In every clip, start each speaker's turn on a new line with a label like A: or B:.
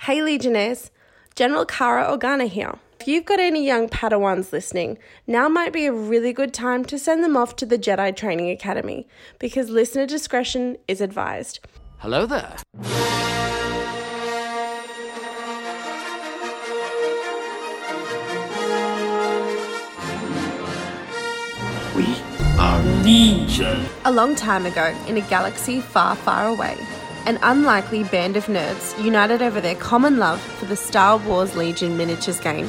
A: Haley Janess, General Kara Organa here. If you've got any young Padawans listening, now might be a really good time to send them off to the Jedi Training Academy because listener discretion is advised.
B: Hello there.
C: We are legion.
A: A long time ago, in a galaxy far, far away, an unlikely band of nerds united over their common love for the Star Wars Legion miniatures game.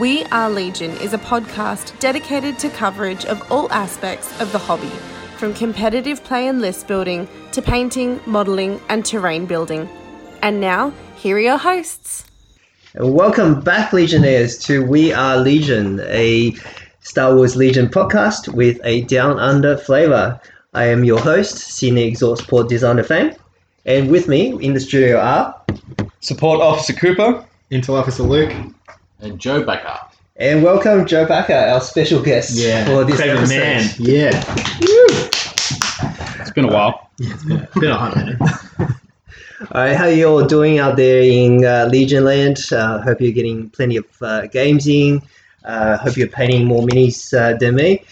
A: We Are Legion is a podcast dedicated to coverage of all aspects of the hobby, from competitive play and list building to painting, modelling, and terrain building. And now, here are your hosts.
D: Welcome back, Legionnaires, to We Are Legion, a Star Wars Legion podcast with a down under flavor. I am your host, Senior Exhaust Port Designer Fang, and with me in the studio are,
E: Support Officer Cooper.
F: Intel Officer Luke.
G: and Joe Becker.
D: and welcome Joe Backer, our special guest
F: Yeah,
D: for this
E: favorite
D: episode.
E: man.
F: Yeah.
E: It's been a while.
F: It's been a hot minute.
D: All right, how you all doing out there in uh, Legion Land? Uh, hope you're getting plenty of uh, games in. Uh, hope you're painting more minis uh, than me.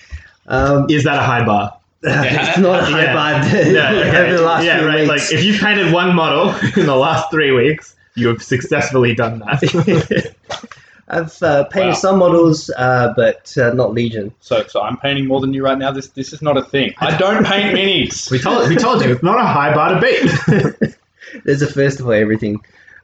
D: Um,
F: Is that a high bar?
D: it's not a high
F: Yeah.
D: bar
F: Yeah.
D: over the last
F: yeah,
D: few weeks.
F: right. Like if you've painted one model in the last three weeks, you have successfully done that.
D: I've uh, painted
E: Wow.
D: some models, uh, but uh, not Legion.
E: So, so I'm painting more than you right now. This this is not a thing. I don't paint minis.
F: we told we told you it's not a high bar to beat.
D: There's a first for everything,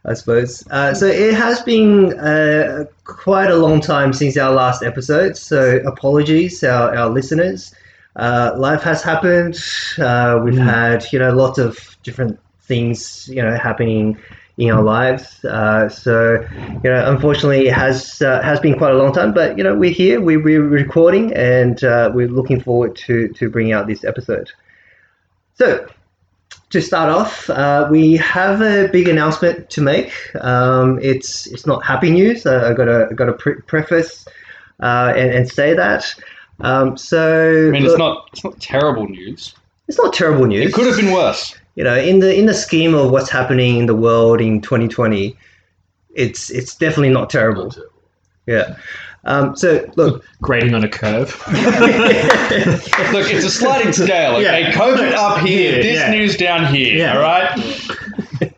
D: I suppose. Uh, so it has been uh, quite a long time since our last episode. So apologies, our, our listeners. Uh, life has happened. Uh, we've had you know lots of different things you know happening in our lives. Uh, so you know, unfortunately, it has uh, has been quite a long time. But you know, we're here. We, we're recording, and uh, we're looking forward to to bringing out this episode. So to start off, uh, we have a big announcement to make. Um, it's it's not happy news. Uh, I gotta gotta pre- preface uh, and, and say that. Um, so
E: I mean, it's not it's not terrible news.
D: it's not terrible news.
E: It could have been worse.
D: You know, in the in the scheme of what's happening in the world in 2020, it's it's definitely not terrible. Yeah. Um, so look,
F: Grading on a curve.
E: Look, it's a sliding scale. Okay,
F: Yeah.
E: COVID up here,
F: Yeah,
E: this
F: yeah.
E: news down here.
F: Yeah.
E: All right.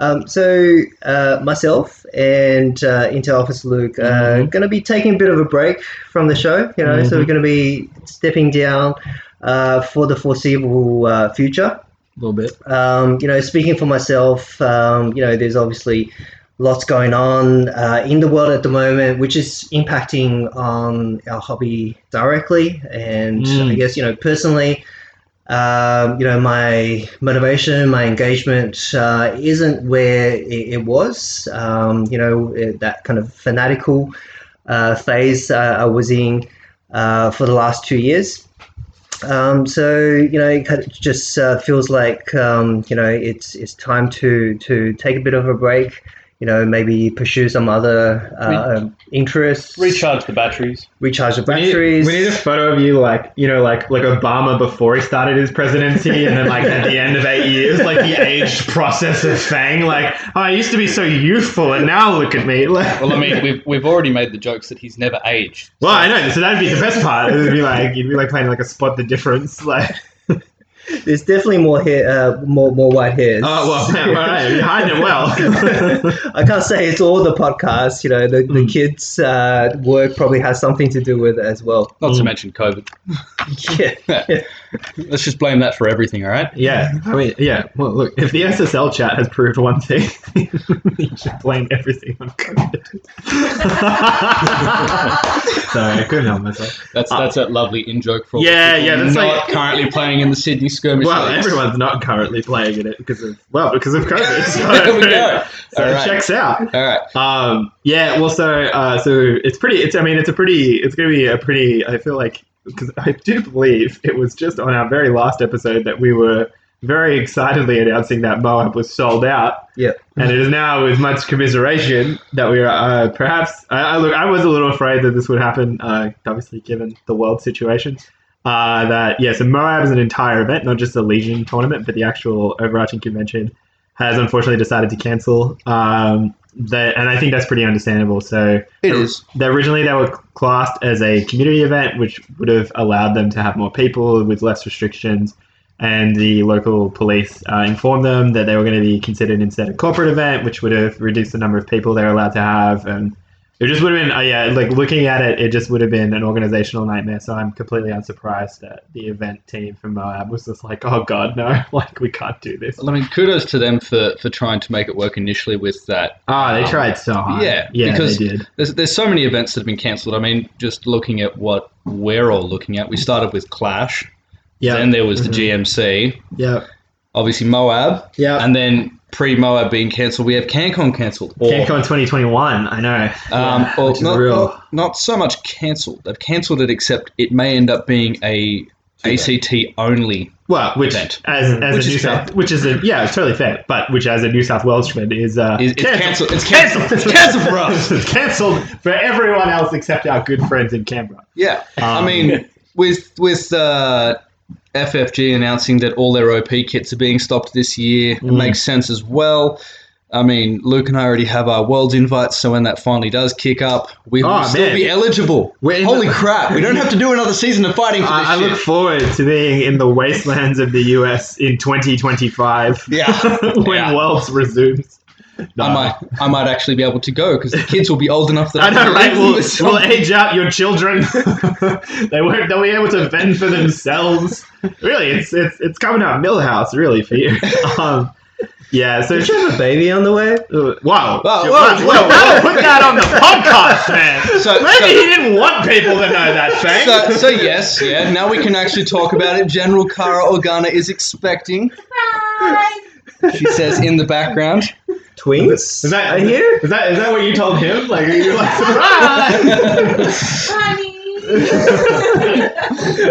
D: Um, so uh, myself and uh, Intel Officer Luke are
F: Mm-hmm.
D: going to be taking a bit of a break from the show. You know, so we're going to be stepping down uh, for the foreseeable uh, future.
F: A little bit.
D: Um, you know, speaking for myself, um, you know, there's obviously lots going on uh, in the world at the moment, which is impacting on our hobby directly. And
E: Mm.
D: I guess, you know, personally, um, you know, my motivation, my engagement uh, isn't where it, it was. Um, you know, it, that kind of fanatical uh, phase uh, I was in uh, for the last two years. Um, so you know, it kind of just uh, feels like um, you know it's it's time to to take a bit of a break. You know, maybe pursue some other uh, um, interests,
E: Recharge the batteries.
D: recharge the
F: We need,
D: batteries.
F: we need a photo of you, like you know, like like Obama before he started his presidency, and then like at the end of eight years, like the aged process of Fang, like oh, I used to be so youthful, and now look at me. Like,
E: Well, I mean, we've we've already made the jokes that he's never aged.
F: well, I know. So that'd be the best part. It'd be like you'd be like playing like a spot the difference. Like,
D: There's definitely more hair, uh, more more white hairs.
F: oh well, yeah, all right, you're hiding it well.
D: I can't say it's all the podcasts. You know, the,
F: Mm.
D: the kids' uh, work probably has something to do with it as well. Mm.
E: Not to
F: Mm.
E: mention COVID.
D: Yeah.
E: Let's just blame that for everything. All right.
F: yeah, I mean, yeah. Well, look, if the SSL chat has proved one thing, you should blame everything on COVID. Sorry, I couldn't help myself.
E: That's that's that lovely in joke for all
F: Ah. Yeah,
E: the people
F: yeah, that's
E: not
F: like-
E: currently playing in the Sydney skirmish.
F: Well,
E: leagues.
F: everyone's not currently playing in it because of well, because of COVID. So,
E: There we go.
F: so
E: All
F: it
E: right.
F: checks out.
E: All right.
F: Um, yeah. Well, so uh, so it's pretty. It's I mean, it's a pretty. It's gonna be a pretty. I feel like because I do believe it was just on our very last episode that we were very excitedly announcing that Moab was sold out.
D: Yeah.
F: And it is now with much commiseration that we are uh, perhaps. I, I look. I was a little afraid that this would happen, uh, obviously given the world situation. Uh, that yeah, so Moab is an entire event, not just the Legion tournament, but the actual overarching convention has unfortunately decided to cancel. Um, that, and I think that's pretty understandable. So
B: It is.
F: They originally they were classed as a community event, which would have allowed them to have more people with less restrictions. And the local police uh, informed them that they were going to be considered instead a corporate event, which would have reduced the number of people they were allowed to have. And it just would have been, uh, yeah, like looking at it, it just would have been an organizational nightmare. So I'm completely unsurprised that the event team from Moab was just like, oh god, no, like we can't do this.
B: I mean, kudos to them for, for trying to make it work initially with that.
F: Oh, they tried so hard.
B: Yeah,
F: yeah,
B: because
F: they did.
B: There's, there's so many events that have been cancelled. I mean, just looking at what we're all looking at, we started with Clash,
F: Yeah, Mm-hmm.
B: then there was the GMC,
F: yeah,
B: obviously Moab,
F: yeah.
B: and then pre Moab being cancelled, we have CanCon cancelled. Or,
F: CanCon 2021. I know.
B: Um,
F: Yeah,
B: or
F: which is
B: not,
F: real.
B: not, not so much cancelled. They've cancelled it, except it may end up being a ACT only.
F: well, which
B: event.
F: as
B: Which
F: as a
B: is
F: New
B: fair.
F: South, which is a, yeah, it's totally fair. But which as a New South Welshman is uh,
B: Is, it's cancelled. It's cancelled.
F: Cancelled.
B: It's cancelled for us.
F: It's cancelled for everyone else except our good friends in Canberra.
B: Yeah, I
F: Um,
B: mean, with with uh, FFG announcing that all their OP kits are being stopped this year, it
F: Mm.
B: makes sense as well. I mean, Luke and I already have our world's invites, so when that finally does kick up, we will
F: Oh,
B: still
F: man.
B: be eligible.
F: We're in
B: Holy
F: the-
B: crap! We don't have to do another season of fighting for this
F: I, I
B: shit.
F: look forward to being in the wastelands of the US in 2025
B: yeah,
F: when
B: Yeah.
F: Worlds resumes. No.
B: I might, I might actually be able to go because the kids will be old enough that
F: I know,
B: can
F: right?
B: leave
F: We'll,
B: them with
F: we'll
B: something.
F: age out your children. they won't. They'll be able to fend for themselves. Really, it's it's it's coming out Millhouse, really, for you. Um, yeah. So.
D: Did you have a baby on the way?
F: uh, Wow.
B: Whoa,
F: Ju-
B: whoa,
F: wow,
B: whoa,
F: wow, wow, Put that on the podcast, man.
B: So-
F: Maybe
B: so-
F: he didn't want people to know that thing.
B: So, so yes, yeah. Now we can actually talk about it. General Kara Organa is expecting. She says in the background.
D: Twins?
F: is that
D: I hear?
F: Is that is that what you told him? Like you're like surprise.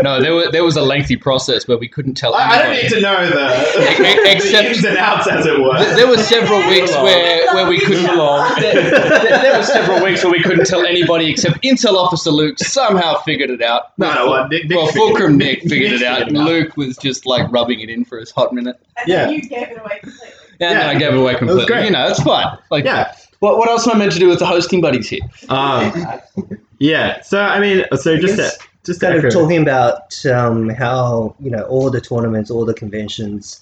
B: No, there was there was a lengthy process where we couldn't tell.
F: I, I don't
B: anybody.
F: need to know the,
B: E- except-
F: the ins and outs, as it were.
B: There were several weeks where, where we couldn't. There, there, there were several weeks where we couldn't tell anybody except Intel Officer Luke somehow figured it out.
F: No, no, what, Nick, Nick
B: well,
F: figured it-
B: Fulcrum Nick figured it out.
F: figured it out.
B: Luke was just like rubbing it in for his hot minute.
G: And
F: Yeah.
G: then you gave it away completely.
B: And then
F: Yeah.
B: I gave it away completely.
F: great.
B: You know, it's fine. Like,
F: Yeah.
B: What, what else am I meant to do with the hosting buddies here?
F: Um, yeah. So I mean, so just
D: guess-
F: to, just to
D: Instead
F: echo-
D: of talking about um, how you know all the tournaments, all the conventions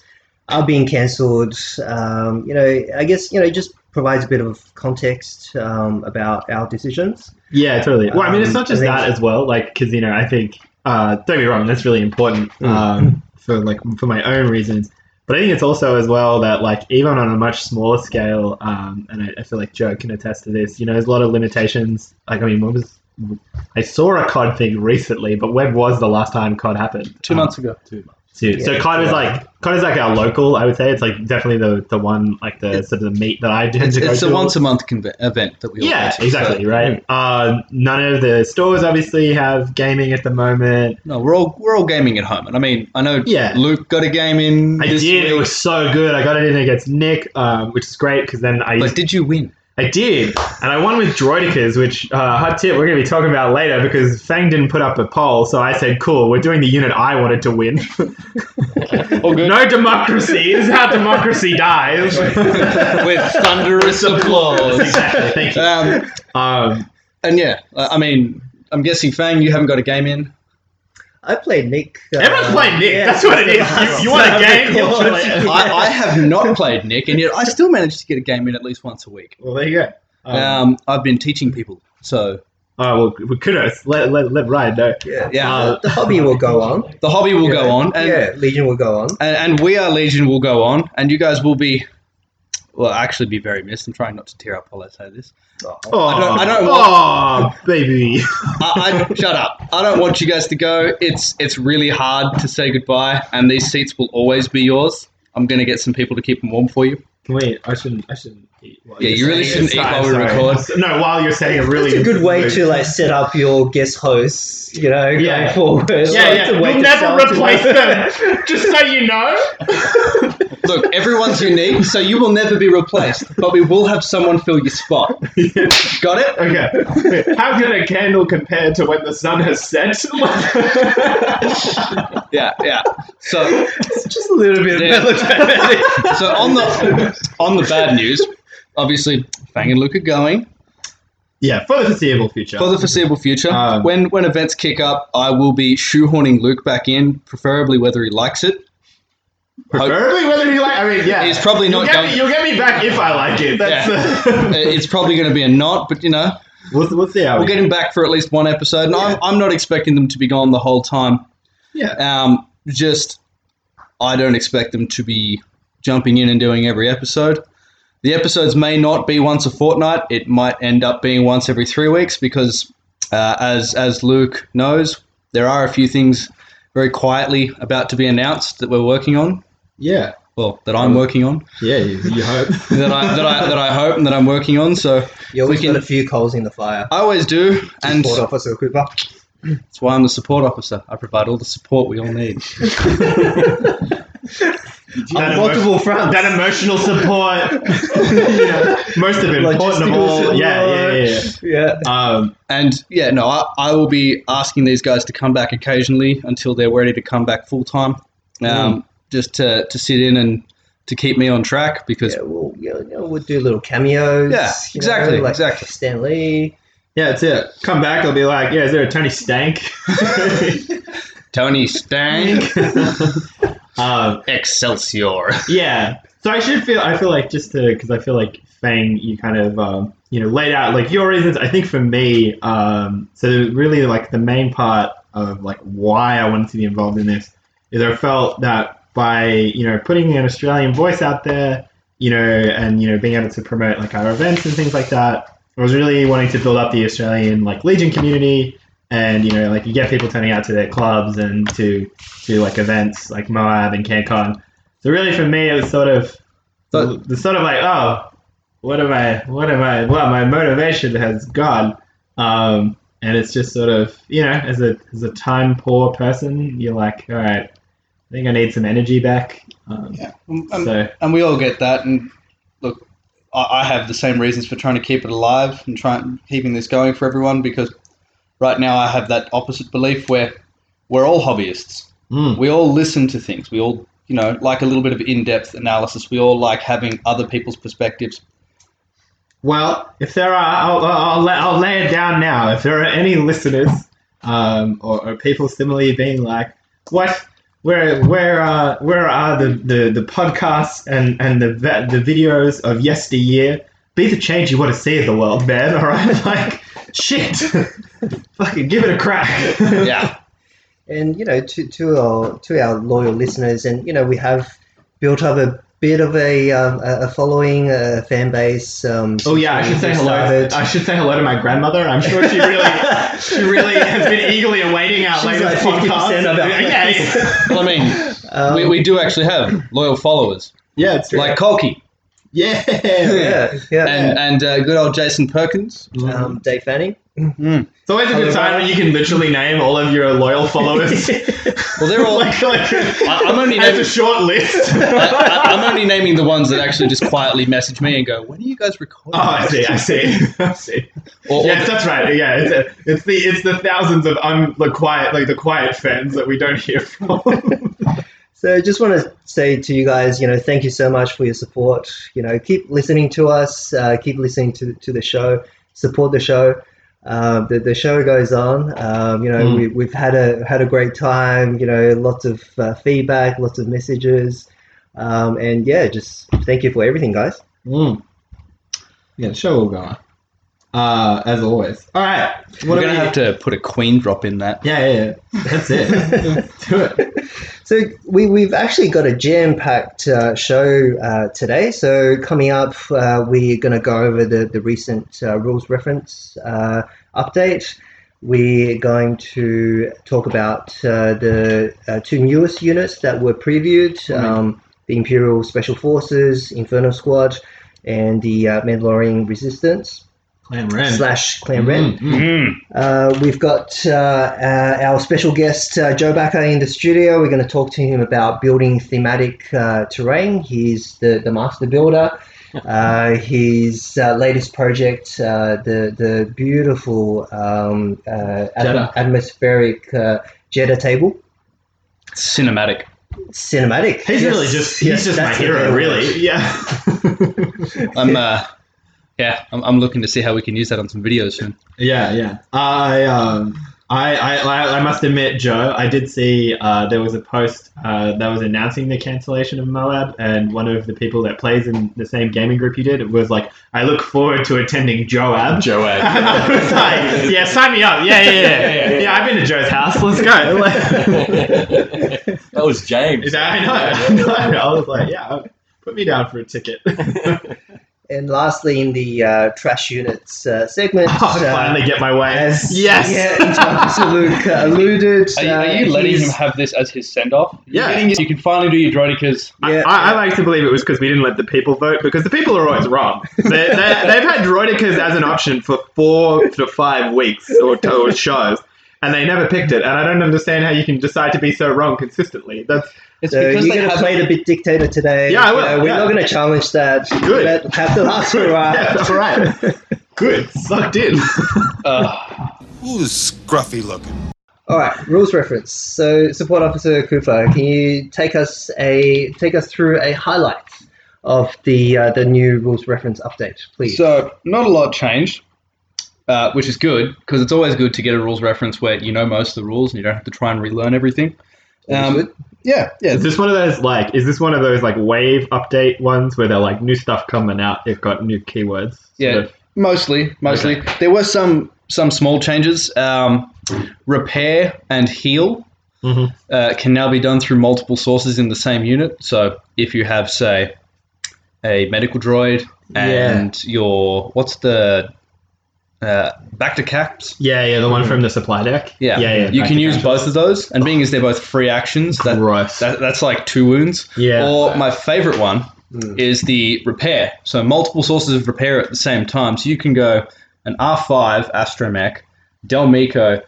D: are being cancelled, um, you know, I guess you know it just provides a bit of context um, about our decisions.
F: Yeah, totally. Well, I mean, it's
D: Um,
F: not just
D: I think-
F: that as well. Like, because you know, I think uh, don't get me wrong, that's really important
D: Hmm.
F: um, for like for my own reasons. But I think it's also as well that like even on a much smaller scale, um, and I, I feel like Joe can attest to this. You know, there's a lot of limitations. Like, I mean, what was I saw a COD thing recently, but when was the last time COD happened?
B: Two
F: Um,
B: months ago.
F: too. so
D: Yeah,
F: COD is
D: yeah.
F: like COD is like our local. I would say it's like definitely the the one like the sort of the meat that I tend
B: It's,
F: to go
B: it's
F: to.
B: a once a month conve- event that we all
F: yeah,
B: go to,
F: exactly
B: so-
F: right. Um, none of the stores obviously have gaming at the moment.
B: no, we're all we're all gaming at home, and I mean, I know
F: Yeah.
B: Luke got a game in.
F: I
B: this
F: did. It
B: week.
F: was so good. I got it in against Nick, um, which is great because then I
B: But did you win?
F: I did, and I won with Droidicas, which uh, hot tip we're going to be talking about later because Fang didn't put up a poll, so I said, "Cool, we're doing the unit I wanted to win."
B: All good.
F: no democracy. This is how democracy dies.
B: With thunderous applause.
F: exactly. Thank you.
B: Um,
F: Um,
B: and yeah, I I mean, I'm guessing Fang, you haven't got a game in.
D: I played Nick. Uh,
F: everyone's playing Nick.
D: yeah,
F: That's what it is.
D: that's
F: You, you want a
D: the
F: game? You'll
D: cause.
F: play it.
B: I, I have not played Nick, and yet I still manage to get a game in at least once a week.
F: Well, there you go.
B: Um, I've been teaching people, so
F: Oh well, kudos. Let let let Ryan know.
D: Yeah,
B: yeah,
F: Uh,
D: the hobby will go on.
B: the hobby will go
D: Yeah.
B: on, and,
D: yeah, Legion will go on.
B: and and we are Legion will go on, and you guys will be. Well, actually, be very missed. I'm trying not to tear up while I say this.
F: Oh,
B: I don't- I don't
F: oh, baby.
B: I, I, shut up! I don't want you guys to go. It's it's really hard to say goodbye, and these seats will always be yours. I'm gonna get some people to keep them warm for you.
F: Wait, I shouldn't. I shouldn't eat.
B: Yeah, you really shouldn't eat while we record.
F: No, while you're saying it really.
D: It's a good way
F: is-
D: to like set up your guest hosts, you know, going
F: Yeah.
D: forward.
F: Yeah,
D: Like,
F: yeah.
D: it's a way
F: You'll
D: to
F: never
D: sell to
F: replace them. Just so you know.
B: Look, everyone's unique, so you will never be replaced, but we will have someone fill your spot. Got it?
F: Okay. How can a candle compare to when the sun has set?
B: Yeah, yeah. So,
D: Just a little bit
B: Yeah.
D: of melodramatic.
B: so on the on the bad news, obviously Fang and Luke are going
F: yeah, for the foreseeable future.
B: for the foreseeable future.
F: Um,
B: when when events kick up, I will be shoehorning Luke back in, preferably whether he likes it.
F: Preferably whether you like. I mean, yeah.
B: He's probably
F: You'll
B: not
F: get
B: going-
F: Me, you'll get me back if I like it. That's.
B: Uh, It's probably going to be a not, but you know
F: we'll, we'll see how
B: we'll get him back for at least one episode, and I'm I'm not expecting them to be gone the whole time.
F: Yeah.
B: Um, just, I don't expect them to be jumping in and doing every episode. The episodes may not be once a fortnight. It might end up being once every three weeks because, uh, as as Luke knows, there are a few things very quietly about to be announced that we're working on.
F: Yeah.
B: Well, that
D: Oh.
B: I'm working on,
F: Yeah. You, you hope.
B: that I that I, that I hope and that I'm working on. So
D: You always
B: We can-
D: got a few coals in the fire.
B: I always do, and
D: Support Officer Cooper.
B: that's why I'm the support officer. I provide all the support we all need.
F: That,
D: Multiple fronts.
F: that emotional support. you know, most of important of
D: Logistical
F: all. Yeah, yeah, yeah. yeah.
D: Yeah.
F: Um,
B: And yeah, no, I, I will be asking these guys to come back occasionally until they're ready to come back full time,
D: Mm.
B: um, just to, to sit in and to keep me on track because
D: Yeah, we'll, you know, we'll do little cameos.
B: Yeah,
D: you
B: exactly,
D: like
B: exactly.
D: Stan Lee.
F: yeah, that's it. Come back, I'll be like, yeah, is there a Tony Stank?
B: Tony Stank,
F: um,
B: Excelsior.
F: yeah. So I should feel. I feel like just to because I feel like Fang, you kind of um, you know laid out like your reasons. I think for me, um, so really like the main part of like why I wanted to be involved in this is I felt that by you know putting an Australian voice out there, you know, and you know being able to promote like our events and things like that, I was really wanting to build up the Australian like Legion community. And you know, like you get people turning out to their clubs and to to like events like Moab and CanCon, so really, for me, it was sort of the,
B: But-
F: the sort of like, oh, what am I? What am I? Well, my motivation has gone, um, and it's just sort of you know, as a as a time poor person, you're like, all right, I think I need some energy back. Um,
B: Yeah, and,
F: So
B: and we all get that. And look, I, I have the same reasons for trying to keep it alive and trying keeping this going for everyone because right now I have that opposite belief where we're all hobbyists.
F: mm,
B: We all listen to things. We all, you know, like a little bit of in-depth analysis. We all like having other people's perspectives.
F: well, if there are, I'll, I'll, I'll, lay, I'll lay it down now. If there are any listeners um, or, or people similarly being like, what? Where where uh, where are the, the, the podcasts and and the ve- the videos of yesteryear? Be the change you want to see in the world, man. All right, like shit, fucking give it a crack.
B: Yeah.
D: And you know, to to our to our loyal listeners, and you know, we have built up a bit of a um, a a following, a fan base. Um,
F: Oh yeah, I should say hello.
D: started.
F: I should say hello to my grandmother. I'm sure she really she really has been eagerly awaiting our
D: She's
F: latest
D: like 50%
F: podcast.
D: of our
F: yeah,
B: Well, I mean,
D: Um,
B: we, we do actually have loyal followers,
F: yeah, it's true.
B: like Colkey
F: yeah,
D: yeah, yeah.
B: and, and uh, good old Jason Perkins.
D: um, Dave Fanning.
F: It's always a good time when you can literally name all of your loyal followers.
B: Well, they're all. I,
F: like, like,
B: I'm only
F: as
B: naming-
F: a short list.
B: I, I'm only naming the ones that actually just quietly message me and go, "When are you guys
F: Oh,
B: recording?"
F: I see. I see. I see.
B: Or- or
F: Yes, that's right. Yeah, it's, uh it's the it's the thousands of un, the quiet like the quiet fans that we don't hear from.
D: So just want to say to you guys, you know, thank you so much for your support. You know, keep listening to us, uh, keep listening to, to the show, support the show. Uh, the, the show goes on. Um, you know, we, we've had a had a great time. You know, lots of uh, feedback, lots of messages, um, and yeah, just thank you for everything, guys.
F: Hmm. Yeah, the show will go on. Uh, as always. All right.
B: We're gonna have to put a Queen drop in that.
F: Yeah, yeah, yeah. That's it. Do it.
D: So we, we've actually got a jam-packed uh, show uh, today. So coming up, uh, we're going to go over the, the recent uh, rules reference uh, update. We're going to talk about uh, the uh, two newest units that were previewed,
F: Mm-hmm.
D: um, the Imperial Special Forces, Inferno Squad, and the uh, Mandalorian Resistance.
F: Clan Ren.
D: slash Clan Ren.
F: Hmm.
E: Mm.
D: Uh, we've got uh, uh, our special guest uh, Joe Backer in the studio. We're going to talk to him about building thematic uh, terrain. He's the, the master builder. Uh, his uh, latest project, uh, the the beautiful um, uh,
B: Jeddah.
D: atm- atmospheric uh, Jeddah table
B: Cinematic.
D: cinematic.
F: He's really
D: Yes,
F: just
D: yes,
F: he's just my
D: that's the
F: hero,
D: word.
F: really. Yeah.
B: I'm uh, yeah, I'm, I'm looking to see how we can use that on some videos soon.
F: Yeah, yeah. I um, I, I, I- I must admit, Joe, I did see uh, there was a post uh, that was announcing the cancellation of Moab, and one of the people that plays in the same gaming group you did was like, "I look forward to attending Joab."
E: Joab.
F: And I was like, "Yeah, sign me up. Yeah, yeah, yeah, yeah. I've been to Joe's house. Let's go."
G: that was James.
F: Is that- I know. I know. I was like, "Yeah, put me down for a ticket."
D: And lastly, in the uh, trash units uh, segment,
F: I'll
D: uh,
F: finally get my way.
D: as
F: yes.
D: yeah, in time for Luke uh, alluded.
B: Are you,
D: uh,
B: are you letting
D: he's-
B: him have this as his send off?
F: Yeah.
B: You can finally do your droidicas.
F: I-
D: Yeah.
F: I, I like to believe it was because we didn't let the people vote because the people are always wrong. They, they, they've had droidicas as an option for four to five weeks or, or shows, and they never picked it. And I don't understand how you can decide to be so wrong consistently. That's
B: It's
D: So
B: because
D: you're
B: they
D: going to
B: have
D: play the bit dictator today.
F: Yeah, I will,
D: Uh, we're
F: yeah.
D: not going to challenge that.
F: Good.
D: That have the last hurrah.
F: Yeah, that's right. good. Sucked in.
B: uh,
H: Who's scruffy looking?
D: All right, rules reference. So, support officer Cooper, can you take us a take us through a highlight of the uh, the new rules reference update, please?
B: so not a lot changed, uh, which is good because it's always good to get a rules reference where you know most of the rules and you don't have to try and relearn everything. Um, yeah, yeah.
F: Is this one of those like? Is this one of those like wave update ones where they're like new stuff coming out? It's got new keywords. sort
B: Yeah.
F: of?
B: Mostly, mostly. There were some some small changes. Um, repair and heal
F: Mhm.
B: uh, can now be done through multiple sources in the same unit. So if you have, say, a medical droid and your what's the uh, back to caps.
F: Yeah, yeah. The one from the supply deck.
B: Yeah,
F: yeah. yeah
B: you
F: back
B: can
F: to
B: use
F: casual.
B: both of those, and being as they're both free actions, that,
F: Gross.
B: that that's like two wounds.
F: Yeah.
B: Or my favorite one is the repair. So multiple sources of repair at the same time. So you can go an R5 Astromech, Delmico,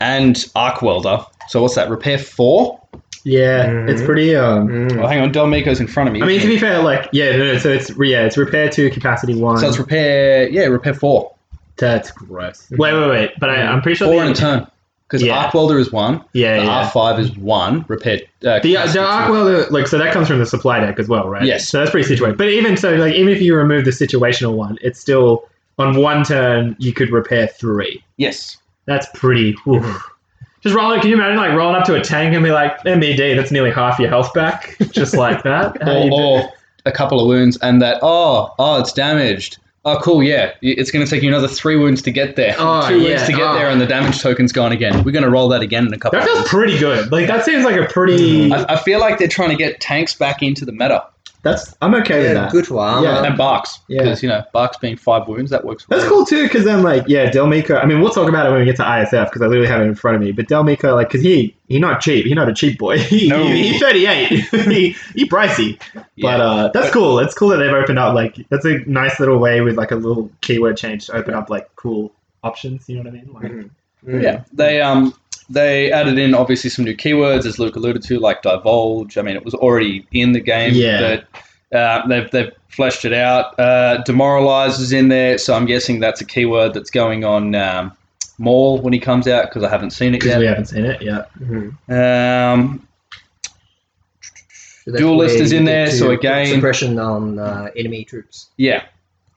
B: and Arc Welder. So what's that? Repair four?
F: Yeah, it's pretty. Um,
D: Mm.
B: Oh, hang on, Delmico's in front of me.
F: I mean, to
B: isn't
F: be
B: it?
F: fair, like yeah, no, no, so it's yeah, it's repair to capacity one.
B: so it's repair. Yeah, repair four.
F: That's gross. Wait, wait, wait. But I, I'm pretty sure.
B: Four
F: the,
B: in a turn. Because
F: Yeah.
B: Arc Welder is one.
F: Yeah,
B: the
F: yeah.
B: R5 is one. Repair. Uh,
F: The, uh,
B: capacity
F: the
B: two.
F: arc welder, like, so that comes from the supply deck as well, right?
B: Yes.
F: So that's pretty situated. But even so, like, even if you remove the situational one, it's still on one turn you could repair three.
B: Yes.
F: That's pretty. oof.
B: Mm-hmm.
F: Just rolling. Can you imagine like rolling up to a tank and be like, "MED, that's nearly half your health back," just like that. How
B: Or,
F: you do-
B: or a couple of wounds, and that. Oh, oh, it's damaged. Oh, cool. Yeah, Y- it's going to take you another three wounds to get there. Two
F: Oh,
B: wounds
F: yeah,
B: to get
F: oh.
B: there, and the damage token's gone again. We're going to roll that again in a couple. of
F: that feels
B: rounds.
F: pretty good. Like that seems like a pretty.
B: I, I feel like they're trying to get tanks back into the meta
F: That's I'm okay with
D: yeah,
F: that.
D: good one.
F: Yeah.
B: and barks
F: Yeah.
B: because you know barks being five wounds that works.
F: That's
B: well.
F: cool too, because then like yeah, Delmico. I mean, we'll talk about it when we get to ISF because I literally have it in front of me. But Delmico, like, because he he not cheap. He not a cheap boy. he,
B: No.
F: he, he thirty eight. he he pricey.
B: Yeah.
F: But uh, that's cool. It's cool that they've opened up like that's a nice little way with like a little keyword change to open up like cool options. You know what I mean? Like,
I: Mm-hmm.
D: Mm-hmm.
B: Yeah, they um they added in obviously some new keywords as Luke alluded to, like divulge. I mean, it was already in the game,
F: Yeah.
B: but uh, they've they've fleshed it out. Uh, Demoralize is in there, so I'm guessing that's a keyword that's going on um, Maul when he comes out because I haven't seen it
F: Because we
B: yet.
F: haven't seen it. Yeah.
B: Um,
D: So that's
B: Duelist
D: where
B: is
D: you
B: in
D: get
B: there,
D: to
B: so again-
D: suppression on uh, enemy troops.
B: yeah,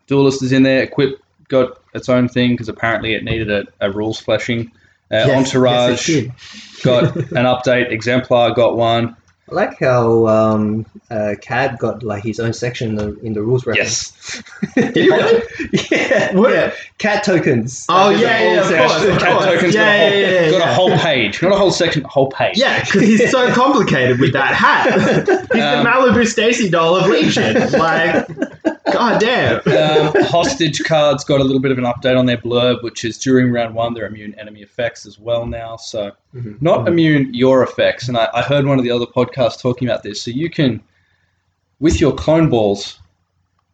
B: Duelist is in there. Equip got its own thing because apparently it needed a, a rules fleshing. Uh,
F: Yes,
B: Entourage
F: yes, it did.
B: got an update. Exemplar got one.
D: I like how um, uh, Cad got like his own section in the, in the rules reference. Yes.
F: Did he really?
D: yeah.
F: What?
D: Yeah. Cat tokens.
F: Oh
D: Like, there's a
F: yeah,
D: whole
F: yeah, of
D: section.
F: course, of
B: Cat
F: course.
B: Token's
F: Oh, yeah,
B: got, a whole,
F: yeah, yeah,
B: got a
F: yeah.
B: whole page, not a whole section, a whole page.
F: Yeah, because he's so complicated with that hat. He's
B: Um,
F: the Malibu Stacy doll of Legion. Like, god damn.
B: Um, hostage cards got a little bit of an update on their blurb, which is during round one they're immune enemy effects as well now. So
F: Mm-hmm.
B: not immune your effects. And I, I heard one of the other podcasts talking about this. So you can, with your clone balls,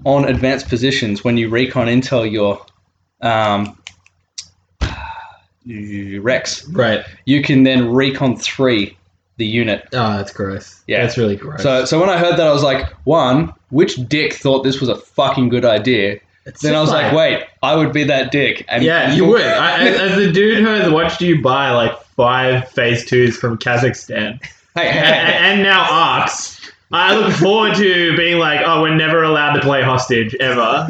B: on advanced positions when you recon intel your um, Rex.
I: Right.
B: You can then recon three the unit.
I: Oh, that's gross.
B: Yeah.
I: That's really gross.
B: So, so when I heard that, I was like, one, which dick thought this was a fucking good idea?
I: It's
B: Then I was
I: just
B: like, wait, I would be that dick. And
F: Yeah, you would. I, as, as the dude who has watched you buy like five phase twos from Kazakhstan
B: Hey, hey,
F: and,
B: hey,
F: and now arcs, I look forward to being like, oh, we're never allowed to play hostage ever,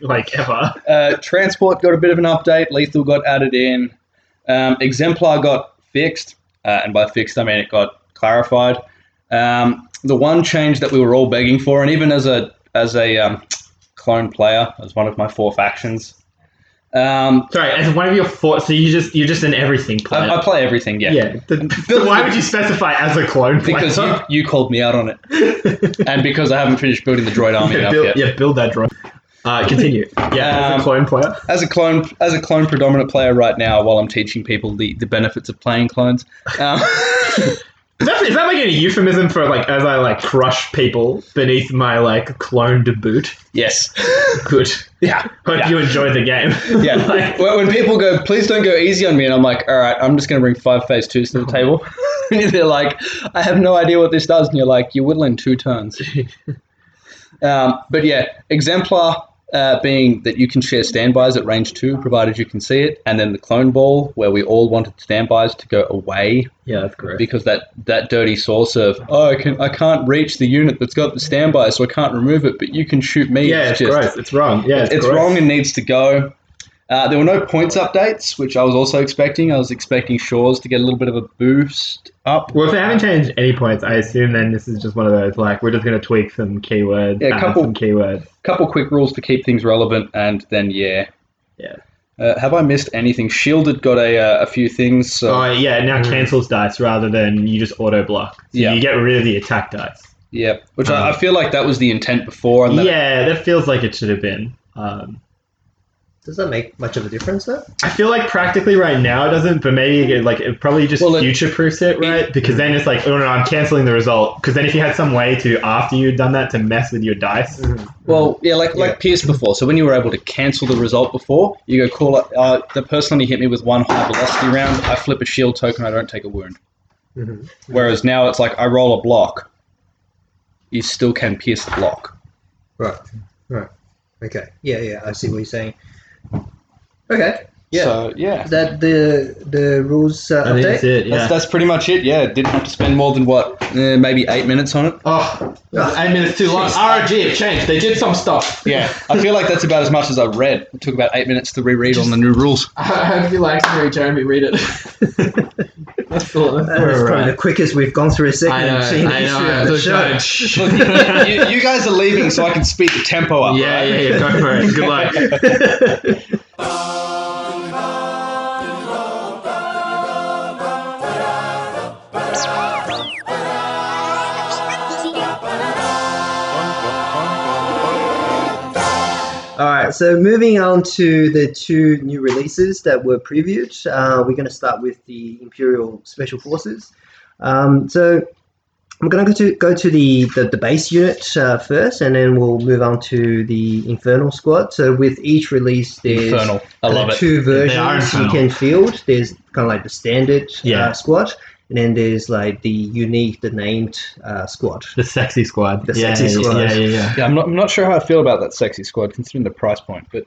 F: like ever.
B: Uh, transport got a bit of an update. Lethal got added in. Um, Exemplar got fixed, uh, and by fixed I mean it got clarified. Um, the one change that we were all begging for, and even as a as a um, clone player, as one of my four factions, um,
F: Sorry, as one of your four, so you just you're just an everything player.
B: I, I play everything. Yeah,
F: yeah. then- then why would you specify as a clone player?
B: because you, you called me out on it, and because I haven't finished building the droid army
F: yeah,
B: up
F: build,
B: yet.
F: yeah, build that drone. Uh, continue. Yeah, as
B: Um,
F: a clone player.
B: as a clone as a clone predominant player right now while I'm teaching people the, the benefits of playing clones. Um,
F: Is that, is that like a euphemism for like as I like crush people beneath my like cloned boot?
B: yes.
F: Good.
B: Yeah.
F: Hope
B: Yeah.
F: you enjoyed the game.
B: Yeah.
F: Like,
B: When when people go, please don't go easy on me, and I'm like, all right, I'm just going to bring five phase twos to the table. and they're like, I have no idea what this does. And you're like, you will in two turns. um, but yeah, exemplar uh, being that you can share standbys at range two, provided you can see it. And then the clone ball, where we all wanted standbys to go away
I: yeah, that's gross.
B: because that that dirty source of oh I can I can't reach the unit that's got the standby so I can't remove it but you can shoot me
F: yeah, it's gross. It's wrong. Yeah, it's,
B: it's
F: gross.
B: wrong and needs to go. Uh, there were no points updates which I was also expecting. I was expecting Shaw's to get a little bit of a boost up.
F: Well, if they haven't changed any points, I assume then this is just one of those like we're just gonna tweak some keywords,
B: Yeah, a
F: add
B: couple-
F: some keywords.
B: Couple quick rules to keep things relevant and then yeah.
F: Yeah.
B: Uh, have I missed anything? Shielded got a uh, a few things. So
F: Oh yeah, it now cancels dice rather than you just auto block. So
B: Yeah.
F: you get rid of the attack dice.
B: yeah, which
F: Um,
B: I, I feel like that was the intent before. And that,
F: Yeah, that feels like it should have been. Um,
D: Does that make much of a difference though?
F: I feel like practically right now it doesn't, but maybe it, like it probably just
B: Well, it-
F: future proofs it, right? because then it's like, oh no, I'm canceling the result. Because then if you had some way to after you'd done that to mess with your dice,
D: Mm-hmm.
B: Well, yeah, like like Pierce before. So when you were able to cancel the result before, you go call it. Uh, the person only hit me with one high velocity round. I flip a shield token. I don't take a wound.
D: Mhm.
B: Whereas now it's like I roll a block. You still can pierce the block.
D: Right. Right. Okay. Yeah. Yeah. I see what you're saying. Okay. Yeah.
B: So yeah,
D: that the the rules uh,
I: I think
D: update.
I: that's it. Yeah.
B: that's that's pretty much it. Yeah, didn't have to spend more than what eh, maybe eight minutes on it.
I: oh,
D: Right.
I: eight minutes too long. ROG have changed. They did some stuff.
B: Yeah, I feel like that's about as much as I read. It took about eight minutes to reread on the new rules.
I: I hope you like to read Jeremy read it. that's all. That's
D: That is
I: all
D: probably
I: right.
D: the quickest we've gone through a second
I: I know.
D: machine
I: I
D: issue
I: know.
D: of
I: I
D: the
I: was
D: show.
I: like, shh.
B: you, you guys are leaving, so I can speed the tempo up.
I: Yeah,
B: right?
I: yeah, yeah. Go for it. Good luck.
D: All right, so moving on to the two new releases that were previewed, uh, we're going to start with the Imperial Special Forces. Um, so I'm going to go to go to the, the, the base unit uh, first, and then we'll move on to the Infernal Squad. So with each release, there's
B: Infernal. I
D: kinda
B: love it.
D: two
F: are
D: versions you
F: infernal.
D: can field. There's kind of like the standard uh,
F: Yeah.
D: squad, and then there's like the unique, the named uh, squad.
F: the sexy squad,
D: The
F: yeah,
D: sexy
F: yeah,
D: squad.
F: yeah, yeah, yeah.
B: Yeah, I'm not, I'm not sure how I feel about that sexy squad considering the price point, but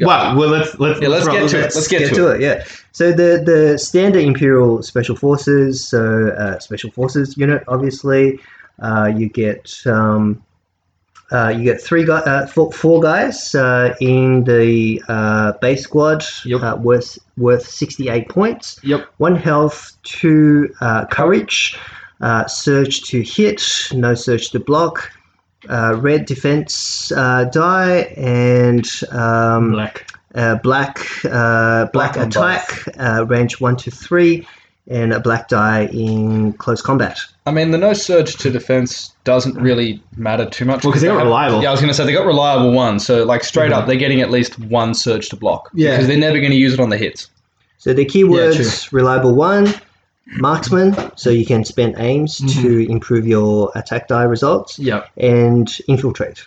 F: Well, well, let's let's
B: yeah, let's
F: roll.
B: get to it. Let's get, to, it.
D: Yeah. So the the standard Imperial Special Forces, so uh, Special Forces unit, obviously, uh, you get um, uh, you get three guys, uh, four, four guys uh, in the uh, base squad,
B: Yep.
D: uh, worth worth sixty eight points.
B: Yep.
D: One health, two uh, courage, uh, search to hit, no search to block. Uh, red defense uh, die and um,
F: Black.
D: uh, black, uh, black
B: on
D: attack, uh, range one to three, and a black die in close combat.
B: I mean, the no surge to defense doesn't really matter too much.
F: Well, 'cause they got
B: have-
F: reliable. Mm-hmm.
B: Yeah, I was going to say they got reliable one. So, like, straight up, they're getting at least one surge to block.
I: Yeah.
B: Because they're never going to use it on the hits.
D: So the keywords reliable one, marksman, so you can spend aims to improve your attack die results,
I: Yep.
D: and infiltrate.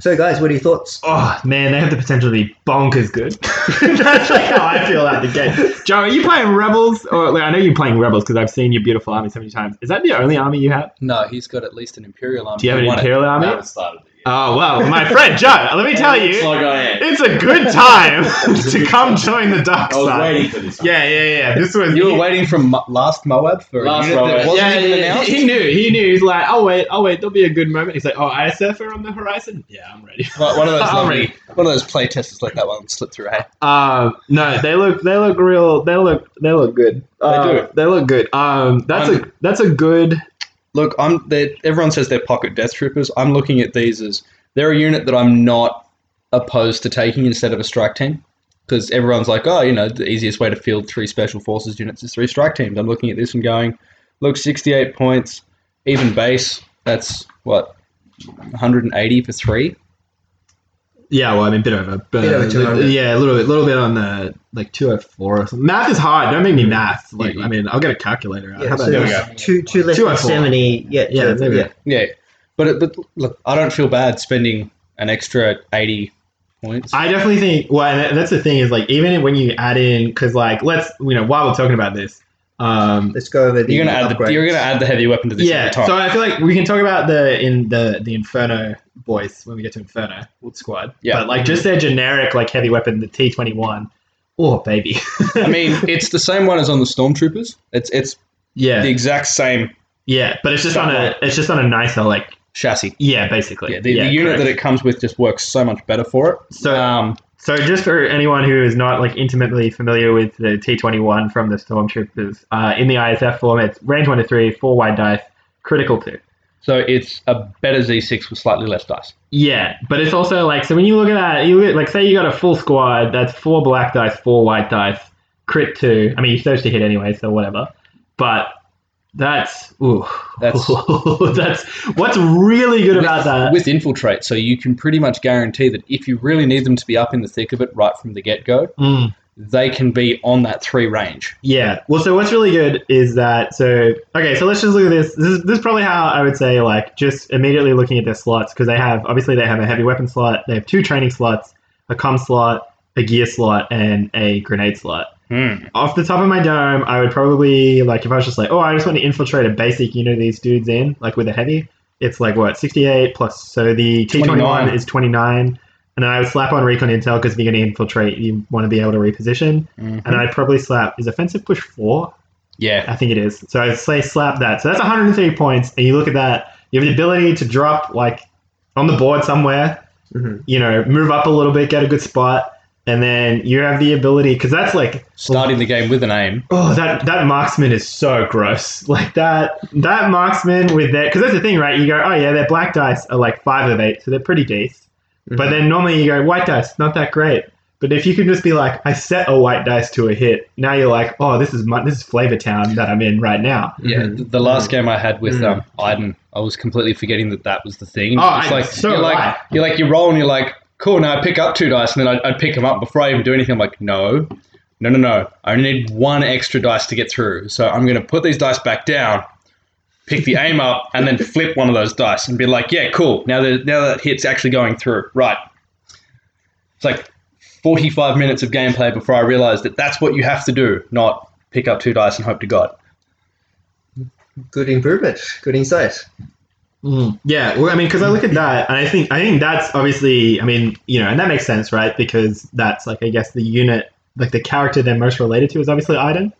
D: So, guys, what are your thoughts?
F: Oh man, they have the potential to be bonkers good. That's like how I feel out the gate. Joe, are you playing Rebels? Or like, I know you're playing Rebels because I've seen your beautiful army so many times. Is that the only army you have?
B: No, he's got at least an Imperial army.
F: Do you have
B: He
F: an
B: won it.
F: Imperial
G: I
F: army?
G: haven't started it yet.
F: Oh well, my friend Joe, let me tell
G: It's
F: you,
G: like I am.
F: it's a good time to come join the dark
G: I was waiting
F: side.
G: for this.
F: Yeah, yeah, yeah. This was
B: You were waiting from Mo- last Moab for
G: Last
B: a unit
G: Moab.
B: that wasn't
F: yeah,
B: even
F: yeah, yeah.
B: announced.
F: He, he knew. He knew. He's like, I'll wait. I'll wait. There'll be a good moment. He's like, Oh, ISF are on the horizon. Yeah, I'm ready.
B: One one of those
F: I'm
B: lovely,
F: ready.
B: one of those play testers let that one slip through. Hey,
F: Um, no, they look they look real. They look they look good. Uh,
B: do.
F: They look good. Um, that's a that's a good.
B: look, I'm. they're- Everyone says they're pocket death troopers. I'm looking at these as they're a unit that I'm not opposed to taking instead of a strike team because everyone's like, oh, you know, the easiest way to field three special forces units is three strike teams. I'm looking at this and going, look, 68 points, even base. That's what 180 for three.
F: Yeah, well, I mean, bit over, but
D: Bit over
F: uh,
D: 200.
F: yeah, a little bit, little bit on the like two hundred four or something. Math is hard. Don't make me math. Like,
B: Yeah.
F: I mean, I'll get a calculator. out.
D: Yeah,
F: How about
D: so
F: this?
D: it's two, two less
F: Two
D: than
F: and four.
D: 70. Yeah,
F: Yeah,
D: two and-
F: there we go.
B: Yeah, but it, but look, I don't feel bad spending an extra 80 points.
F: I definitely think. Well, and that- that's the thing is like even when you add in because like let's you know while we're talking about this, um,
D: Let's go over the
B: you're gonna add the,
D: upgrades.
B: you're gonna add the heavy weapon to this
F: yeah.
B: every time.
F: So I feel like we can talk about the in the the Inferno boys when we get to Inferno squad.
B: Yeah.
F: But like just their generic like heavy weapon, the T twenty one. Oh baby.
B: I mean, it's the same one as on the stormtroopers. It's it's
F: yeah.
B: the exact same
F: yeah. But it's just on a it's just on a nicer like
B: chassis.
F: yeah basically.
B: Yeah, the, the unit that it comes with just works so much better for it.
F: So-
B: um,
F: So just for anyone who is not like intimately familiar with the T21 from the Stormtroopers, uh, in the ISF form, it's range one to three, four wide dice, critical two.
B: so it's a better Z6 with slightly less dice.
F: Yeah, but it's also like so when you look at that, you look at, like say you got a full squad that's four black dice, four white dice, crit two. I mean, you're supposed to hit anyway, so whatever. But that's ooh,
B: That's-
F: that's what's really good about
B: with,
F: that.
B: with infiltrate, so you can pretty much guarantee that if you really need them to be up in the thick of it right from the get go,
F: Mm.
B: they can be on that three range.
F: Yeah. Well, so what's really good is that so okay. So let's just look at this. This is, this is probably how I would say like just immediately looking at their slots because they have obviously they have a heavy weapon slot, they have two training slots, a com slot, a gear slot, and a grenade slot. Off the top of my dome, I would probably like if I was just like, oh, I just want to infiltrate a basic unit of these dudes in like with a heavy. It's like what sixty eight plus so the T twenty one
B: 29.
F: is twenty nine. And then I would slap on recon intel because if you're going to infiltrate, you want to be able to reposition and I'd probably slap is offensive push four.
B: Yeah,
F: I think it is. So I'd say slap that. So that's 103 points, and you look at that. You have the ability to drop like on the board somewhere.
D: Mhm.
F: You know, move up a little bit, get a good spot, and then you have the ability because that's like
B: starting the game with an aim.
F: Oh, that that marksman is so gross. Like that that marksman with their because that's the thing, right? You go, oh yeah, their black dice are like five of eight, so they're pretty decent. But then normally you go white dice, not that great. But if you can just be like, I set a white dice to a hit, now you're like, oh, this is my, this is Flavor Town that I'm in right now.
B: Yeah, th- the last game I had with
F: Mhm.
B: um, Iden, I was completely forgetting that that was the thing.
F: Oh,
B: It's
F: I-
B: like,
F: so
B: you're
F: am
B: like
F: I.
B: you're like you roll and you're like, cool. Now I pick up two dice, and then I'd, I'd pick them up before I even do anything. I'm like, no, no, no, no. I only need one extra dice to get through, so I'm gonna put these dice back down, pick the aim up, and then flip one of those dice and be like, yeah, cool. Now that now that hit's actually going through, right? It's like 45 minutes of gameplay before I realized that that's what you have to do, not pick up two dice and hope to God.
D: Good improvement. Good insight.
F: Mm. Yeah, well, I mean, because I look at that, and I think I think that's obviously, I mean, you know, and that makes sense, right? Because that's like, I guess, the unit, like the character they're most related to is obviously Iden.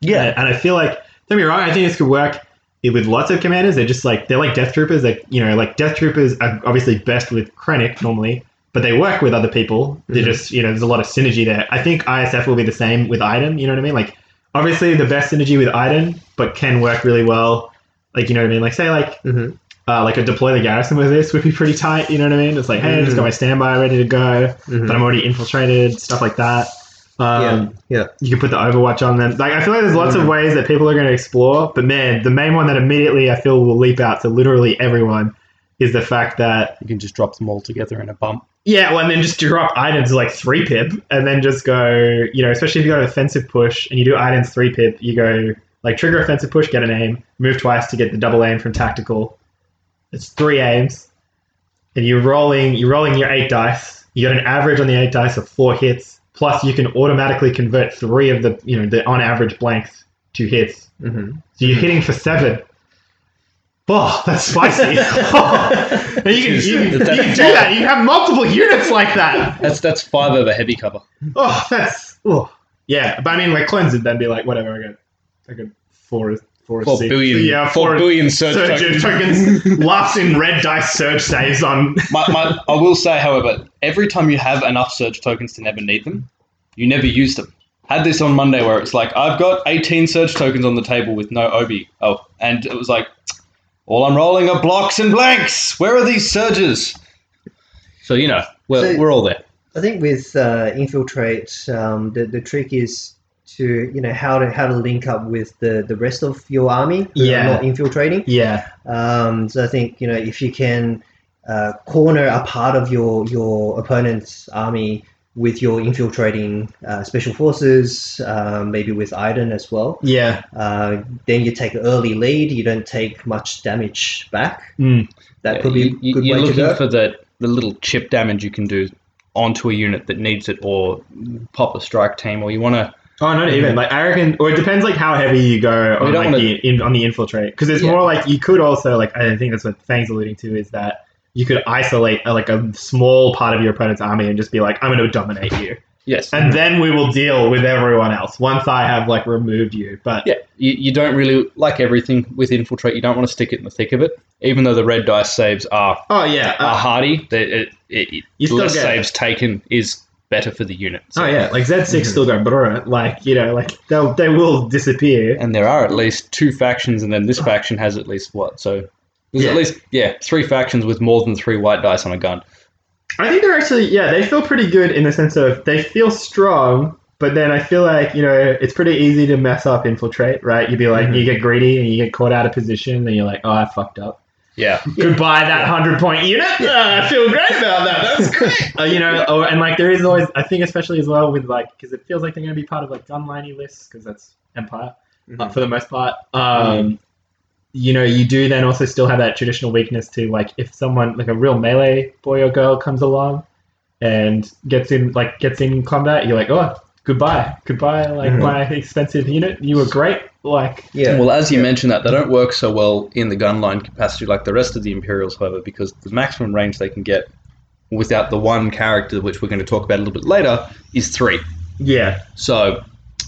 F: Yeah, and I feel like don't be wrong. I think this could work with lots of commanders. They're just like they're like death troopers. Like you know, like death troopers are obviously best with Krennic normally, but they work with other people. They are just you know, there's a lot of synergy there. I think ISF will be the same with Iden. You know what I mean? Like obviously the best synergy with Iden, but can work really well. Like you know what I mean? Like say like.
D: Mhm.
F: Uh, like a deploy the garrison with this would be pretty tight, you know what I mean? It's like, hey, I just got my standby ready to go,
D: Mhm.
F: but I'm already infiltrated, stuff like that. Um,
D: yeah, yeah.
F: you can put the Overwatch on them. Like I feel like there's lots of ways that people are going to explore, but man, the main one that immediately I feel will leap out to literally everyone is the fact that
B: You can just drop them all together in a bump.
F: yeah, well, and then just drop items like three pip, and then just go, you know, especially if you got an offensive push and you do items three pip, you go like trigger offensive push, get an aim, move twice to get the double aim from tactical. It's three aims. and you're rolling you're rolling your eight dice. You got an average on the eight dice of four hits. Plus, you can automatically convert three of the you know the on average blanks to hits.
D: Mhm.
F: So you're hitting for seven. Oh, that's spicy. And you, can, you, can- you can do that. You have multiple units like that.
B: That's that's five over heavy cover.
F: Oh, that's oh yeah. But I mean, like cleanse it, then be like whatever. I got, I got four, four,
B: Four
F: six-
B: billion-
F: yeah,
B: four billion surge tokens.
F: tokens. Laughs in red dice surge saves on.
B: my, my, I will say, however, every time you have enough surge tokens to never need them, you never use them. Had this on Monday where it's like, I've got 18 surge tokens on the table with no Obi. Oh, and it was like, all I'm rolling are blocks and blanks. Where are these surges? So, you know, we're,
D: So-
B: we're all there.
D: I think with uh, infiltrate, um, the the trick is to you know how to how to link up with the the rest of your army who
F: Yeah.
D: are not infiltrating.
F: Yeah,
D: Um, so I think you know if you can uh, corner a part of your your opponent's army with your infiltrating uh, special forces, uh, maybe with Iden as well,
F: yeah,
D: uh, then you take early lead. You don't take much damage back.
F: Mm.
D: That could be a
B: you,
D: good
B: are
D: way to
B: looking
D: go.
B: for the, the little chip damage you can do onto a unit that needs it or pop a strike team or you want to
F: Oh, not even like I reckon, or it depends like how heavy you go
B: We
F: on
B: don't
F: like
B: wanna-
F: the in, on the infiltrate because it's
B: Yeah.
F: more like you could also like I think that's what Fang's alluding to is that you could isolate uh, like a small part of your opponent's army and just be like I'm going to dominate you.
B: yes
F: and then we will deal with everyone else once I have like removed you. But
B: Yeah, you, you don't really like everything with infiltrate. You don't want to stick it in the thick of it, even though the red dice saves are
F: oh yeah,
B: are
F: uh,
B: hardy. They, it, it,
F: You still
B: less
F: get it.
B: saves taken is better for the unit. So-
F: oh yeah, like Z 6 still got brr, like you know, like they'll they will disappear.
B: And there are at least two factions, and then this faction has at least what? So there's
F: Yeah.
B: at least yeah three factions with more than three white dice on a gun.
F: I think they're actually yeah, they feel pretty good in the sense of they feel strong. But then I feel like you know it's pretty easy to mess up infiltrate, right? You'd be like you get greedy and you get caught out of position, and you're like, oh, I fucked up.
B: Yeah,
F: goodbye that hundred point unit. Uh, I feel great about that. That's great. uh, you know, or, and like there is always, I think especially as well with like because it feels like they're going to be part of like gunliney lists because that's Empire
B: Mm-hmm.
F: uh, for the most part. Um, You know, you do then also still have that traditional weakness to like if someone like a real melee boy or girl comes along and gets in like gets in combat, you're like, oh, goodbye, goodbye, like
B: Mm-hmm.
D: Mhm.
F: my expensive unit. You were great, like.
D: yeah.
B: Well, as you mentioned that, they don't work so well in the gun line capacity like the rest of the Imperials, however, because the maximum range they can get without the one character, which we're going to talk about a little bit later, is three.
F: Yeah,
B: So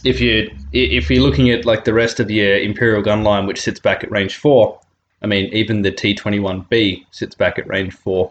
B: if you i- if you're looking at like the rest of your Imperial gun line, which sits back at range four, I mean even the T21B sits back at range four.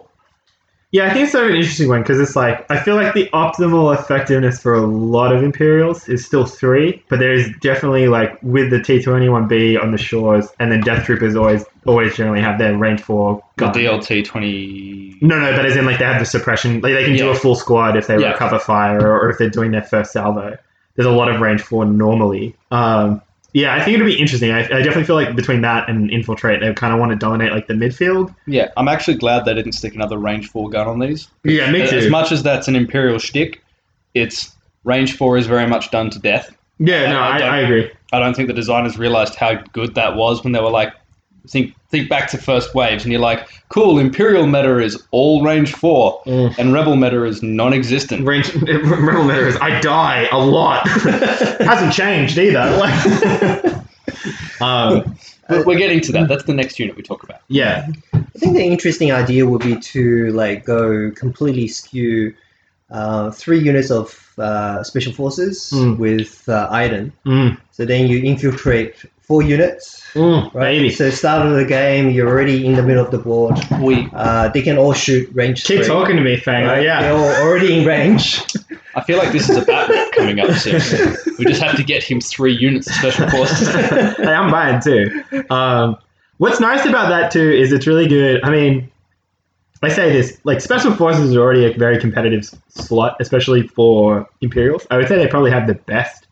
F: Yeah, I think it's sort of an interesting one because it's like I feel like the optimal effectiveness for a lot of Imperials is still three, but there is definitely like with the T twenty one B on the shores, and then Death Troopers always always generally have their range four gun.
B: DLT20.
F: No, no, but as in like they have the suppression, like they can do
B: Yeah.
F: a full squad if they
B: Yeah.
F: recover fire or, or if they're doing their first salvo. There's a lot of range four normally. Um, yeah, I think it'll be interesting. I, I definitely feel like between that and infiltrate, they kind of want to dominate like the midfield.
B: Yeah, I'm actually glad they didn't stick another range four gun on these.
F: Yeah, me
B: As- Uh, As much as that's an Imperial shtick, it's range four is very much done to death.
F: yeah, no,
B: I- I
F: I,
B: don't-
F: I agree.
B: I don't think the designers realized how good that was when they were like, think think back to first waves, and you're like, cool, Imperial meta is all range four,
F: Mm.
B: and Rebel meta is non-existent.
F: Range Rebel Meta is I die a lot. Hasn't changed either. like- um,
B: But we're getting to that. That's the next unit we talk about.
F: yeah,
D: I think the interesting idea would be to like go completely skew uh, three units of uh, special forces
F: Mm.
D: with uh, Iden.
F: Mm.
D: So then you infiltrate four units.
F: Mm,
D: Right?
F: baby.
D: So start of the game, you're already in the middle of the board.
B: We,
D: Uh, they can all shoot range.
F: Keep
D: three,
F: talking to me, Fang.
D: right? They're
F: Yeah,
D: all already in range.
B: I feel like this is a Batman coming up soon. We just have to get him three units of special forces.
F: hey, I'm buying too. Um, what's nice about that too is it's really good. I mean, I say this like special forces is already a very competitive s- slot, especially for Imperials. I would say they probably have the best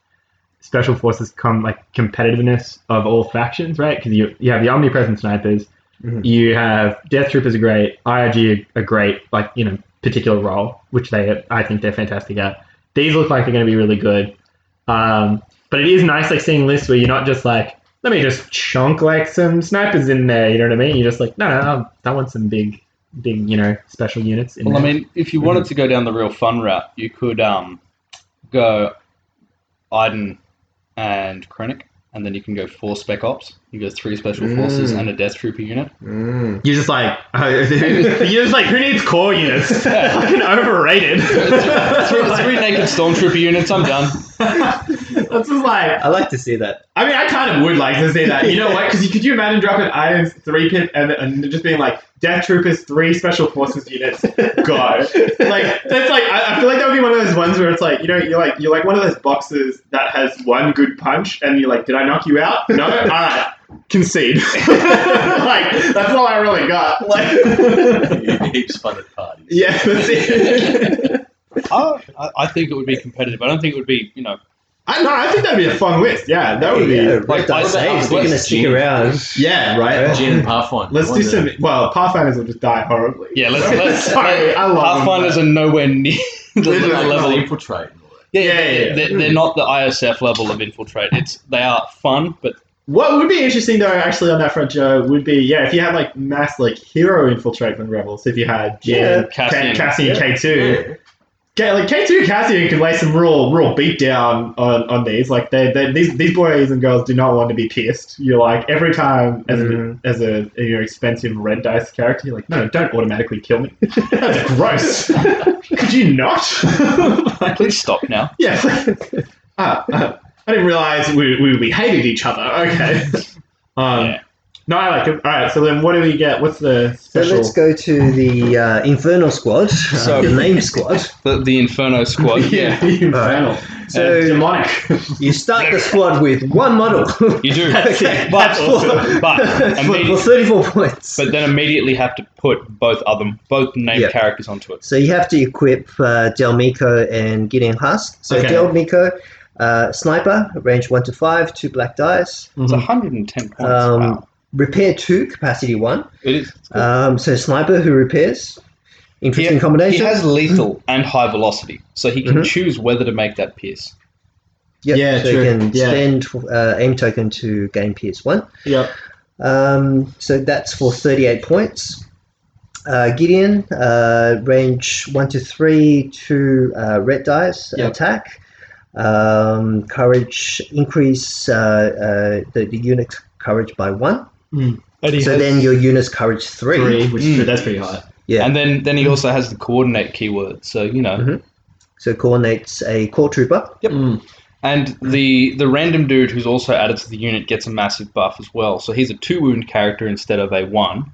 F: special forces come like competitiveness of all factions, right? Because you you have the omnipresent snipers,
D: Mhm.
F: you have death troopers are great, IRG are great, like you know particular role, which they I think they're fantastic at. These look like they're going to be really good. Um, but it is nice like seeing lists where you're not just like, let me just chunk like some snipers in there. You know what I mean? You're just like, no, no, no I want some big being you know special units. In
B: Well, I
F: there.
B: mean, if you wanted to go down the real fun route, you could um, go Iden and Krennic, and then you can go four spec ops. You go three special forces and a death trooper unit.
F: You're just like, uh, you're just like, who needs core units? Fucking overrated.
B: Three, three naked stormtrooper units. I'm done.
F: That's just like,
D: I like to see that.
F: I mean, I kind of would like to see that. You know what? Because could you imagine dropping Iron's three pip and, and just being like, Death Troopers, three special forces units, go. Like, that's like, I, I feel like that would be one of those ones where it's like, you know, you're like, you're like one of those boxes that has one good punch, and you're like, did I knock you out? No? All right. Concede. like, that's all I really got. Like,
G: Heaps fun at parties.
F: yeah, that's it.
B: I, I- I think it would be competitive. I don't think it would be, you know,
F: I no, I think that'd be a fun list. Yeah, that would
D: Yeah,
F: be.
B: like,
D: like I
B: what
D: say,
G: about
D: if we're
G: West
D: gonna stick
G: Gene?
D: around.
F: Yeah, right.
G: Gin and Pathfinder.
F: Let's do
G: Wonder-
F: some. Well, Pathfinders will just die horribly.
B: yeah. Let's let's
F: Sorry, I love them,
B: Pathfinders are nowhere near the
F: Literally.
B: level of
G: infiltrate. and all that.
B: yeah,
F: Yeah, yeah, yeah.
B: They're, they're not the ISF level of infiltrate. It's they are fun, but
F: What would be interesting though, actually, on that front, Joe, would be yeah, if you had like mass like hero infiltrate from Rebels, if you had
D: Yeah.
F: yeah,
B: Cassian.
F: Cassian, Cassian K two. K, like K two Cassian can lay some real real beat down on, on these. Like they, they these these boys and girls do not want to be pierced. You're like every time as
D: Mhm.
F: a as a you know, expensive red dice character, you're like, no, don't automatically kill me. That's gross. Could you not? Like,
B: please stop now.
F: yeah. Ah, ah. I didn't realize we, we, we hated each other. Okay. Um,
B: Yeah.
F: No, I like it. All right. So then, what do we get? What's the
D: So
F: special?
D: let's go to the uh, Inferno Squad, uh,
B: So-
D: the name squad.
B: The, the Inferno Squad.
F: yeah. Infernal.
D: So-
F: Uh, demonic.
D: You start the squad with one model.
B: You do.
D: Okay,
B: but,
D: that's four.
B: but,
D: for, for
B: immedi-
D: 34 points.
B: but then immediately have to put both other both named
D: Yeah.
B: characters onto it.
D: So you have to equip uh, Delmico and Gideon Husk. So
F: Okay.
D: Delmico, uh, sniper, range 1 to 5, 2 black dice.
B: It's 110 points.
D: Um,
B: wow.
D: Repair 2, capacity 1.
B: It is.
D: Um, so sniper who repairs. Interesting
B: He-
D: combination.
B: He has lethal and high velocity, so he can choose whether to make that pierce.
D: Yep,
F: Yeah,
D: so
F: true.
D: you can
F: Yeah.
D: spend uh, aim token to gain PS1.
F: Yep.
D: Um, so that's for 38 points. Uh, Gideon, uh, range 1 to 3, 2 uh, red dice,
F: Yep.
D: attack. Um, courage, increase uh, uh, the, the unit courage by 1. So then your unit's courage 3.
F: three, which
B: Mm.
F: is, that's pretty high.
D: Yeah.
B: and then then he
F: Mm-hmm.
B: also has the coordinate keyword. So you know,
D: Mhm. so coordinates a core trooper.
F: Mm.
B: and the the random dude who's also added to the unit gets a massive buff as well. So he's a two wound character instead of a one,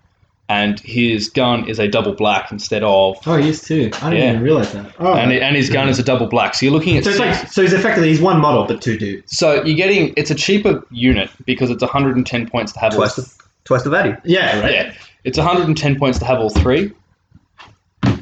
B: and his gun is a double black instead of
F: Oh, he is too. I didn't
B: Yeah.
F: even realize that. Oh.
B: and, and his gun is a double black. So you're looking at
F: so it's
B: six-
F: like so he's effectively he's one model but two dudes.
B: So you're getting it's a cheaper unit because it's 110 points to have
D: Twice
B: all
D: the, twice the value.
F: Yeah. Right.
B: yeah. It's 110 points to have all three.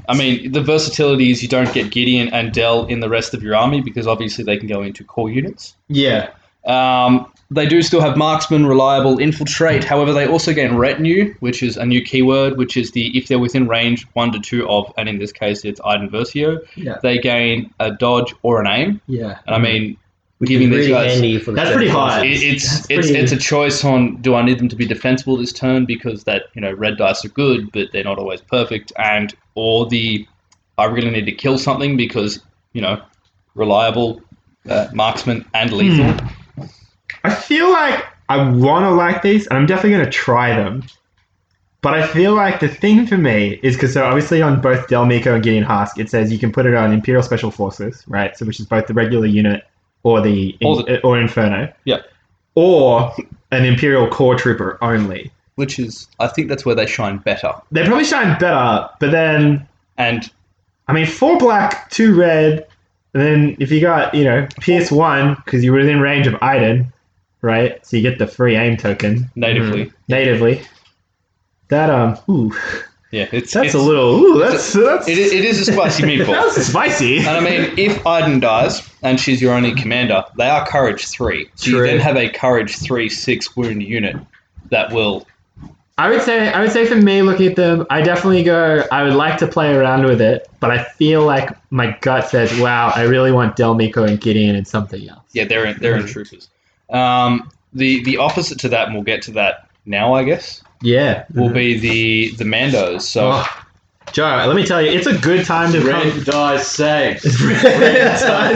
B: I mean, the versatility is you don't get Gideon and Dell in the rest of your army because obviously they can go into core units.
F: Yeah.
B: Um, they do still have marksman, reliable, infiltrate. However, they also gain retinue, which is a new keyword, which is the if they're within range one to two of, and in this case it's Iden Versio,
F: Yeah.
B: they gain a dodge or an aim.
F: Yeah.
B: And I mean,
D: Which
B: Giving
D: is
B: these
D: really
B: guys-
D: handy for the
F: That's pretty
D: third
F: high.
B: it, it's
F: That's
B: it's
F: pretty-
B: it's a choice on do I need them to be defensible this turn because that you know red dice are good but they're not always perfect and or the I really need to kill something because you know reliable uh, marksman and
F: Hmm.
B: lethal.
F: I feel like I want to like these, and I'm definitely going to try them. But I feel like the thing for me is because so obviously on both Delmico and Gideon Hask, it says you can put it on Imperial Special Forces, right? So which is both the regular unit or the, uh,
B: Or
F: or Inferno,
B: Yeah.
F: or an Imperial Core Trooper only.
B: which is I think that's where they shine better.
F: They probably shine better, but then
B: And
F: I mean four black, two red, and then if you got you know PS one because you were within range of Iden, right? So you get the free aim token. Hmm.
B: natively,
F: natively. That um, ooh,
B: yeah, it's
F: that's
B: it's,
F: a little ooh, that's that's
B: It, i- it is Um, a spicy meatball.
F: that's spicy.
B: And I mean, if Iden dies and she's your only commander, they are courage three. So
D: True.
B: you then have a courage three six wound unit that will
F: I would say I would say for me looking at them, I definitely go. I would like to play around with it, but I feel like my gut says, wow, I really want Delmico and Gideon and something else.
B: Yeah, they're in, they're in troopers. Um, the the opposite to that, and we'll get to that now, I guess,
F: Yeah.
B: will be the the Mandos. So
F: Oh, Joe, let me tell you, it's a good time to come.
G: Red die saves.
F: I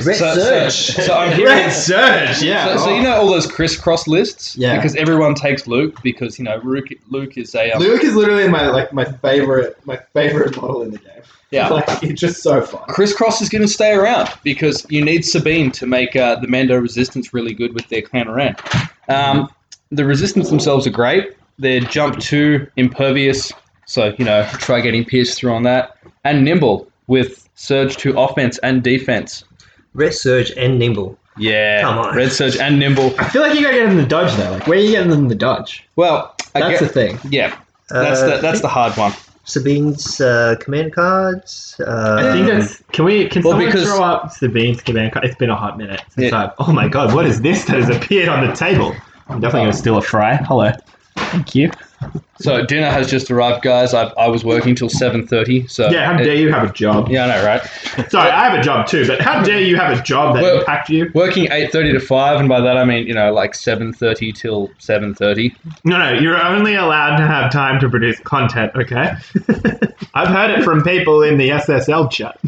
D: Red
B: so, so,
D: Surge.
B: so I'm hearing.
F: Surge, yeah.
B: So, so you know all those crisscross lists,
F: Oh. Yeah.
B: Because everyone takes Luke because you know Luke, Luke is a um,
I: Luke is literally my like my favorite my favorite model in the game.
B: yeah.
I: Like he's just so fun.
B: Crisscross is going to stay around because you need Sabine to make uh, the Mando Resistance really good with their Clan Moran. Um, the Resistance themselves are great. They're jump two, impervious, so you know try getting pierced through on that, and nimble with surge to offense and defense.
D: Red Surge and Nimble.
B: Yeah,
D: Come on.
B: red surge and nimble.
F: I feel like you gotta get them to dodge though. Like, where are you getting them to dodge?
B: Well, I
F: That's the
B: get-
F: thing.
B: yeah, that's
D: Uh,
B: the that's the hard one.
D: Sabine's uh, command cards. Uh,
F: I think that's. Can we? Can
B: Well,
F: someone
B: because-
F: throw up Sabine's command card? It's been a hot minute since
B: Yeah.
F: I've. Oh my god, what is this that has appeared on the table? I'm definitely gonna steal a fry. Hello. Thank you.
B: So dinner has just arrived, guys. I, I was working till seven thirty. So
F: Yeah, how
B: it-
F: dare you have a job?
B: yeah, I know, right?
F: Sorry, I have a job too, but how dare you have a job that
B: Well-
F: impact you?
B: working 8.30 to 5 and by that i mean you know like 7.30 till 7.30
F: No, no, you're only allowed to have time to produce content, okay? I've heard it from people in the SSL chat.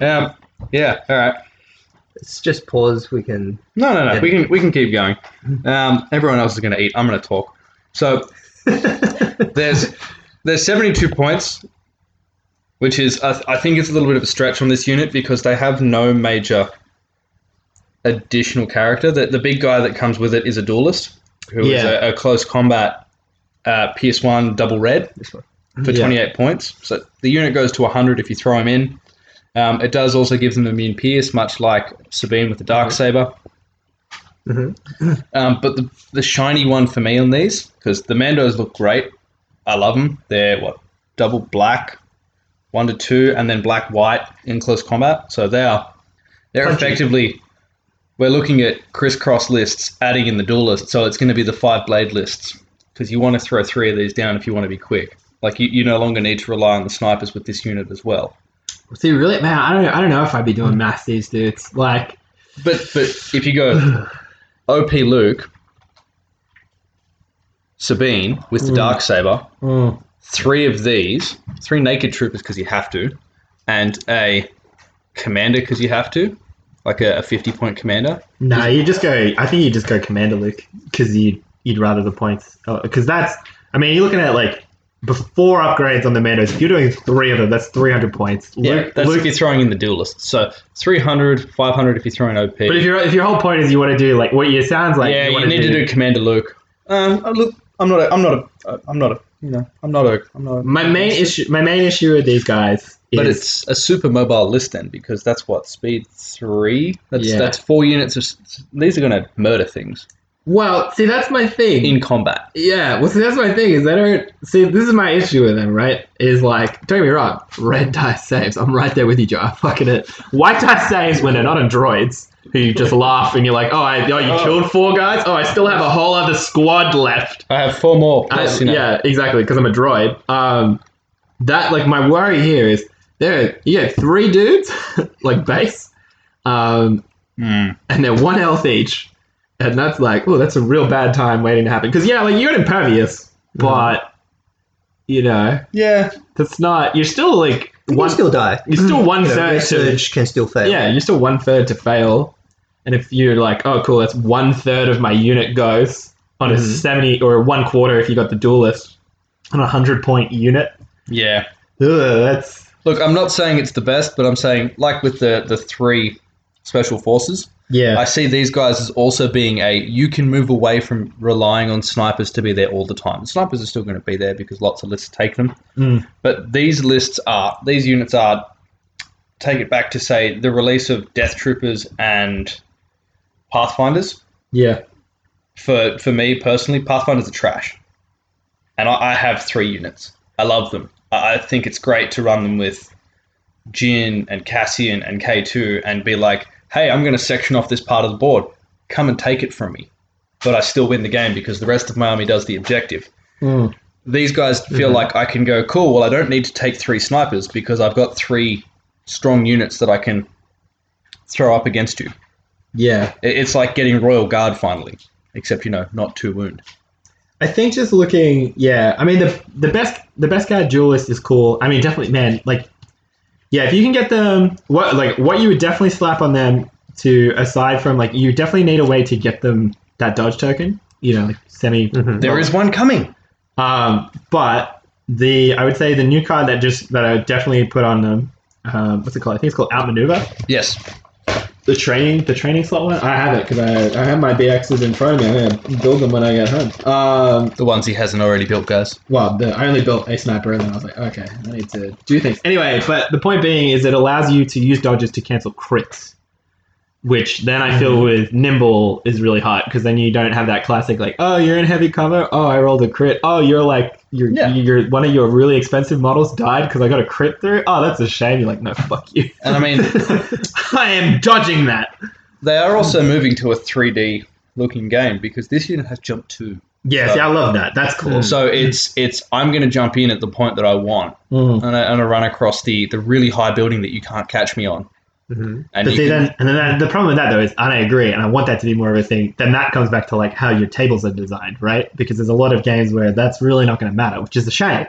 B: um, yeah all right
D: Let's just pause. We can.
B: no no no we can we can keep going um, everyone else is going to eat i'm going to talk so there's there's 72 points which is I, th- I think it's a little bit of a stretch on this unit because they have no major additional character that the big guy that comes with it is a duelist who is
F: Yeah.
B: a, a close combat uh, ps1 double red for
F: Yeah.
B: 28 points. So the unit goes to 100 if you throw him in. Um, it does also give them immune pierce, much like Sabine with the dark
F: Mm-hmm.
B: saber.
D: Mhm.
B: Um, but the, the shiny one for me on these because the Mandos look great. I love them. They're what double black, one to two, and then black white in close combat. So they are they're effectively. We're looking at crisscross lists, adding in the dual list, so it's going to be the five blade lists because you want to throw three of these down if you want to be quick. Like you, you no longer need to rely on the snipers with this unit as well.
F: See, really, man, I don't, I don't know if I'd be doing math these dudes. Like,
B: But but if you go OP Luke, Sabine with the dark saber,
F: mm,
B: three of these, three naked troopers because you have to, and a commander because you have to, like a, a fifty point commander.
F: nah, you just go. I think you just go Commander Luke because you you'd rather the points because that's. I mean, you're looking at like before upgrades on the Mandos. If you're doing three of them, that's 300 points.
B: Yeah,
F: Luke,
B: that's
F: Luke
B: if you're throwing in the dual list. So 300, 500 if you're throwing OP.
F: But if your if your whole point is you want to do like what it sounds like,
B: yeah, you,
F: wanna
B: need to do Commander Luke. Um, oh, look, I'm not. A, I'm not a. I'm not a. You know, I'm not a. I'm not. A,
F: My main issue, my main issue with these guys is
B: But it's a super mobile list then, because that's what speed three. That's
F: Yeah.
B: that's four units of. s- These are going to murder things
F: well, see that's my thing.
B: in combat.
F: yeah, well, see that's my thing is they don't see this is my issue with them, right? Is like don't get me wrong, red die saves. I'm right there with you, Joe. I'm fucking it. White die saves when they're not on droids. Who you just laugh and you're like, oh, I, oh, you killed four guys. Oh, I still have a whole other squad left.
B: I have four more.
F: I-
B: Plus, you know,
F: Yeah, exactly. Because I'm a droid. Um, that like my worry here is there. You get three dudes, like base, um,
B: Hmm.
F: and they're one health each, and that's like, oh, that's a real bad time waiting to happen. Because yeah, like you're impervious,
B: Hmm.
F: but you know
B: yeah.
F: that's not. You're still like
D: You
F: one.
D: can still die.
F: you're still one
D: You know,
F: third
D: Red
F: to
D: Surge can still fail.
F: yeah, you're still one third to fail. And if you're like, oh, cool, that's one third of my unit goes on a
B: Hmm.
D: Mhm.
F: 70 or one quarter if you got the duelist on a 100 point unit,
B: Yeah.
F: ugh, that's.
B: Look, I'm not saying it's the best, but I'm saying like with the the three special forces,
F: Yeah.
B: I see these guys as also being a you can move away from relying on snipers to be there all the time. Snipers are still going to be there because lots of lists take them.
F: Mm.
B: But these lists are these units are take it back to say the release of Death Troopers and Pathfinders.
F: yeah.
B: For for me personally, Pathfinders are trash, and I, I have three units. I love them. I, I think it's great to run them with Jin and Cassian and K2 and be like, hey, I'm going to section off this part of the board. Come and take it from me. But I still win the game because the rest of my army does the objective.
F: Mm.
B: These guys feel like I can go, cool, well, I don't need to take three snipers because I've got three strong units that I can throw up against you.
F: Yeah.
B: I- It's like getting Royal Guard finally, except, you know, not two wound.
F: I think just looking, yeah. I mean the the best the best guy duelist is cool. I mean definitely, man. Like, yeah, if you can get them, what like what you would definitely slap on them to aside from like you definitely need a way to get them that dodge token. You know, like semi.
D: Mm. Mm-hmm.
B: There is one coming.
F: Um, but the I would say the new card that just that I would definitely put on them. Um, what's it called? I think it's called Outmaneuver.
B: Yes.
F: The training, the training slot one. I have it because I, I have my BXs in front of me. I'm gonna build them when I get home. Um,
B: The ones he hasn't already built, guys.
F: well, the, I only built a sniper, and then I was like, okay, I need to do things. Anyway, but the point being is it allows you to use dodges to cancel crits, which then I
B: Mm-hmm.
F: feel with nimble is really hot because then you don't have that classic like, oh, you're in heavy cover, oh, I rolled a crit, oh, you're like, you're,
B: Yeah.
F: you're one of your really expensive models died because I got a crit through. Oh, that's a shame. You're like, no, fuck you.
B: And I mean,
F: I am dodging that.
B: they are also moving to a 3D looking game because this unit has jump two.
F: Yeah, see, I love that. That's cool.
B: Mm. So it's it's I'm going to jump in at the point that I want,
F: Mhm.
B: and, I, and I run across the the really high building that you can't catch me on.
D: Mm-hmm.
F: Mhm.
B: And
F: but
B: you
F: see,
B: can-
F: then and then that, the problem with that though is, and I agree, and I want that to be more of a thing. Then that comes back to like how your tables are designed, right? Because there's a lot of games where that's really not going to matter, which is a shame.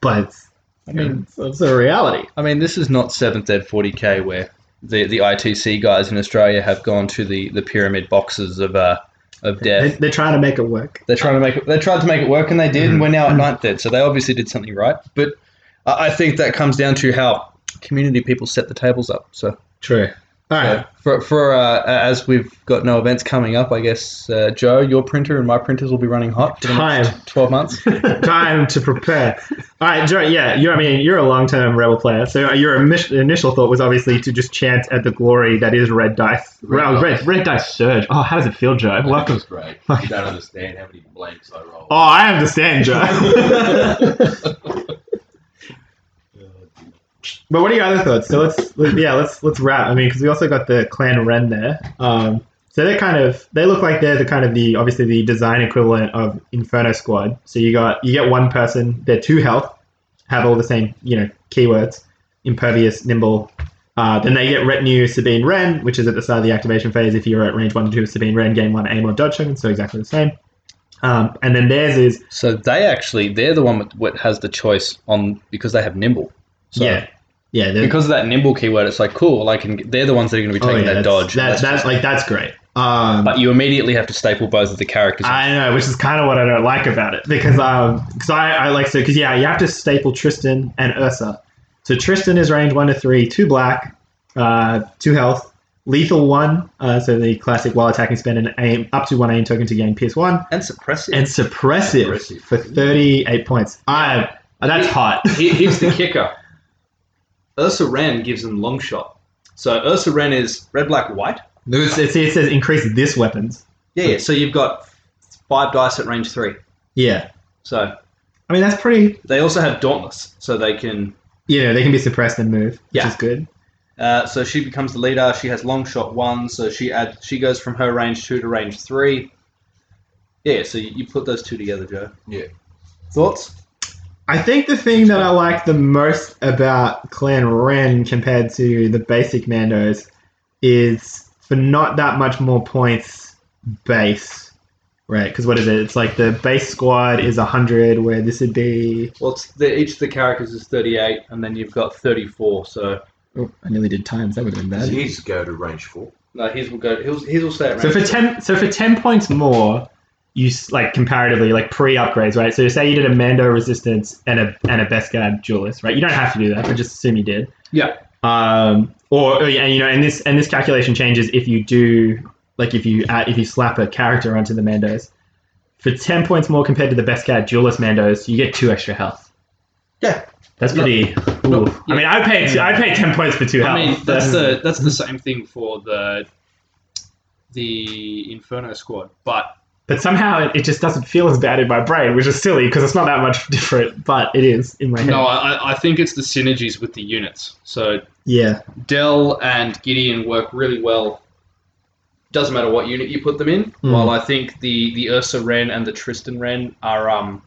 F: But it's, I mean, it's, it's a reality.
B: I mean, this is not Seventh Ed 40k where the, the ITC guys in Australia have gone to the, the pyramid boxes of uh, of
F: They,
B: death.
F: they're trying to make it work.
B: They're trying to make it, they tried to make it work, and they did.
F: Mm-hmm.
B: And we're now at ninth Ed, so they obviously did something right. But I, I think that comes down to how community people set the tables up. So
F: True. All right.
B: for for uh, as we've got no events coming up, I guess uh, Joe, your printer and my printers will be running hot for the next
F: Time.
B: twelve months.
F: Time to prepare. All right, Joe. Yeah, you're. I mean, you're a long-term rebel player. So your imi- initial thought was obviously to just chant at the glory that is red dice. Red,
G: Red
F: red, red dice surge. Oh, how does it feel, Joe? Welcome.
G: was great. You don't understand how many blanks I rolled.
F: Oh, I understand, Joe. but what are your other thoughts? So let's let- yeah, let's let's wrap. I mean, because we also got the Clan Ren there. Um, so they're kind of they look like they're the kind of the obviously the design equivalent of Inferno Squad. So you got you get one person. They're two health, have all the same you know keywords: impervious, nimble. Uh, then they get Retinue Sabine Ren, which is at the start of the activation phase. If you're at range one to two of Sabine Ren, gain one aim or dodge token. So exactly the same. Um, and then theirs is
B: so they actually they're the one that- that has the choice on because they have nimble. So
F: yeah, yeah. they're-
B: because of that nimble keyword, it's like cool. Like and they're the ones that are going to be
F: oh,
B: taking
F: yeah,
B: that
F: that's-
B: dodge.
F: That,
B: That's-
F: that's like that's great. Um,
B: but you immediately have to staple both of the characters.
F: I know, which is kind of what I don't like about it because um, because I, I like so because yeah, you have to staple Tristan and Ursa. So Tristan is range one to three, two black, uh, two health, lethal one. Uh, so the classic while attacking, spend an aim up to one aim token to gain PS one
B: and suppressive.
F: and suppressive,
G: Suppressive.
F: for thirty eight points. I that's hot.
B: Here- Here's the kicker. Ursa Ren gives them long shot. So Ursa Ren is red, black, white.
F: It's- it's- it says increase this weapons.
B: Yeah, yeah. So you've got five dice at range three.
F: Yeah,
B: So
F: I mean that's pretty.
B: they also have Dauntless, so they can.
F: You know they can be suppressed and move, which
B: Yeah.
F: is good.
B: Uh, so she becomes the leader. She has long shot one, so she add she goes from her range two to range three. Yeah, so you, you put those two together, Joe.
G: Yeah.
B: Thoughts?
F: I think the thing that I like the most about Clan Ren compared to the basic Mandos is for not that much more points base, right? Because what is it? It's like the base squad is 100, where this would be.
B: Well, it's the, each of the characters is thirty-eight, and then you've got thirty-four. So
F: Oh, I nearly did times. That would have been
G: Does
F: bad.
G: his go to range four?
B: no, his will go. His, his will stay at range.
F: So for
B: three.
F: ten, so for ten points more, you s- like comparatively like pre upgrades, right? So say you did a Mando resistance and a and a best guard duelist, right? You don't have to do that, but just assume you did.
B: Yeah.
F: Um. Or or, yeah, and you know, and this and this calculation changes if you do like if you add, if you slap a character onto the Mandos. For ten points more compared to the best guard duelist Mandos, you get two extra health.
B: Yeah.
F: That's pretty. Ooh. I mean, I paid I paid ten points for two health.
B: I mean, that's the that's the same thing for the the Inferno squad, but
F: But somehow it, it just doesn't feel as bad in my brain, which is silly because it's not that much different, but it is in my head.
B: no, I, I- I think it's the synergies with the units. So
F: Yeah.
B: Dell and Gideon work really well. Doesn't matter what unit you put them in.
F: Hmm.
B: While I think the the Ursa Wren and the Tristan Wren are um,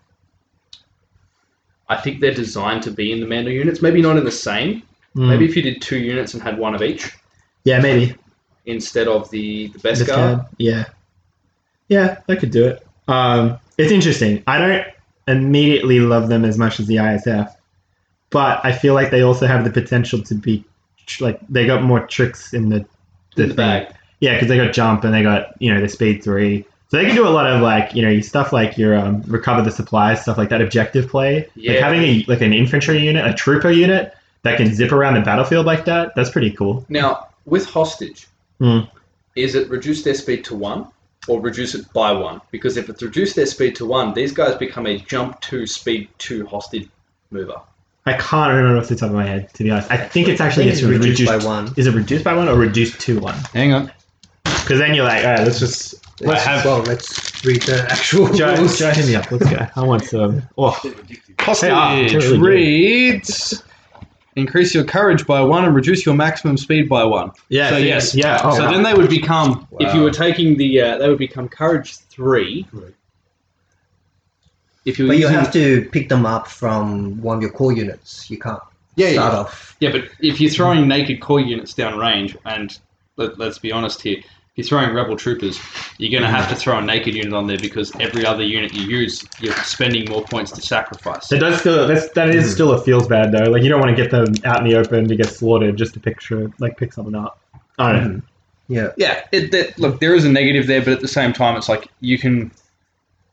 B: I think they're designed to be in the Mando units. Maybe not in the same.
F: Mm.
B: Maybe if you did two units and had one of each
F: Yeah, maybe.
B: instead of the the best
F: This
B: guard.
F: guy. Yeah. Yeah, that could do it. Um, it's interesting. I don't immediately love them as much as the ISF, but I feel like they also have the potential to be tr- like they got more tricks in the the thing. Yeah, because they got jump and they got you know the speed three, so they can do a lot of like you know your stuff like your um, recover the supplies stuff like that objective play. Like
G: Yeah.
F: having a like an infantry unit, a trooper unit that can zip around the battlefield like that. That's pretty cool.
I: Now, with hostage,
F: Hmm.
I: is it reduce their speed to one or reduce it by one? Because if it's reduced their speed to one, these guys become a jump two, speed two hostage mover.
F: I can't remember off the top of my head to be honest. I think it's actually
D: it's
F: it's reduced,
D: reduced by one.
F: Is it reduced by one or reduced to one?
B: Hang on.
F: Because then you're like, all right, let's just let
D: Let's-
F: have
D: well, let's read the actual
F: Joe,
D: rules.
F: Joe hit me up. Let's go. I want some. Oh,
B: Hostage
F: ah, totally good.
B: reads. Increase your courage by one and reduce your maximum speed by one.
F: yeah,
B: So
F: so-
B: yes.
F: yeah. Oh,
B: so
F: wow.
B: then they would become,
G: Wow.
B: if you were taking,
I: taking the, uh, they would become courage three.
B: if you were
D: But you
B: using,
D: have to pick them up from one of your core units. You can't
B: yeah,
D: start
B: yeah,
D: off.
B: yeah, but if you're throwing naked core units down range, and let, let's be honest here, if you're throwing rebel troopers, you're going to have to throw a naked unit on there because every other unit you use, you're spending more points to sacrifice.
F: That does still that's, that
I: Mm-hmm.
F: is still a feels bad though. Like you don't want to get them out in the open to get slaughtered just to picture like pick someone up. I don't know.
I: Mm-hmm.
D: Yeah.
B: yeah, it, that, look, there is a negative there, but at the same time, it's like you can.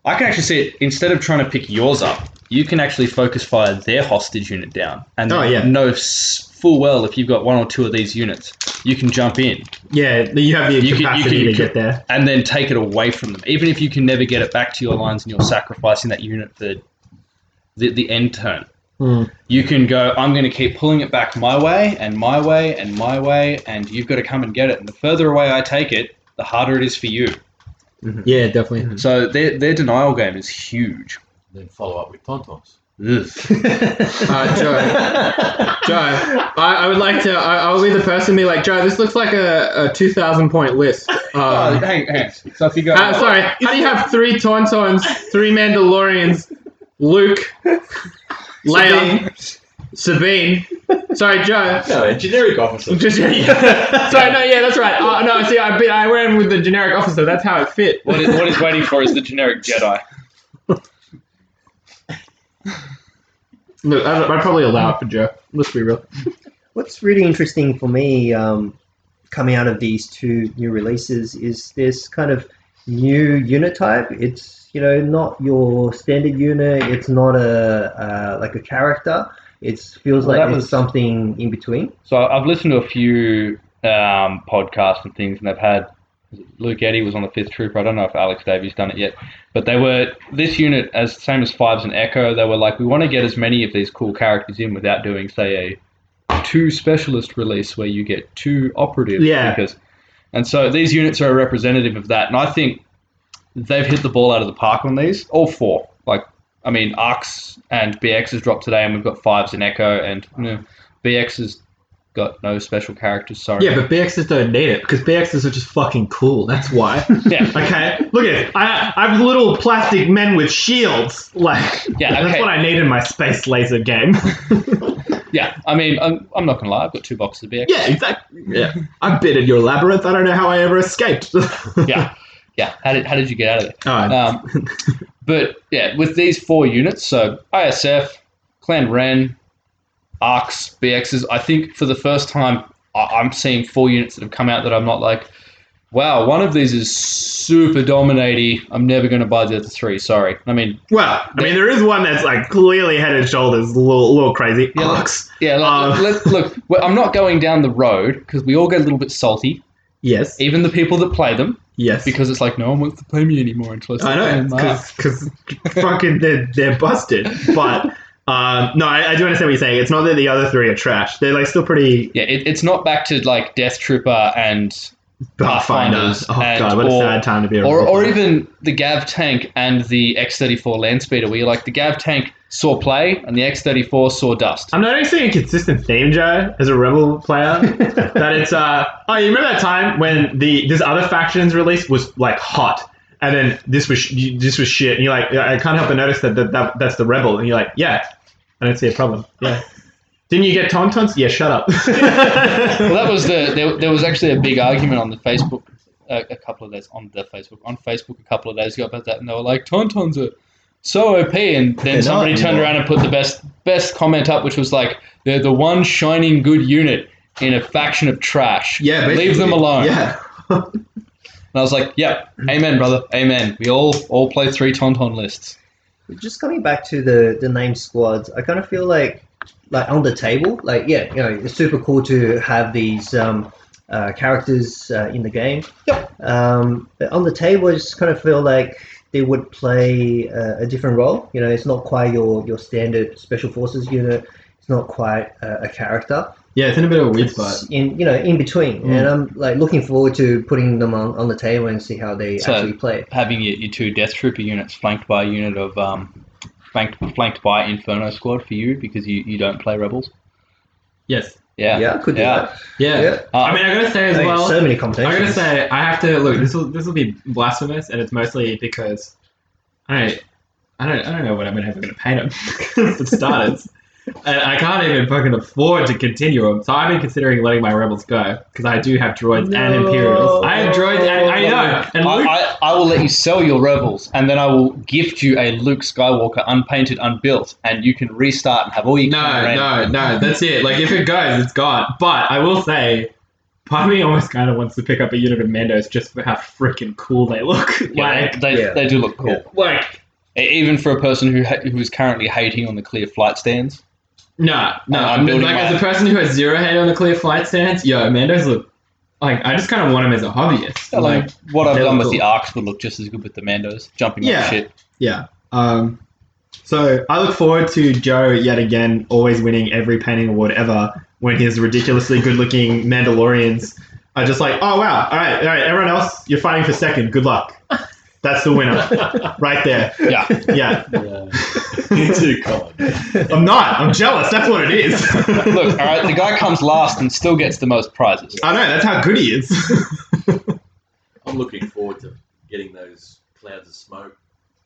B: I can actually see it. Instead of trying to pick yours up, you can actually focus fire their hostage unit down, and
F: Oh, yeah.
B: know s- full well if you've got one or two of these units, you can jump in
F: Yeah, you have the
B: You can- you
F: capacity
B: can-
F: to get there.
B: and then take it away from them. Even if you can never get it back to your lines and you're sacrificing that unit for the, the end turn,
F: Hmm.
B: you can go, I'm going to keep pulling it back my way and my way and my way, and you've got to come and get it. And the further away I take it, the harder it is for you.
F: Yeah,
D: Mm-hmm.
F: definitely.
B: So their, their denial game is huge.
G: Then follow up with Tontons.
B: Ugh.
I: Uh,
F: Joe,
I: Joe, I, I would like to. I, I'll be the person to be like, Joe, this looks like a, a 2,000 point list.
B: Oh,
I: Um,
B: hang, hang. So if you go,
I: uh, sorry, how do you have three Tauntauns, three Mandalorians, Luke, Leia, Sabine? Sorry, Joe.
G: No, a generic officer.
I: Just, yeah. Sorry, no, yeah, that's right. Oh, no, see, I, bit, I ran with the generic officer. That's how it fit.
B: what, is, what is waiting for is the generic Jedi.
I: Look, I'd, I'd probably allow it for Joe. Let's be real.
D: What's really interesting for me um, coming out of these two new releases is this kind of new unit type. It's you know not your standard unit. It's not a uh, like a character. It feels
B: Well,
D: like
B: that
D: it's
B: was-
D: something in between.
B: So I've listened to a few um, podcasts and things, and they've had Luke Eddy was on the Fifth Trooper. I don't know if Alex Davies done it yet, but they were this unit as same as Fives and Echo. They were like, we want to get as many of these cool characters in without doing, say, a two specialist release where you get two operatives.
F: Yeah.
B: Because, and so these units are a representative of that, and I think they've hit the ball out of the park on these. All four, like. I mean, Arcs and BX has dropped today, and we've got Fives and Echo, and you know, BX has got no special characters. Sorry.
F: Yeah, but BXs don't need it because BXs are just fucking cool. That's why.
B: yeah,
F: Okay, look at it. I, I've little plastic men with shields. Like,
B: Yeah,
F: that's
B: okay.
F: what I need in my space laser game.
B: yeah. I mean, I'm, I'm not gonna lie. I've got two boxes of beer.
F: yeah, exactly. Yeah, I bit at your labyrinth. I don't know how I ever escaped.
B: yeah, yeah. How did how did you get out of there?
F: All right.
B: Um, but yeah, with these four units, so ISF, Clan Ren, Arcs, BXs. I think for the first time, I- I'm seeing four units that have come out that I'm not like. Wow, one of these is super dominating. I'm never going to buy the other three. Sorry. I mean,
F: Well, I mean, there is one that's like clearly head and shoulders a little, a little crazy.
B: Yeah,
F: Ox.
B: yeah. Like,
F: Um.
B: let, look, well, I'm not going down the road because we all get a little bit salty,
F: Yes.
B: even the people that play them.
F: Yes.
B: because it's like no one wants to play me anymore until I
F: I
B: start
F: know
B: playing Mark.
F: because fucking they're, they're busted. But um, no, I, I do understand what you're saying. It's not that the other three are trash. They're like still pretty
B: Yeah, it, it's not back to like Death Trooper and Pathfinders
F: pathfinders. Oh
B: and-
F: god, what
B: or-
F: a sad time to be a
B: or, or
F: Republican.
B: even the Gav tank and the X34 Landspeeder, where you're like the Gav tank saw play and the X34 saw dust.
F: I'm noticing a consistent theme, Joe, as a rebel player. that it's uh oh, you remember that time when the this other faction's release was like hot, and then this was sh- you- this was shit, and you're like, I can't help but notice that, that, that that's the rebel, and you're like, yeah, I don't see a problem. Yeah, didn't you get tauntauns? Yeah, shut up.
B: Well, that was the there, there was actually a big argument on the Facebook uh, a, a couple of days on the Facebook on Facebook a couple of days ago about that, and they were like, "Tauntauns are so OP," and then
J: not
B: somebody turned
J: anymore.
B: around and put the best best comment up, which was like, "They're the one shining good unit in a faction of trash.
G: Yeah,
B: leave them
G: basically.
B: alone."
G: Yeah.
B: And I was like, "Yep, amen, brother, amen." We all all play three Tauntaun lists.
D: Just coming back to the the name squads, I kind of feel like like on the table, like yeah, you know, it's super cool to have these um, uh, characters uh, in the game. Yep. Um, but on the table, I just kind of feel like they would play uh, a different role. You know, it's not quite your your standard special forces unit. It's not quite a, a character.
G: Yeah, it's in a bit of a weird spot.
D: It's in you know in between,
B: Mm.
D: and I'm like looking forward to putting them on, on the table and see how they
B: So-
D: actually play.
B: Having your, your two Death Trooper units flanked by a unit of um, flanked flanked by Inferno Squad for you because you, you don't play Rebels.
G: Yes.
B: Yeah,
D: Yeah, could do
B: Yeah.
D: that.
G: Yeah.
B: Uh,
G: I mean, I gotta say as
D: Like,
G: well.
D: so many
G: I
D: combinations.
G: gotta say, I have to look. This will this will be blasphemous, and it's mostly because I don't, I don't, I don't know what I'm ever gonna pay them for starters, and I can't even fucking afford to continue them. So I've been considering letting my rebels go because I do have droids and imperials. I have droids, and I know, and Luke.
B: I, I, I will let you sell your rebels, and then I will gift you a Luke Skywalker unpainted, unbuilt, and you can restart and have all your
G: no,
B: camera
G: no, no. That's it. Like if it goes, it's gone. But I will say. Part of me almost kind of wants to pick up a unit of Mendos just for how freaking cool they look.
B: in. Yeah,
G: like,
B: they,
D: yeah.
B: they do look cool,
G: like
B: E- even for a person who ha- who is currently hating on the clear flight stands.
G: No, no.
B: I'm
G: I'm
B: building
G: like
B: my-
G: as a person who has zero hate on the clear flight stance, yo, Mando's look like I just kind of want him as a hobbyist.
B: Like,
G: Like,
B: what I've
G: they
B: done
G: look
B: with the
G: cool.
B: arcs would look just as good with the Mandos jumping
G: Yeah.
B: off shit.
G: yeah. Um, so I look forward to Joe yet again, always winning every painting award ever when his ridiculously good-looking Mandalorians are just like, oh wow, all right, all right, everyone else, you're fighting for second. Good luck. That's the winner, right there.
B: Yeah,
G: Yeah,
F: You're too common.
G: I'm not. I'm jealous. That's what it is.
B: look, all right, the guy comes last and still gets the most prizes.
G: I know. That's how good he is.
F: I'm looking forward to getting those clouds of smoke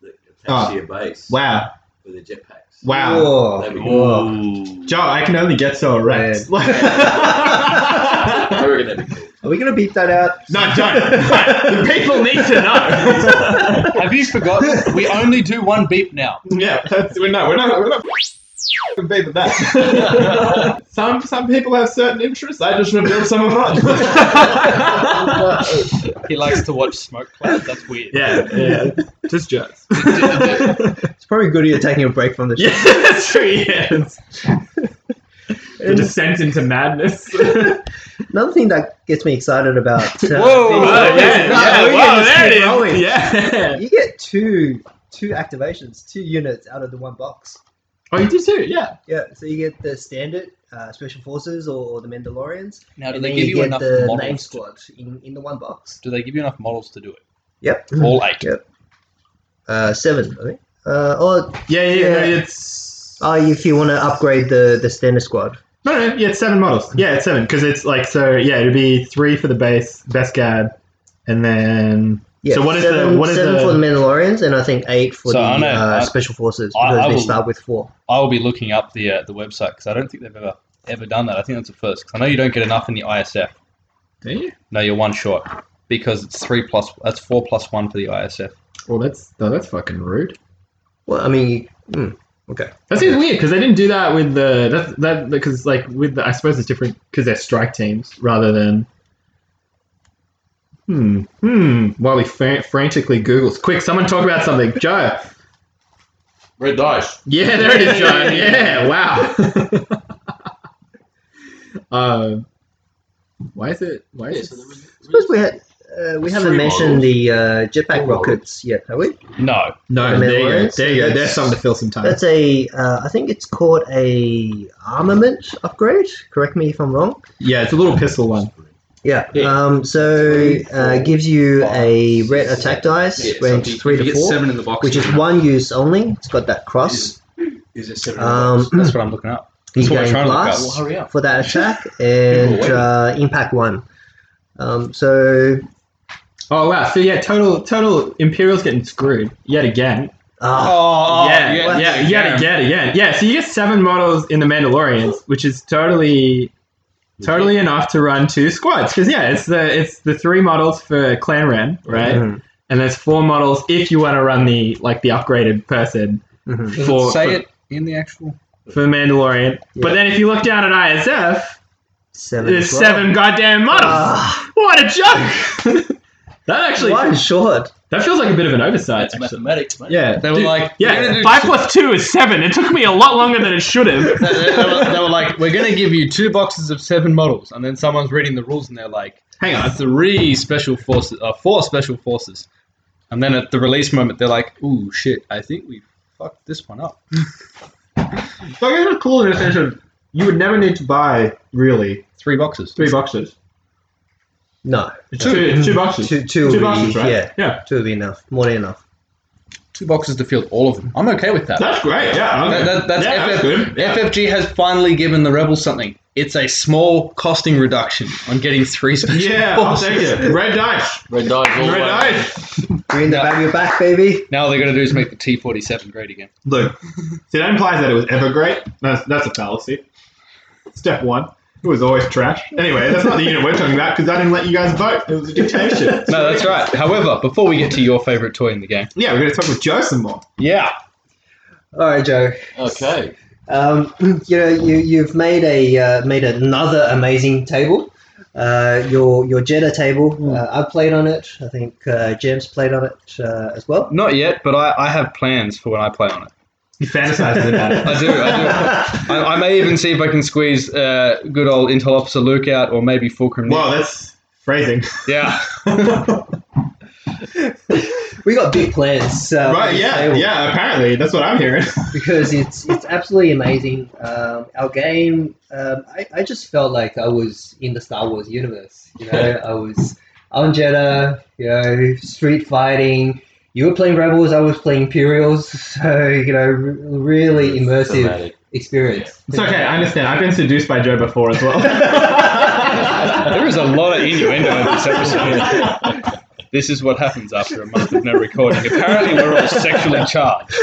F: that attach
G: Oh.
F: to your base
G: wow.
F: with the jetpacks.
G: Wow.
D: Whoa.
F: That'd be cool.
D: Whoa.
G: Joe, I can only get so erect. Like,
F: I reckon that'd be cool.
D: Are we gonna beep that out?
G: no, don't. The people need to know.
B: Have you forgotten? We only do one beep now.
G: yeah, that's, we're not. We're not. We're not. Beep at that. some some people have certain interests. I just revealed some of mine.
B: He likes to watch smoke clouds. That's weird.
G: yeah, yeah, just jokes.
D: It's probably good you're taking a break from the show.
G: yeah, that's true. Yes. The descent into madness.
D: Another thing that gets me excited about. Uh,
B: Whoa. yeah,
G: Oh,
D: yeah, we're getting
G: wow,
D: this
G: there it
D: kid
G: is.
D: rolling.
G: Yeah.
D: You get two two activations, two units out of the one box.
G: Oh, you did too. Yeah.
D: Yeah, so you get the standard uh, special forces or, or the Mandalorians,
B: Now, do
D: and
B: they
D: then
B: give
D: you,
B: you
D: get
B: enough
D: the
B: models?
D: name
B: to-
D: squad in, in the one box.
B: Do they give you enough models to do it?
D: Yep,
B: All eight.
D: uh, seven, I think. Uh, or
G: Yeah, yeah,
D: Yeah.
G: No, it's
D: oh, if you want to upgrade the the standard squad,
G: no, no, yeah, it's seven models. Yeah, it's seven because it's like so. Yeah, it'd be three for the base best guard, and then
D: yeah.
G: So what is the-
D: seven,
G: what is
D: seven
G: the-
D: for the Mandalorians, and I think eight for
B: So
D: the
B: I know,
D: uh,
B: I-
D: special forces
B: I-
D: because
B: I
D: they
B: will-
D: start with four.
B: I will be looking up the uh, the website because I don't think they've ever ever done that. I think that's the first because I know you don't get enough in the ISF.
G: do you?
B: No, you're one short because it's three plus. That's four plus one for the ISF.
G: Well, that's no, that's fucking rude.
D: Well, I mean, you- hmm, okay.
G: That seems weird because they didn't do that with the that that because like with the I suppose it's different because they're strike teams rather than. Hmm. Hmm. While he fa- frantically Googles, quick, someone talk about something, Joe.
F: Red dice.
G: Yeah, there it is, Joe. Yeah, wow. um, why is it? Why
F: Yeah,
G: is
F: so there
G: it?
F: was-
D: I suppose we had uh, we haven't
F: Three
D: mentioned
F: models.
D: the uh, jetpack
F: Four
D: rockets yet, have we?
B: No,
G: No, there you go. There you go. There's
D: That's-
G: something to fill some time.
D: That's a uh, I think it's called a armament upgrade. Correct me if I'm wrong.
G: Yeah, it's a little pistol one.
D: Yeah.
F: Yeah.
D: Um, so uh, gives you a red attack dice
F: Yeah, so if
D: range
F: you-
D: three
F: if you
D: to
F: get
D: four,
F: seven in the box.
D: which is
F: you
D: one use only. It's got that cross.
F: Is, is it seven in the
D: Um,
F: box?
B: that's what I'm looking up.
D: you
B: That's what we're
D: gain
B: trying to look
F: Well,
D: plus
F: hurry up.
D: for that attack and
F: waiting.
D: uh, impact one. Um, so
G: Oh wow! So yeah, total total Imperials getting screwed yet again.
D: ah,
B: Oh,
G: yeah, yeah, yeah, yet again, again. Yeah, so you get seven models in the Mandalorians, which is totally
F: totally enough to run two squads. Because yeah, it's the it's the three models for Clan Ren, right?
D: Mhm.
F: And there's four models if you want to run the like the upgraded person
D: Mhm.
B: Does
F: for
B: it say
F: for,
B: it in the actual?
F: for the Mandalorian. But then if you look down at ISF,
D: Seven.
F: there's
D: as well.
F: seven goddamn models.
D: Ah,
F: what a joke! that actually
D: one short.
F: that feels like a bit of an oversight.
G: That's
F: actually.
G: mathematics, mate.
F: Yeah.
B: They were
F: Dude,
B: like, we're gonna
F: yeah,
B: do
F: five
B: two-
F: plus two is seven. It took me a lot longer than it should have.
B: they, they- they were, they were like, we're going to give you two boxes of seven models, and then someone's reading the rules, and they're like,
F: Hang on.
B: three special forces, uh, four special forces, and then at the release moment, they're like, ooh, shit, I think we fucked this one up.
F: So I guess it's cool in the sense of you would never need to buy really
B: Three boxes.
F: three boxes.
D: No,
F: Two, two boxes.
D: two, two,
F: Two
D: will
F: boxes,
D: be,
F: right?
D: Yeah,
F: Yeah.
D: two will be enough. More than enough.
B: Two boxes to field all of them. I'm okay with that.
F: That's great. Yeah. I'm-
B: That- that- that's
F: yeah, that's
B: FF,
F: good. Yeah.
B: FFG has finally given the rebels something. It's a small costing reduction on getting three special
F: Yeah, I'll
B: forces.
F: take it. Red dice.
G: Red dice all
F: Red
G: the way.
F: dice.
D: Green the
B: No.
D: back of your back, baby.
B: Now all they're going to do is make the T-47 great again.
F: Look, see, that implies that it was ever great. That's, that's a fallacy. Step one. It was always trash. Anyway, that's not the unit we're talking about because I didn't let you guys vote. It was a dictation.
B: No, that's right. However, before we get to your favorite toy in the game.
F: Yeah, we're going to talk with Joe some more.
B: Yeah.
D: All right, Joe.
G: Okay.
D: Um, you know, you, you've made a uh, made another amazing table. Uh, your your Jedi table.
F: Hmm.
D: Uh, I played on it. I think uh, James played on it uh, as well.
B: Not yet, but I, I have plans for when I play on it.
F: He fantasizes about it.
B: I do, I do. I, I may even see if I can squeeze uh, good old Intel Officer Luke out or maybe Fulcrum. Nick.
F: Wow, that's phrasing.
B: Yeah.
D: We got big plans. Uh, for
F: right,
D: this
F: yeah,
D: table
F: yeah, apparently. That's what I'm hearing.
D: Because it's it's absolutely amazing. Um, our game. Um, I, I just felt like I was in the Star Wars universe. You know, I was on Jeddah. You know, street fighting. You were playing Rebels. I was playing Imperials. So you know, r- really immersive.
G: Thematic.
D: experience.
F: It's okay, I understand. I've been seduced by Joe before as well.
B: There is a lot of innuendo in this episode. This is what happens after a month of no recording. Apparently, we're all sexually charged.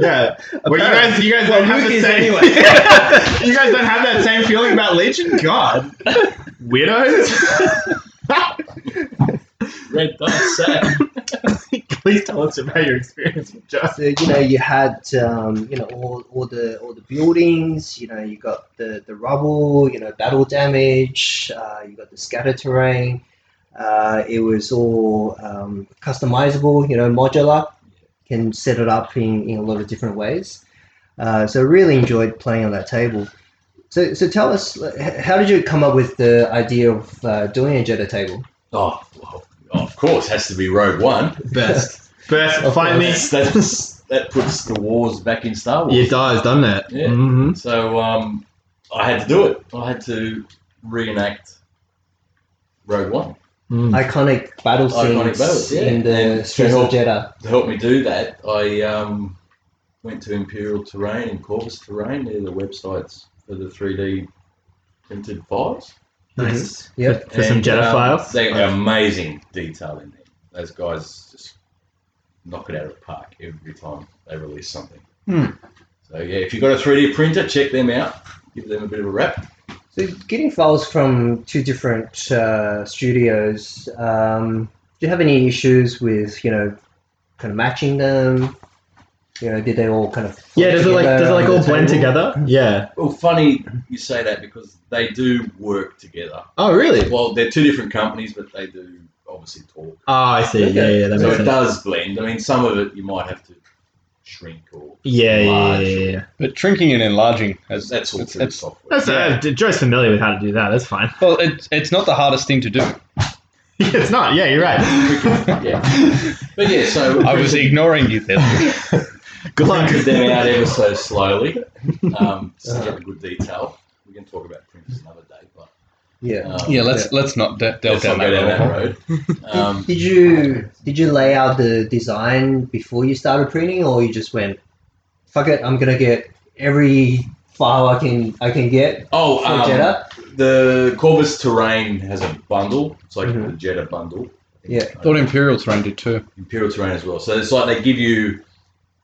F: yeah. Well, you guys, you guys don't have
D: Luke
F: the
D: is
F: same.
D: anyway.
F: you guys don't have that same feeling about Legion. God, weirdos.
G: Red dice, sad.
F: Please tell us about your experience with Joe.
D: So you know you had um, you know all, all the all the buildings. You know you got the the rubble. You know battle damage. Uh, you got the scatter terrain. Uh, it was all um, customizable. You know modular. Can set it up in, in a lot of different ways. Uh, so really enjoyed playing on that table. So, so tell us, like, h- how did you come up with the idea of uh, doing a Jedi table?
G: Oh, well, of course, has to be Rogue One.
F: Best, best.
D: Of
F: finally,
G: That's, that's, that puts the wars back in Star Wars.
F: it does, doesn't it?
G: Yeah.
F: Mm-hmm.
G: So um, I had to do it. I had to reenact Rogue One.
F: Mm-hmm.
D: Iconic battle scenes
G: Iconic battles, yeah.
D: in the
G: And
D: streets
G: Jedi.
D: of Jeddah.
G: To help me do that, I um, went to Imperial Terrain and Corvus Terrain. They're the websites for the 3D printed files.
D: Nice. Yep.
F: Mm-hmm. For some
G: And,
F: Jedi
G: um,
F: files.
G: They got amazing detail in there. Those guys just knock it out of the park every time they release something.
B: Hmm.
G: So yeah, if you've got a 3D printer, check them out. Give them a bit of a rap.
D: So getting files from two different uh, studios, um, do you have any issues with you know, kind of matching them? You know, did they all kind of
F: Yeah, does it like
D: together
F: does it like
D: on
F: all
D: the
F: blend
D: table?
F: together? Yeah.
G: Well, funny you say that because they do work together.
F: Oh, really?
G: Well, they're two different companies, but they do obviously talk.
F: Oh, I see. Yeah,
D: Okay.
F: yeah, that
G: so
F: makes
G: it
F: sense.
G: does blend. I mean, some of it you might have to shrink or
F: Yeah, yeah, yeah,
G: Large.
F: yeah, yeah.
B: But shrinking and enlarging has
G: that's all
B: it's,
G: through
B: it's-
G: software.
F: That's, uh, Joe's familiar with how to do that. That's fine.
B: well, it's, it's not the hardest thing to do.
F: it's not. Yeah, you're right.
G: Yeah. But yeah, so
B: I was ignoring you there.
F: Good luck.
G: printed them out ever so slowly, um, just to get a good detail. We can talk about printers another day, but
D: Yeah.
G: um,
B: Yeah, let's let's not de- delve
G: let's
B: down
G: not
B: that
G: go down
B: road.
G: that road.
D: Did,
G: Um,
D: did you did you lay out the design before you started printing, or you just went, "Fuck it, I'm gonna get every file I can I can get
G: oh,
D: for
G: um,
D: Jeddah"?
G: the Corvus Terrain has a bundle. It's like
D: Mhm.
G: the Jetta bundle. Uh,
D: Yeah.
B: Thought Imperials run did too.
G: Imperial Terrain as well. So it's like they give you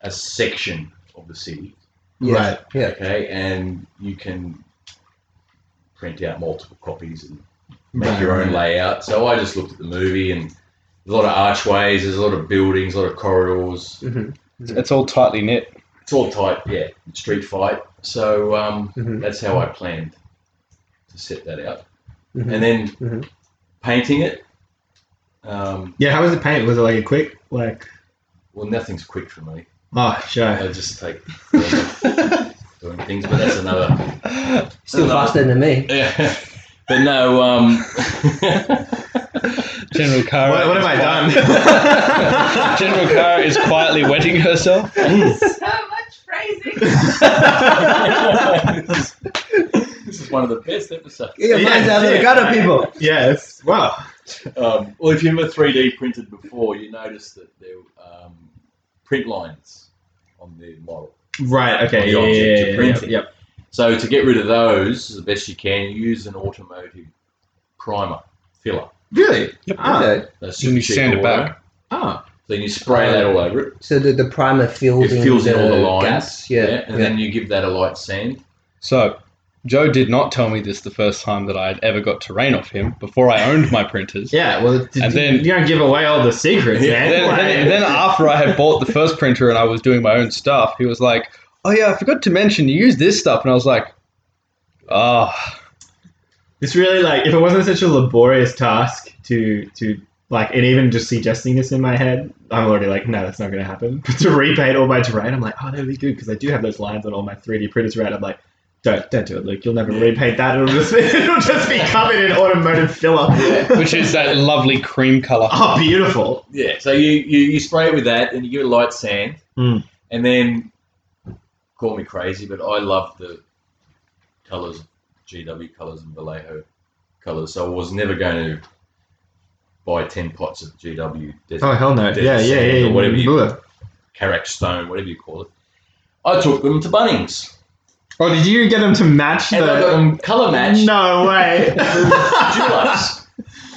G: a section of the city.
D: Yeah.
F: Right.
D: Yeah.
G: Okay, and you can print out multiple copies and make your own layout. So I just looked at the movie and there's a lot of archways, there's a lot of buildings, a lot of corridors.
B: It's, it's all tightly knit.
G: It's all tight, yeah. Street fight. So um, that's how I planned to set that out.
F: Mhm.
G: And then
F: Mhm.
G: painting it. Um,
F: Yeah, how was it paint? Was it like a quick, like,
G: well, nothing's quick for me.
F: oh,
G: I
F: sure.
G: just take forever doing things, but that's another.
D: Still
G: another-
D: faster than me.
G: Yeah. But no, um,
K: General Kara.
F: What, what have I
K: done? General Kara is quietly wetting herself.
L: so much phrasing.
G: this is one of the best episodes.
D: Get your
F: Yeah,
D: minds out of the
F: yeah.
D: gutter, people.
F: Yes. Wow.
G: Um, well, if you've ever 3D printed before, you notice that there are um, print lines on the model.
F: Right. Okay.
G: Or the object
F: Yeah.
G: you're
F: yeah, yeah,
G: printing.
F: yeah, yep.
G: So to get rid of those as best you can, use an automotive primer filler.
F: Really? Ah.
D: Okay.
G: That's
K: Then
G: super
K: you
G: cheap
K: sand it
G: auto.
F: Ah.
G: Then you spray that all over it.
D: So the, the primer fills
G: It fills
D: in
G: in all the lines.
D: gaps. Yeah.
G: and then you give that a light sand.
K: So, Joe did not tell me this the first time that I had ever got terrain off him before I owned my printers.
F: Yeah. Well, d-
K: And
F: d-
K: then-
F: you don't give away all the secrets, man.
K: And then,
F: Like-
K: then, then after I had bought the first printer and I was doing my own stuff, he was like, "Oh yeah, I forgot to mention you use this stuff," and I was like, "Ah,
F: It's really like if it wasn't such a laborious task to to like and even just suggesting this in my head, I'm already like, no, that's not going to happen. But to repaint all my terrain, I'm like, oh, that'd be good because I do have those lines on all my 3D printers. Right, I'm like, don't don't do it, Luke. You'll never repaint that. It'll just it'll just be covered in automotive filler.
K: which is that lovely cream color."
F: oh, beautiful.
G: Yeah. So you, you, you spray it with that, and you give it a light sand,
F: Mm.
G: and then call me crazy, but I love the colors, GW colors and Vallejo colors. So I was never going to buy ten pots of GW desert
F: Oh hell no.
G: Desert
F: Yeah, yeah,
G: sand
F: yeah.
G: or whatever you-
F: Ugh.
G: Carrack stone, whatever you call it. I took them to Bunnings,
F: Oh, did you get them to match
G: and I got
F: the?
G: them color matched
F: No way.
G: from Dulux.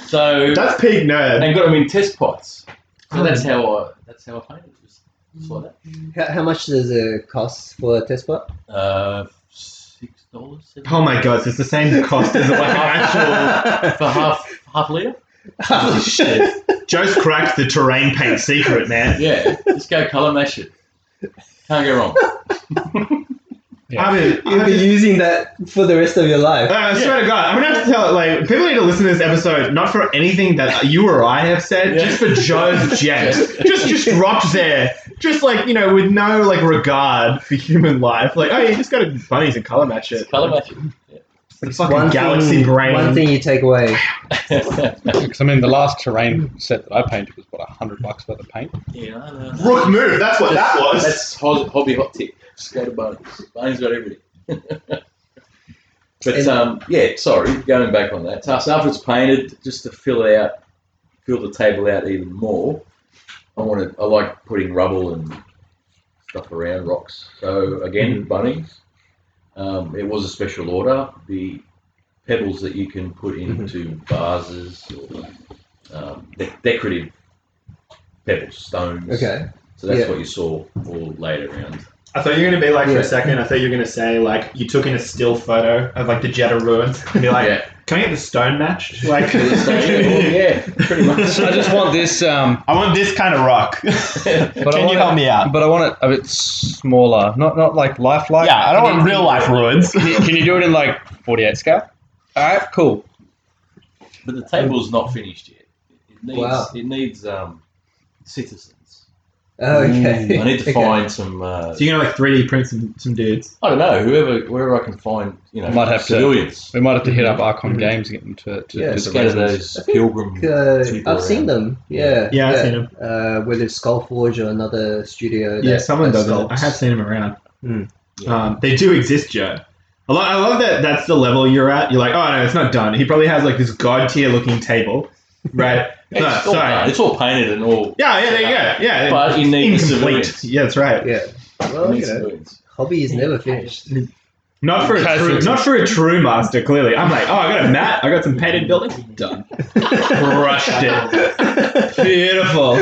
G: So
F: that's peak nerd.
G: and got them in test pots. So
F: Oh.
G: that's how I that's how I painted. it, Just, just like that.
D: How, how much does it cost for a test spot?
G: Uh, six dollars.
F: Oh my god, so it's the same cost as like an actual.
G: For half half liter.
D: Holy shit.
F: Joe's cracked the terrain paint secret, man.
G: Yeah, just go color mash it. Can't go wrong.
F: I mean,
D: You'll
F: I,
D: be
F: mean,
D: using that for the rest of your life.
F: I swear to God, I'm gonna have to tell like people need to listen to this episode not for anything that you or I have said,
G: Yeah.
F: just for Joe's jest, just just dropped there, just like you know, with no like regard for human life. Like, oh, you just got to bunnies and color match it.
G: Just color mash it.
F: Like fucking galaxy brain.
D: One thing you take away.
K: Because I mean, the last terrain set that I painted was what hundred bucks worth of paint.
G: yeah, I know.
F: Rook move. That's what that was.
G: That's ho- hobby hot tip. Just go to Bunnings. Bunnings got everything. but
D: And-
G: um, yeah, sorry, going back on that. So after it's painted, just to fill it out, fill the table out even more. I want to. I like putting rubble and stuff around rocks. So again,
D: Mm-hmm.
G: Bunnings. Um, it was a special order. The pebbles that you can put
D: Mm-hmm.
G: into vases or um, de- decorative pebbles, stones.
D: Okay.
G: So that's
D: Yeah.
G: what you saw all laid around.
F: I thought you were gonna be like for
D: Yeah.
F: a second. I thought you were gonna say like you took in a still photo of like the Jeddah ruins and be like,
G: yeah.
F: can I get the stone matched? Like,
G: So it's like, yeah, yeah, pretty much.
K: I just want this, um,
F: I want this kind of rock.
K: but I
F: Can
K: want
F: you
K: it,
F: help me out?
K: But I want it a bit smaller, not not like lifelike.
F: Yeah, I don't
K: Can
F: want
K: you-
F: real life ruins.
K: Can you, can you do it in like forty-eight scale? All right, cool.
G: But the table's not finished yet. It needs
D: Wow.
G: it needs um, citizens.
D: Oh, okay.
G: I need to
D: Okay.
G: find some. Uh,
F: So you're gonna like 3D print some, some dudes.
G: I don't know whoever wherever I can find you know
K: Might have to-
G: civilians.
K: We might have to hit
F: Mm-hmm.
K: up Icon Games and get them to, to
D: Yeah,
K: do
G: Just
K: the
G: go to
K: residence.
G: those pilgrim.
D: Uh,
G: people
D: I've seen
G: around.
D: them. Yeah.
F: Yeah, I've seen them.
D: Uh, whether it's Skullforge or another studio.
F: Yeah,
D: that-
F: someone
D: that
F: does it. I
D: sculpts.
F: have seen them around.
D: Hmm.
F: Um, they do exist, Joe. I lo- I love that. That's the level you're at. You're like, oh no, it's not done. He probably has like this god tier looking table, right?
G: It's,
F: no,
G: all,
F: sorry.
G: done. it's all painted and all.
F: yeah, yeah, there you go. Yeah,
G: But you need the
F: incomplete.
G: civilians.
F: Yeah, that's right.
D: Yeah.
G: You
D: Well,
G: need
D: you know,
G: civilians.
D: hobby is never finished.
F: Not for a true, not for a true master. Clearly, I'm like, oh, I got a mat. I got some painted buildings. Done. Crushed it. Beautiful.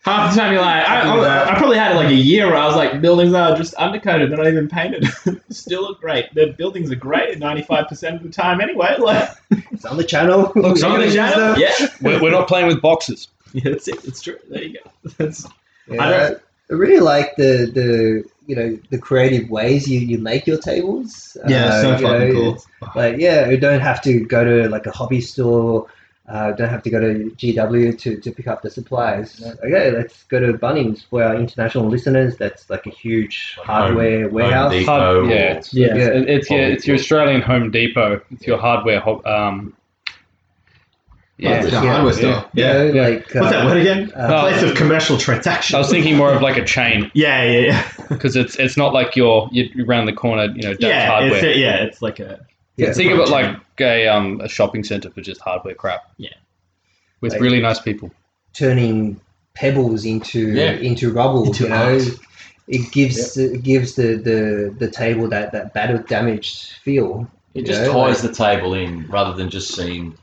E: Half the time you're like, I, I, I probably had like a year where I was like, buildings are just undercoated, they're not even painted. Still look great. The buildings are great 95% of the time anyway. Like,
D: it's on the channel.
B: Looks
E: You're
B: on
E: gonna
B: the
E: shout
B: channel.
E: out? Yeah.
B: We're, we're not playing with boxes.
E: yeah, that's it. That's true. There you go. That's,
D: Yeah,
E: I don't-
D: I really like the the you know the creative ways you, you make your tables.
B: Yeah,
D: Uh,
B: so
D: you
B: fucking
D: know,
B: cool.
F: Oh,
D: it's Like yeah, you don't have to go to like a hobby store. Uh, don't have to go to GW to, to pick up the supplies. Okay, let's go to Bunnings for our international listeners. That's like a huge hardware warehouse.
G: Home
B: Hub-
G: Depot
B: yeah,
G: or-
B: it's, yeah.
D: Yeah.
B: It's, it's, your,
G: Home
B: it's your Australian Home Depot. It's your hardware. hob- Um, yeah.
F: Yeah, hardware store.
D: You
B: Yeah,
D: know,
B: yeah.
D: like
F: What's that
D: uh,
F: word again?
D: uh,
F: Place of commercial transactions.
B: I was thinking more of like a chain
F: Yeah, yeah, yeah.
B: because it's it's not like you're you're around the corner, you know, that's
F: Yeah,
B: hardware.
F: it's, yeah, it's like a.
D: yeah.
B: Think of it like a um a shopping center for just hardware crap.
F: Yeah.
B: with
D: Like-
B: really nice people.
D: turning pebbles into
G: Yeah.
D: into rubble.
F: Into
D: you know, it gives it gives the, the the table that that battle damaged feel.
G: It
D: you
G: just
D: know,
G: ties
D: like-
G: the table in rather than just seeing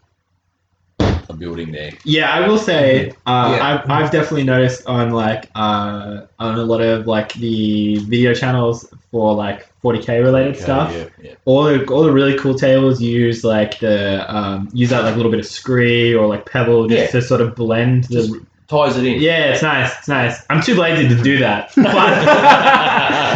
G: a building there.
F: Yeah, I will say, uh,
D: Yeah.
F: I've, I've definitely noticed on like uh, on a lot of like the video channels for like 40k related
G: Okay,
F: stuff.
G: Yeah, yeah.
F: all the all the really cool tables use like the um, use that like little bit of scree or like pebble just
G: Yeah.
F: to sort of blend the.
G: Just- Ties it in.
F: yeah, it's nice. It's nice. I'm too lazy to do that, but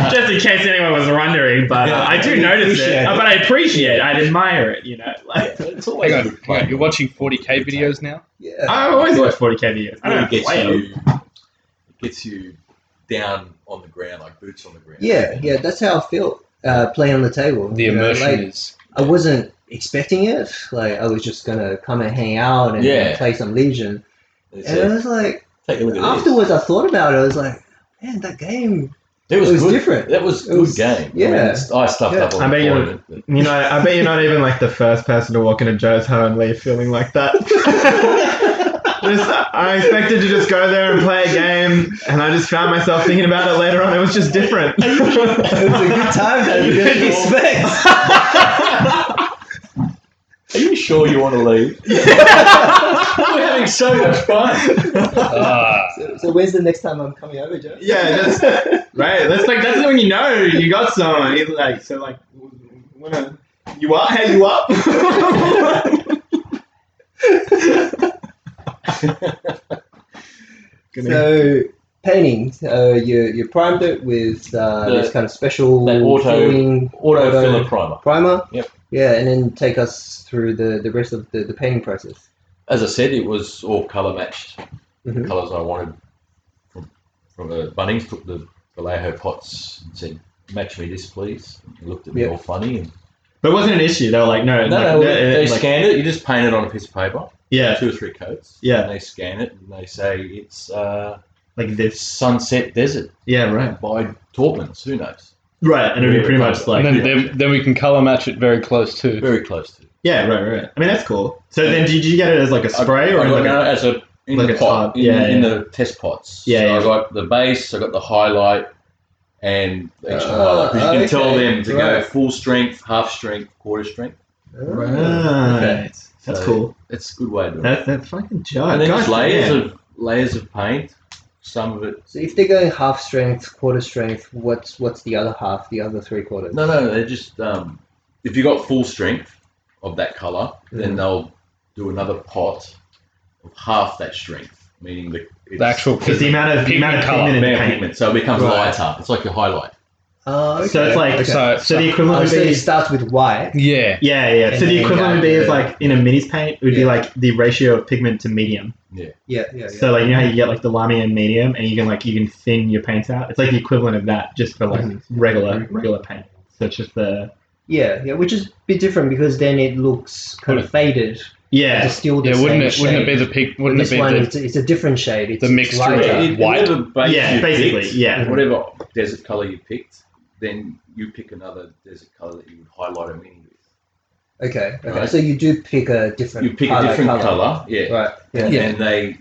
F: just in case anyone was wondering, but uh, I do
D: We
F: notice
D: appreciate
F: it.
D: it.
F: Uh, But I appreciate. it. I admire it. You know, like
G: It's always
B: Hang on,
G: good
B: hang
G: fun.
B: on, you're watching 40k
G: Good
B: videos now.
D: Yeah.
F: I always watch 40k videos. I don't
G: It gets
F: play them.
G: you. It gets you down on the ground, like boots on the ground.
D: Yeah, yeah, that's how I felt uh, playing on the table.
B: The
D: you know,
B: immersion
D: like,
B: is
D: I wasn't expecting it. Like I was just gonna come and hang out and
G: Yeah.
D: play some Legion.
G: It's
D: And I
G: a-
D: was like,
G: take a look at this.
D: afterwards, I thought about it. I was like, man, that game
G: It was,
D: it was
G: good.
D: different.
G: That was
D: It
G: good
D: was-
G: game.
D: yeah.
G: I, mean, it's- I stuffed
D: Yeah.
G: up on
F: I
G: the
F: bet you
G: point. but-
F: You know, I bet you're not even like the first person to walk into Joe's home and leave feeling like that. Just- I expected to just go there and play a game, and I just found myself thinking about it later on. It was just different.
D: it was a good time that we didn't expect.
G: Are you sure you want to leave? We're having so much fun.
B: ah,
D: So, so where's the next time I'm coming over, Joe?
F: yeah, that's right. That's like that's when you know you got someone. It's like so, like when I, you up? Hey, you up?
D: So painting, uh, you you primed it with uh,
G: The-
D: this kind of special
G: that auto-
D: filling-
G: Auto filler
D: auto
G: primer.
D: primer.
G: Yep.
D: Yeah, and then take us through the, the rest of the, the painting process.
G: As I said, it was all color matched.
D: Mhm.
G: The colors I wanted from from uh, Bunnings took the Vallejo pots and said, "Match me this, please." He looked at me
D: Yeah.
G: all funny and
F: but it wasn't an issue. They were like, no,
G: no,
F: like,
G: no, they
F: like-
G: scanned it. You just paint it on a piece of paper.
F: yeah,
G: two or three coats.
F: Yeah.
G: And they scan it and they say it's uh,
F: like this.
G: Sunset Desert
F: Yeah, right.
G: by Taubman's. Who knows?
F: Right, and it'd be pretty much like
B: and then, then, then we can color match it very close too.
G: Very close to.
F: yeah, right, right. I mean that's cool. So then, did you get it as like a spray or
G: I got
F: like
G: it
F: a,
G: as a in
F: like
G: the
F: a
G: pot,
F: top,
G: in,
F: yeah,
G: in
F: yeah.
G: the test pots.
F: Yeah,
G: So
F: yeah.
G: I got the base. I got the highlight and the extra
F: Uh,
D: Ah,
G: highlight because you can tell
D: okay,
G: them to go
D: right.
G: full strength, half strength, quarter strength.
F: right?
G: Okay.
F: That's
G: So
F: cool.
G: It's a good way to do it.
F: That that fucking job.
G: and then
F: Gosh,
G: just layers
F: man.
G: of layers of paint. Some of it.
D: So if they're going half strength, quarter strength, what's what's the other half, the other three quarters?
G: No, no, they're just um, if you got full strength of that color,
F: Mm.
G: then
D: Mhm.
G: they'll do another pot of half that strength, meaning the, it's
B: The actual
F: It's the amount of the amount of
B: Pigment colour,
F: pigment in the
G: amount of
F: paint.
G: pigment, so it becomes
D: Right.
G: lighter. It's like your highlight.
D: Oh, okay.
F: So it's like
D: okay.
B: So,
F: so
D: Oh,
F: the equivalent would
D: so it
F: be
D: starts with white.
B: yeah,
F: yeah yeah. So
D: And
F: the
D: then
F: equivalent would
D: go
F: be is
D: to-
F: like in a minis paint it would be
D: Yeah.
F: like the ratio of pigment to medium.
D: Yeah, yeah, yeah.
F: So like you know how you get like the lamy and medium, and you can like you can thin your paints out. It's like the equivalent of that just for like
D: Mhm.
F: regular regular paint. So it's just the
D: yeah, yeah, which is a bit different because then it looks kind of faded.
F: yeah.
D: It's still the
B: yeah.
D: same
B: Wouldn't it?
D: shade.
B: Wouldn't it be the pig? Wouldn't it
D: this
B: be
D: one,
B: the
D: it's, it's a different shade. It's,
B: the
D: it's
B: mixture
D: lighter.
B: of-
G: It-
B: White.
G: whatever base
F: Yeah,
G: you
F: basically,
G: picked,
F: yeah.
G: Whatever desert color you picked, then you pick another desert color that you would highlight a mini with.
D: Okay, okay.
G: Right.
D: So you do pick a different.
G: You pick a
D: highlight
G: different color, yeah,
D: Right. Yeah.
B: Yeah.
G: and they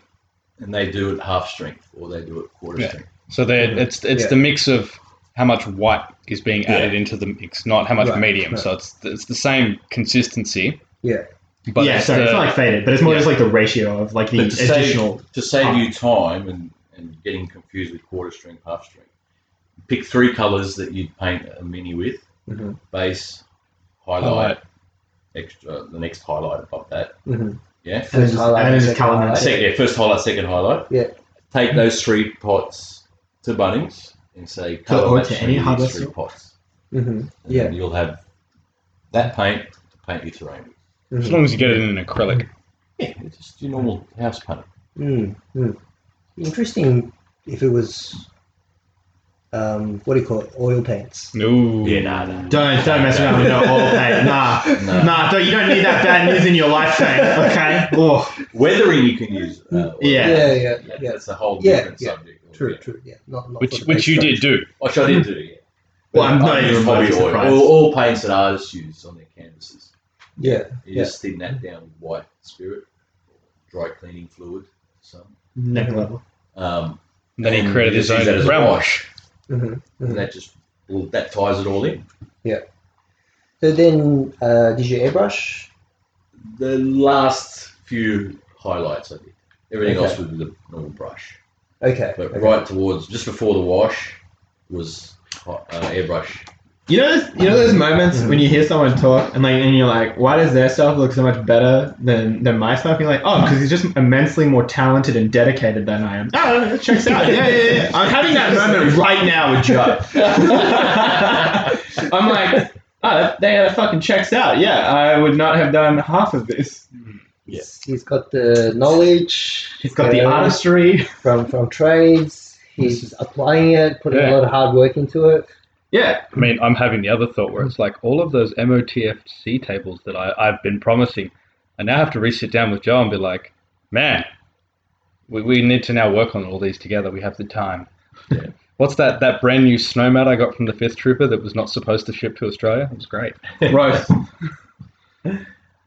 G: and they do it half strength or they do it quarter
B: Yeah.
G: strength.
B: so there? It's it's
D: Yeah.
B: the mix of how much white is being
G: Yeah.
B: added into the mix, not how much
D: Right,
B: medium.
D: right.
B: So it's it's the same consistency.
D: Yeah.
B: but
F: yeah,
B: it's
F: sorry,
B: the-
F: it's not like faded, but it's more
B: yeah.
F: just like the ratio of like the
G: But to save-
F: additional
G: To save you time and and getting confused with quarter string, half string. Pick three colours that you'd paint a mini with:
F: Mhm.
G: base, highlight,
F: Highlight. Mm-hmm.
G: extra, the next highlight above that.
D: Mhm.
G: Yeah.
D: First highlight,
F: and it's
D: second
F: colour
D: highlight.
G: Second, yeah, first highlight, second highlight.
D: Yeah.
G: Take those three pots to Bunnings and say,
F: or
G: colour match
F: to any
G: any of
F: hardware
G: these three
F: store.
G: pots.
D: Mhm.
G: And
D: Yeah.
G: then you'll have that paint to paint your terrain. with.
K: As long as you get it in an acrylic.
G: Yeah, it's just your normal house paint.
D: Mm, mm. Interesting. If it was, um, what do you call it? Oil paints.
K: No.
G: Yeah, nah, nah.
F: Don't don't mess around with no oil paint. Nah,
G: No.
F: nah. Don't, you don't need that bad news in your life, paint. Okay. Oh,
G: Weathering you can use. Uh,
F: Yeah.
D: Yeah, yeah,
G: that-
D: yeah.
G: That's a whole
D: Yeah,
G: different
D: yeah.
G: subject.
D: True, true. Yeah, not, not
K: Which
D: for the
K: which you
D: paint
K: did do.
G: Which I didn't do. Yeah.
F: well, I'm not
G: I
F: even
G: used
F: fully
G: body oil.
F: surprised.
G: All, all paints that artists use on their canvases.
D: strokes. Yeah,
G: You
D: Yeah.
G: just thin that down with white spirit, or dry cleaning fluid, some.
F: Next level.
G: Um,
K: And then he
G: and
K: created
G: you
K: his
G: just use that
K: own
G: as a
K: brown wash.
G: wash,
D: Mhm.
G: and that just well, that ties it all in.
D: So then, uh, did you airbrush?
G: The last few highlights I did. Everything
D: Okay.
G: else was with the normal brush,
D: Okay.
G: but
D: okay.
G: right towards just before the wash was uh, airbrush
F: You know, those, you know those moments when you hear someone talk and like, and you're like, why does their stuff look so much better than than my stuff? You're like, oh, because he's just immensely more talented and dedicated than I am. Oh, it checks out. Yeah, yeah, yeah. I'm having that moment right now with Joe. I'm like, oh, that, that fucking checks out. Yeah, I would not have done half of this.
D: He's- he's got the knowledge.
F: He's got the
D: uh,
F: artistry.
D: from from trades. He's applying it, putting a
K: Yeah.
D: lot of hard work into it.
F: Yeah,
K: I mean, I'm having the other thought where it's like all of those MOTFC tables that I, I've been promising, I now have to re sit down with Joe and be like, man, we, we need to now work on all these together. We have the time. What's that, that brand new snowmat I got from the Fifth Trooper that was not supposed to ship to Australia? It was great.
F: roast.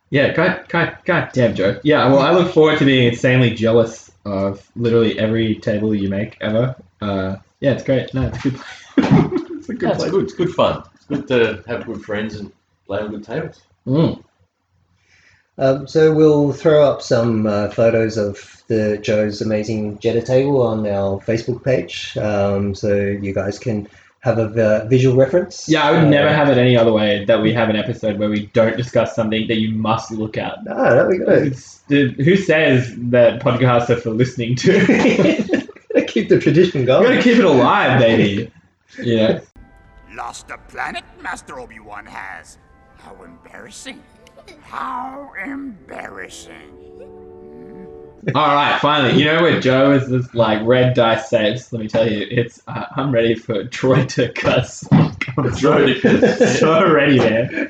F: Yeah, god, god, god damn, Joe. Yeah, well, I look forward to being insanely jealous of literally every table you make ever. Uh, yeah, it's great. No, it's good. it's a good
G: That's
F: place.
G: good. It's good fun. It's good to have good friends and play on good tables.
F: Mm.
D: Um, so we'll throw up some uh, photos of the Joe's amazing Jetta table on our Facebook page, um, so you guys can have a vi- visual reference.
F: Yeah, I would
D: Uh,
F: never have it any other way that we have an episode where we don't discuss something that you must look at.
D: No, there we go.
F: It's, who says that podcasts are for listening to?
D: Keep the tradition
F: I'm
D: going.
F: gonna keep it alive, baby. Yeah.
C: Lost the planet Master Obi-Wan has. How embarrassing. How embarrassing.
F: All right, finally. You know where Joe is this like red dye saves? Let me tell you, it's uh, I'm ready for Troy to cuss. I'm so, so ready, man.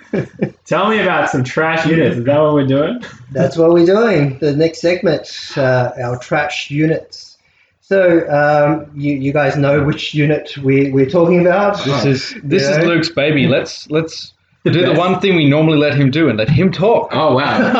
F: Tell me about some trash units. Is that what we're doing?
D: That's what we're doing. The next segment, uh, our trash units. So um, you, you guys know which unit we, we're talking about.
K: This is this
D: Oh. Yeah.
K: is Luke's baby. Let's let's do the
F: best.
K: one thing we normally let him do and let him talk.
F: Oh wow,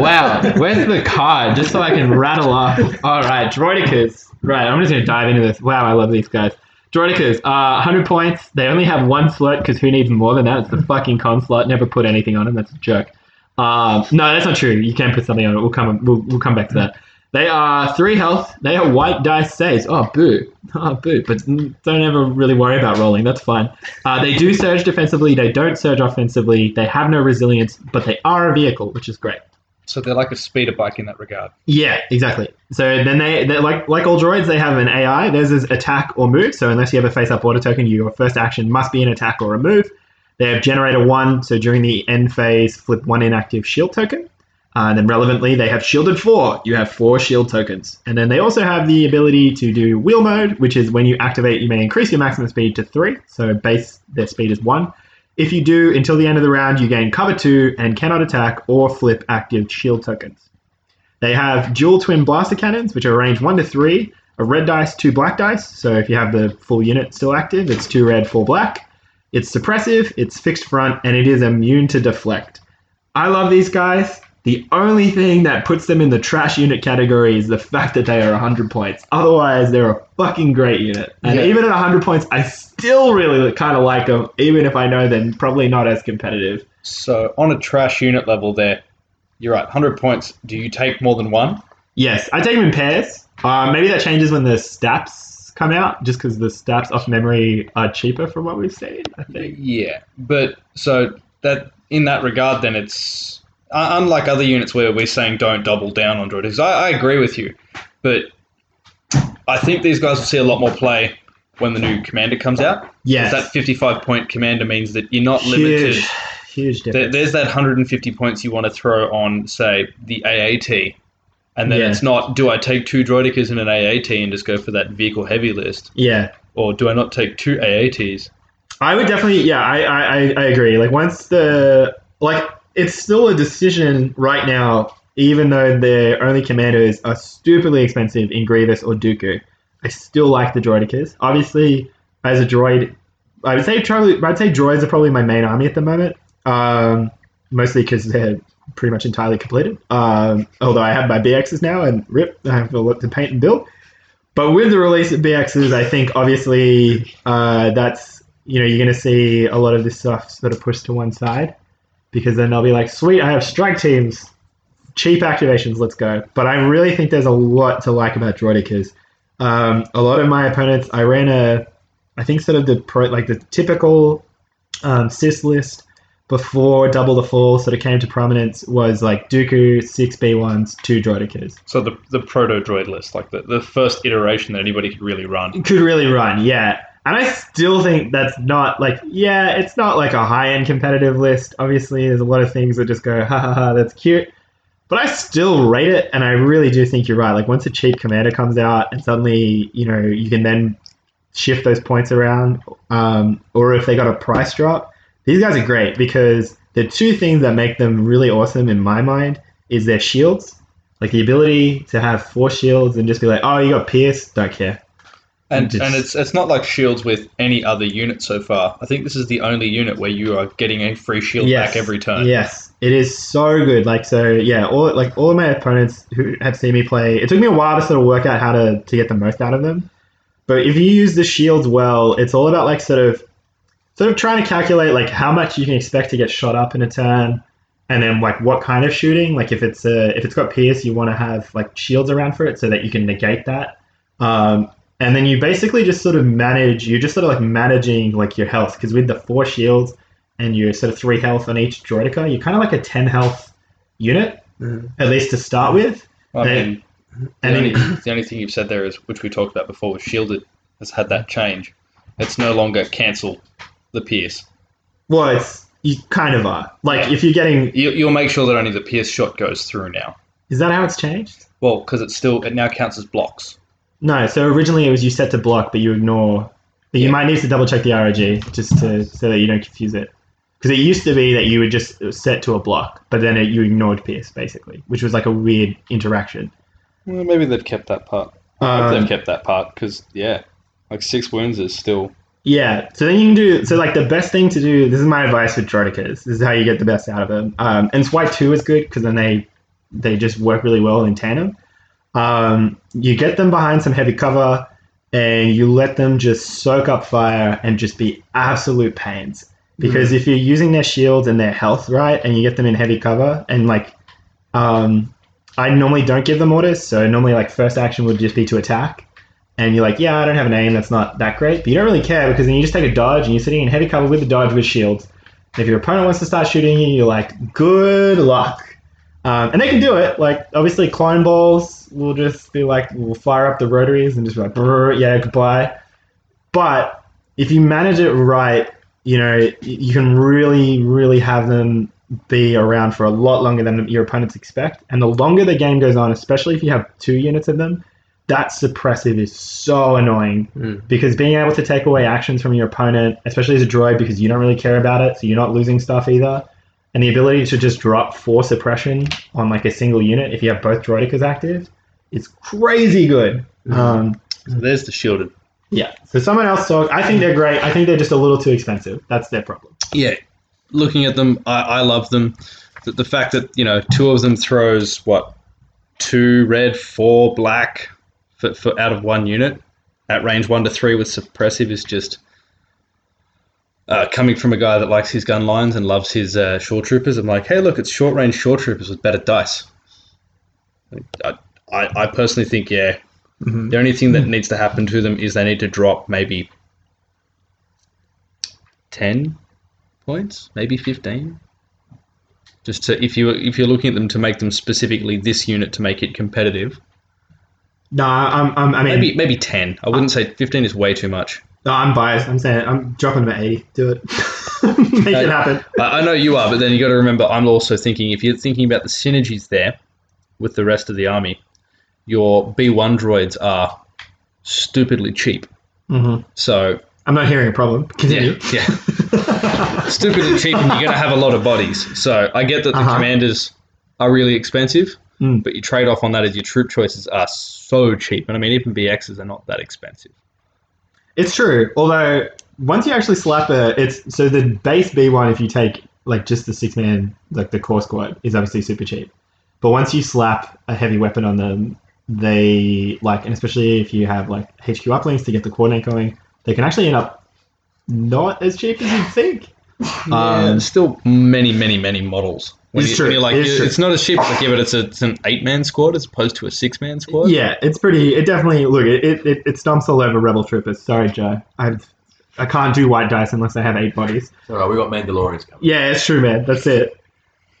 F: wow. Where's the card? Just so I can rattle off. All right, Droidicus. Right, I'm just gonna dive into this. Wow, I love these guys. Droidicus, uh, 100 points. They only have one slot because who needs more than that? It's the fucking con slot. Never put anything on him. That's a joke. Um, no, that's not true. You can put something on it. We'll come. We'll, we'll come back to that. They are three health. They are white dice saves. Oh boo. Oh boo. But mm, don't ever really worry about rolling. That's fine. Uh, they do surge defensively. They don't surge offensively. They have no resilience, but they are a vehicle, which is great.
K: So they're like a speeder bike in that regard.
F: Yeah, exactly. So then they, they like like all droids, they have an AI. Theirs is attack or move. So unless you have a face up order token, your first action must be an attack or a move. They have generator one. So during the end phase, flip one inactive shield token. Uh, and then relevantly, they have shielded four. You have four shield tokens. And then they also have the ability to do wheel mode, which is when you activate, you may increase your maximum speed to three. So base their speed is one. If you do, until the end of the round, you gain cover two and cannot attack or flip active shield tokens. They have dual twin blaster cannons, which are range one to three, a red dice, two black dice. So if you have the full unit still active, it's two red, four black. It's suppressive, it's fixed front, and it is immune to deflect. I love these guys. The only thing that puts them in the trash unit category is the fact that they are 100 points. Otherwise, they're a fucking great unit. And
D: Yeah.
F: even at 100 points, I still really kind of like them, even if I know they're probably not as competitive.
K: So on a trash unit level, there, you're right. Hundred points. Do you take more than one?
F: Yes, I take them in pairs. Uh, maybe that changes when the stats come out, just because the stats off memory are cheaper from what we've seen. I think.
K: Yeah, but so that in that regard, then it's uh, unlike other units where we're saying don't double down on droids. I, I agree with you, but I think these guys will see a lot more play when the new commander comes out.
F: Yes.
K: that fifty-five point commander means that you're not limited.
F: Huge, huge
K: There,
F: difference.
K: there's that 150 points you want to throw on, say, the AAT, and then
F: Yeah.
K: it's not do I take two droidicas in an AAT and just go for that vehicle heavy list,
F: yeah.
K: or do I not take two AATs?
F: I would definitely, yeah, I, I, I- I agree. Like once the like, it's still a decision right now. Even though their only commanders are stupidly expensive in Grievous or Dooku, I still like the droidicas. Obviously, as a droid, I would say probably, I'd say droids are probably my main army at the moment. Um, mostly because they're pretty much entirely completed. Um, although I have my BXs now, and rip, I have a lot to paint and build. But with the release of BXs, I think obviously uh, that's you know you're going to see a lot of this stuff sort of pushed to one side because then they'll be like, sweet, I have strike teams, cheap activations, let's go. But I really think there's a lot to like about droidicas. Um, a lot of my opponents, I ran a, I think sort of the pro, like the typical um, sys list before Double the Fall sort of came to prominence was like Dooku, six B1s, two droidicas.
K: So the the proto droid list, like the, the first iteration that anybody could really run.
F: could really run, yeah. And I still think that's not like, yeah, it's not like a high end competitive list. Obviously, there's a lot of things that just go, ha ha ha, that's cute. But I still rate it, and I really do think you're right. Like, once a cheap commander comes out, and suddenly, you know, you can then shift those points around, um, or if they got a price drop, these guys are great because the two things that make them really awesome in my mind is their shields. Like, the ability to have four shields and just be like, oh, you got Pierce, don't care.
K: And
F: Just-
K: and it's it's not like shields with any other unit so far. I think this is the only unit where you are getting a free shield back every turn.
F: Yes, it is so good. Like so, yeah. All like all of my opponents who have seen me play, it took me a while to sort of work out how to to get the most out of them. But if you use the shields well, it's all about like sort of sort of trying to calculate like how much you can expect to get shot up in a turn, and then like what kind of shooting. Like if it's a if it's got pierce, you want to have like shields around for it so that you can negate that. Um, and then you basically just sort of manage. You're just sort of like managing like your health because with the four shields and you're sort of three health on each droidica, you're kind of like a ten health unit at least to start with.
K: Mm-hmm. I
F: Then-
K: mean,
F: and
K: the, only,
F: then
K: the only thing you've said there is, which we talked about before, was shielded has had that change. It's no longer cancel the pierce.
F: well, it's you kind of are like if you're getting.
K: You, you'll make sure that only the pierce shot goes through now.
F: Is that how it's changed?
K: Well, because it's still it now counts as blocks.
F: No, so originally it was you set to block, but you ignore. But you might need to double check the ROG just to so that you don't confuse it. Because it used to be that you would just set to a block, but then it, you ignored Pierce basically, which was like a weird interaction.
K: Well, maybe they've kept that part. I
B: Uh,
K: hope they've kept that part because yeah, like six wounds is still
F: Yeah. So then you can do so like the best thing to do. This is my advice with droidicas. This is how you get the best out of them. Um, and it's why two is good because then they they just work really well in tandem. Um, you get them behind some heavy cover, and you let them just soak up fire and just be absolute pains. Because if you're using their shields and their health right, and you get them in heavy cover, and like, um, I normally don't give them orders. So normally like first action would just be to attack and you're like, yeah, I don't have an aim, that's not that great. But you don't really care because then you just take a dodge and you're sitting in heavy cover with a dodge with shields. And if your opponent wants to start shooting you, you're like, good luck. Um, and they can do it. Like, obviously, clone balls will just be like, we'll fire up the rotaries and just be like, brr, yeah, goodbye. But if you manage it right, you know, y- you can really, really have them be around for a lot longer than your opponents expect. And the longer the game goes on, especially if you have two units of them, that suppressive is so annoying
B: Hmm.
F: because being able to take away actions from your opponent, especially as a droid, because you don't really care about it, so you're not losing stuff either, and the ability to just drop four suppression on like a single unit if you have both droidicas active, is crazy good.
B: Hmm.
F: Um,
K: So there's the shielded.
F: yeah. So someone else talk. I think they're great. I think they're just a little too expensive. That's their problem.
B: yeah, looking at them, I, I love them. The, the fact that you know two of them throws what two red, four black for, for out of one unit at range one to three with suppressive is just uh, coming from a guy that likes his gun lines and loves his uh, short troopers. I'm like, hey, look, it's short range short troopers with better dice. I, I, I personally think, yeah, the only thing that needs to happen to them is they need to drop maybe 10 points, maybe 15. Just to, if you if you're looking at them to make them specifically this unit to make it competitive,
F: No, I'm, I'm, I mean,
B: maybe maybe ten. I wouldn't say fifteen is way too much.
F: no, I'm biased. I'm saying I'm dropping them at 80. Do it. Make it happen.
B: I, I know you are, but then you got to remember, I'm also thinking if you're thinking about the synergies there with the rest of the army, your B1 droids are stupidly cheap.
F: hmm
B: So
F: I'm not hearing a problem. Continue.
B: yeah, yeah, stupidly cheap, and you're going to have a lot of bodies. So I get that the
F: Uh-huh.
B: commanders are really expensive,
F: Mm.
B: but your trade off on that is your troop choices are so cheap, and I mean even BXs are not that expensive.
F: It's true. Although once you actually slap a, it's so the base B one. If you take like just the six man, like the core squad, is obviously super cheap. But once you slap a heavy weapon on them, they like, and especially if you have like HQ uplinks to get the coordinate going, they can actually end up not as cheap as you'd think.
B: Um,
F: Um,
B: still many, many, many models. When
F: It's
B: you,
F: true.
B: when you're like,
F: It is
B: it's,
F: true.
B: not as cheap, like, yeah, but it's, a, it's an eight man squad as opposed to a six man squad.
F: yeah, it's pretty. It definitely look. It it, it, it stomps all over rebel troopers. Sorry, Joe. I've. I can't do white dice unless I have eight bodies.
G: All right, we got Mandalorians coming.
F: Yeah, it's true, man. That's it.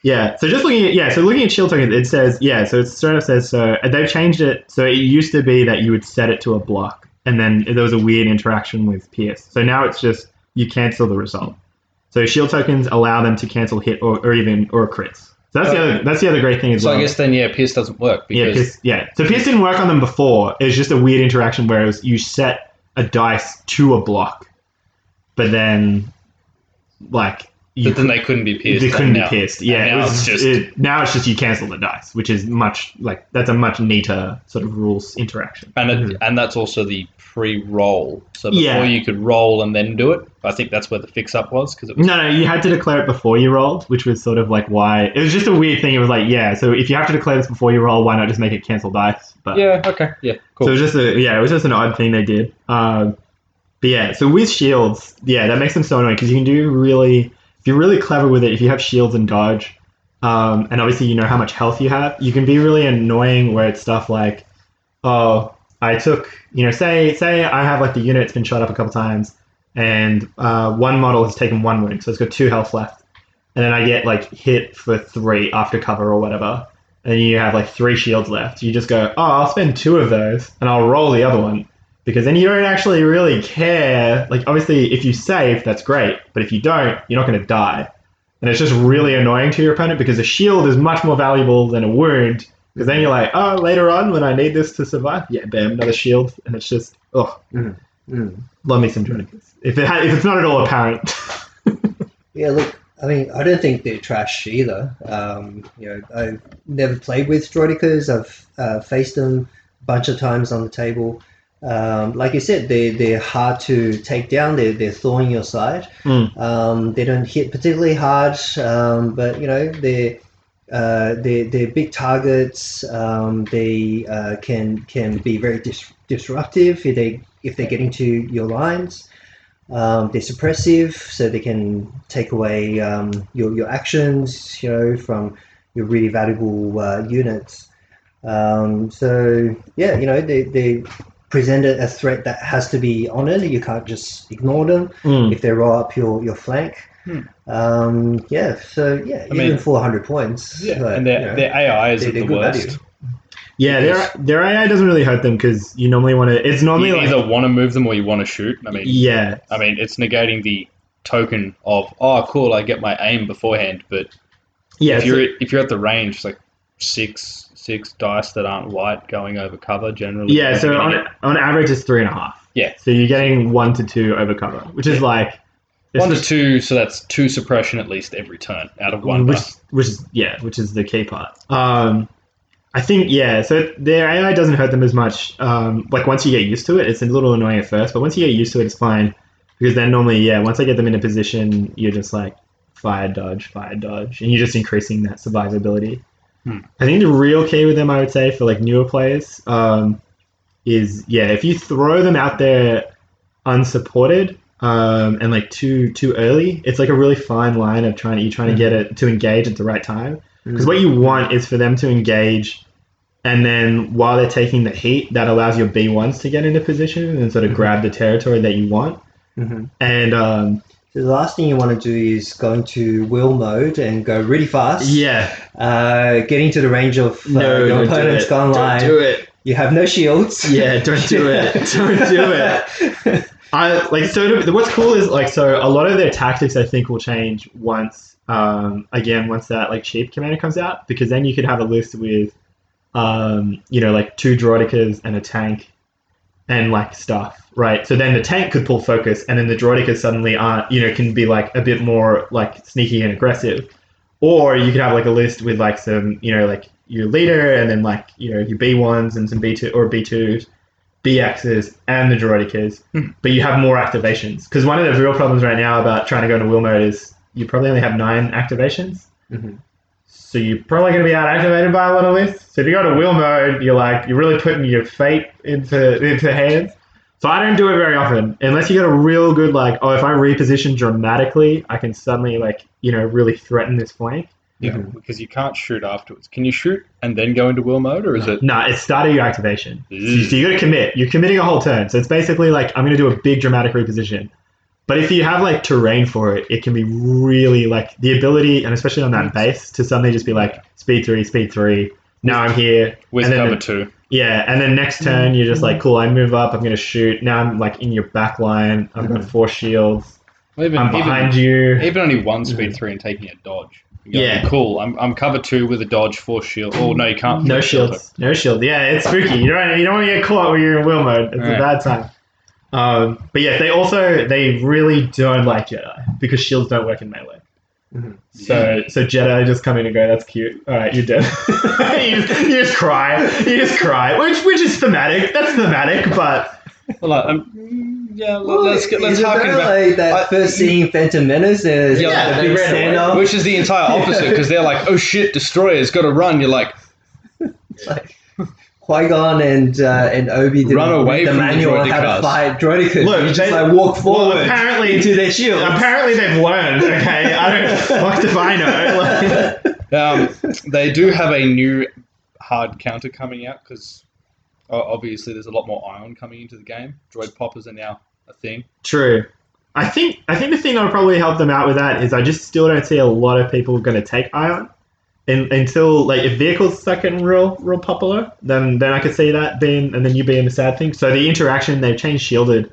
F: Yeah. So just looking at yeah, so looking at shield tokens, it says yeah. So it's sort of says so and they've changed it. So it used to be that you would set it to a block, and then there was a weird interaction with Pierce. So now it's just you cancel the result. So shield tokens allow them to cancel hit or, or even or crits. So that's the other that's the other great thing as
B: Oh. So
F: well.
B: I guess then, yeah, Pierce doesn't work
F: yeah,
B: because
F: Pierce, yeah. So Pierce didn't work on them before. It was just a weird interaction where it was you set a dice to a block, but then like you
K: but then they couldn't be pierced.
F: they
K: and
F: couldn't
K: now-
F: be pierced. Yeah,
K: and
F: it
K: now
F: was,
K: it's just
F: it- now it's just you cancel the dice, which is much like that's a much neater sort of rules interaction.
K: and it, and that's also the pre-roll. So before
F: Mm-hmm. Yeah.
K: you could roll and then do it, I think that's where the fix-up was because it was
F: Mm-hmm. No, no, you had to declare it before you rolled, which was sort of like why it was just a weird thing. It was like yeah, so if you have to declare this before you roll, why not just make it cancel dice? But
K: yeah, okay, yeah,
F: So
K: cool.
F: it was just a yeah, it was just an odd thing they did. Um, but yeah, so with shields, yeah, that makes them so annoying because you can do really if you're really clever with it. If you have shields and dodge, um, and obviously you know how much health you have, you can be really annoying where it's stuff like, oh, I took you know say say I have like the unit it's been shot up a couple times, and uh, one model has taken one wound, so it's got two health left, and then I get like hit for three after cover or whatever and you have like three shields left, you just go, oh, I'll spend two of those and I'll roll the other one. Because then you don't actually really care. Like, obviously, if you save, that's great. But if you don't, you're not going to die. And it's just really annoying to your opponent because a shield is much more valuable than a wound. Because then you're like, oh, later on when I need this to survive, yeah, bam, another shield. And it's just, oh,
D: Hmm.
F: love me some Dronicus. If, it ha- if it's not at all apparent.
D: Yeah, look, I mean, I don't think they're trash either. Um, you know, I've never played with droidicas. I've uh, faced them a bunch of times on the table. Um, like you said, they they're hard to take down. They're they're thorn in your side.
F: Mm.
D: Um, they don't hit particularly hard, um, but you know they're uh, they're, they're big targets. Um, they uh, can can be very dis- disruptive if they if they get into your lines. Um, they're suppressive, so they can take away um, your your actions, you know, from your really valuable uh, units. Um, so yeah, you know, they they present a a threat that has to be honored. You can't just ignore them
F: Mm.
K: Hmm.
D: if they roll up your your flank. Um, yeah, so yeah, even
K: mean-
D: four hundred points.
K: yeah,
D: like,
K: and
D: you know,
K: their, their AI is
D: they-
K: at
D: they're
K: the
D: good
K: worst.
D: value.
F: Yeah, their, their AI doesn't really hurt them because you normally want to. It's normally
K: You
F: like.
K: either want to move them or you want to shoot. I mean,
F: yeah.
K: I mean, it's negating the token of oh, cool, I get my aim beforehand. But
F: yeah,
K: if
F: so-
K: you're if you're at the range, it's like six six dice that aren't white going over cover generally.
F: Yeah, so
K: You're gonna
F: on,
K: get
F: on average, it's three and a half.
K: Yeah.
F: So you're getting one to two over cover, which is like
K: one to two, so that's two suppression at least every turn out of one.
F: which,
K: die.
F: which is yeah, which is the key part. Um, I think yeah, so their AI doesn't hurt them as much. Um, like once you get used to it, it's a little annoying at first, but once you get used to it, it's fine because then normally yeah, once I get them in a position, you're just like fire dodge, fire dodge, and you're just increasing that survivability.
K: Hmm.
F: I think the real key with them, I would say, for like newer players, um, is yeah, if you throw them out there unsupported um, and like too too early, it's like a really fine line of trying to you trying to get it to engage at the right time. Because what you want is for them to engage And then while they're taking the heat, that allows your B1s to get into position and sort of grab the territory that you want.
D: Mhm.
F: And um,
D: So the last thing you want to do is go into wheel mode and go really fast.
F: yeah,
D: Uh, getting to the range of uh,
F: No,
D: your
F: don't do
D: opponent's
F: it.
D: gone
M: Don't
D: line.
M: do it.
D: You have no shields.
F: yeah, don't do it. don't do it.
D: it.
F: I like so. to- What's cool is like so. A lot of their tactics, I think, will change once. Um, again, once that like cheap commander comes out, because then you could have a list with, um, you know, like two droidicas and a tank, and like stuff, right? So then the tank could pull focus, and then the droidicas suddenly aren't, you know, can be like a bit more like sneaky and aggressive. Or you could have like a list with like some, you know, like your leader, and then like you know your B ones and some B two or B twos, BXs, and the droidicas but you have more activations. Because one of the real problems right now about trying to go into wheel mode is you probably only have nine activations.
D: Mhm.
F: So you're probably going to be out activated by a lot of lists. So if you go to wheel mode, you're like you're really putting your fate into into hands. So I don't do it very often unless you get a real good like oh if I reposition dramatically I can suddenly like you know really threaten this flank.
B: Yeah, because you can't shoot afterwards. Can you shoot and then go into wheel mode, or is it?
F: No, it's start of your activation. So you,
B: Mm.
F: so you gotta commit. You're committing a whole turn. So it's basically like I'm gonna do a big dramatic reposition. But if you have like terrain for it, it can be really like the ability and especially on
B: Mm.
F: that base to suddenly just be like speed three, speed three. Now I'm here.
B: With
F: and then
B: cover Mm.
F: the-
B: two.
F: yeah, and then next turn you're just like, cool. I move up. I'm gonna shoot. Now I'm like in your back line. I've got four shields.
B: Well, Mm. even,
F: I'm
B: even,
F: behind you.
B: even only one speed three and taking a dodge. You go,
F: Yeah.
B: Cool. I'm, I'm cover two with a dodge, four shield. Oh, no, you can't.
F: No
B: force shield.
F: shields. No shield. Yeah, it's spooky. You don't you don't want to get caught when you're in wheel mode. It's a
B: Right.
F: bad time. Um, but yeah, they also they really don't like Jedi because shields don't work in melee.
D: Mhm.
F: So so Jedi just come in and go, that's cute. All right, you're dead. you, just, you just cry. You just cry, which which is thematic. That's thematic, but
B: Well, like, um, yeah,
D: Well,
B: let's, get, let's
D: is it
B: harken
D: very
B: back.
D: like that
B: I-
D: first scene, Phantom Menace. There's
B: Yeah,
D: yeah,
B: they
D: the big
B: ran
D: stand up.
B: Which is the entire opposite because they're like, oh shit, destroyer's got to run. You're like,
D: Qui Gon and uh, and Obi didn't
B: Run away
D: read the
B: from the
D: manual on how
B: droidicas.
D: to fight droidicas.
F: Look,
D: you just
F: they-
D: like walk
F: well,
D: forward
F: apparently
D: into their shield.
F: apparently they've learned. Okay, I don't what if I know? Like,
B: um, they do have a new hard counter coming out because obviously there's a lot more ion coming into the game. Droid poppers are now a thing.
F: True. I think I think the thing that'll probably help them out with that is I just still don't see a lot of people going to take Ion, in, until like if vehicles start getting real real popular, then then I could see that being and then you being a sad thing. So the interaction they've changed shielded,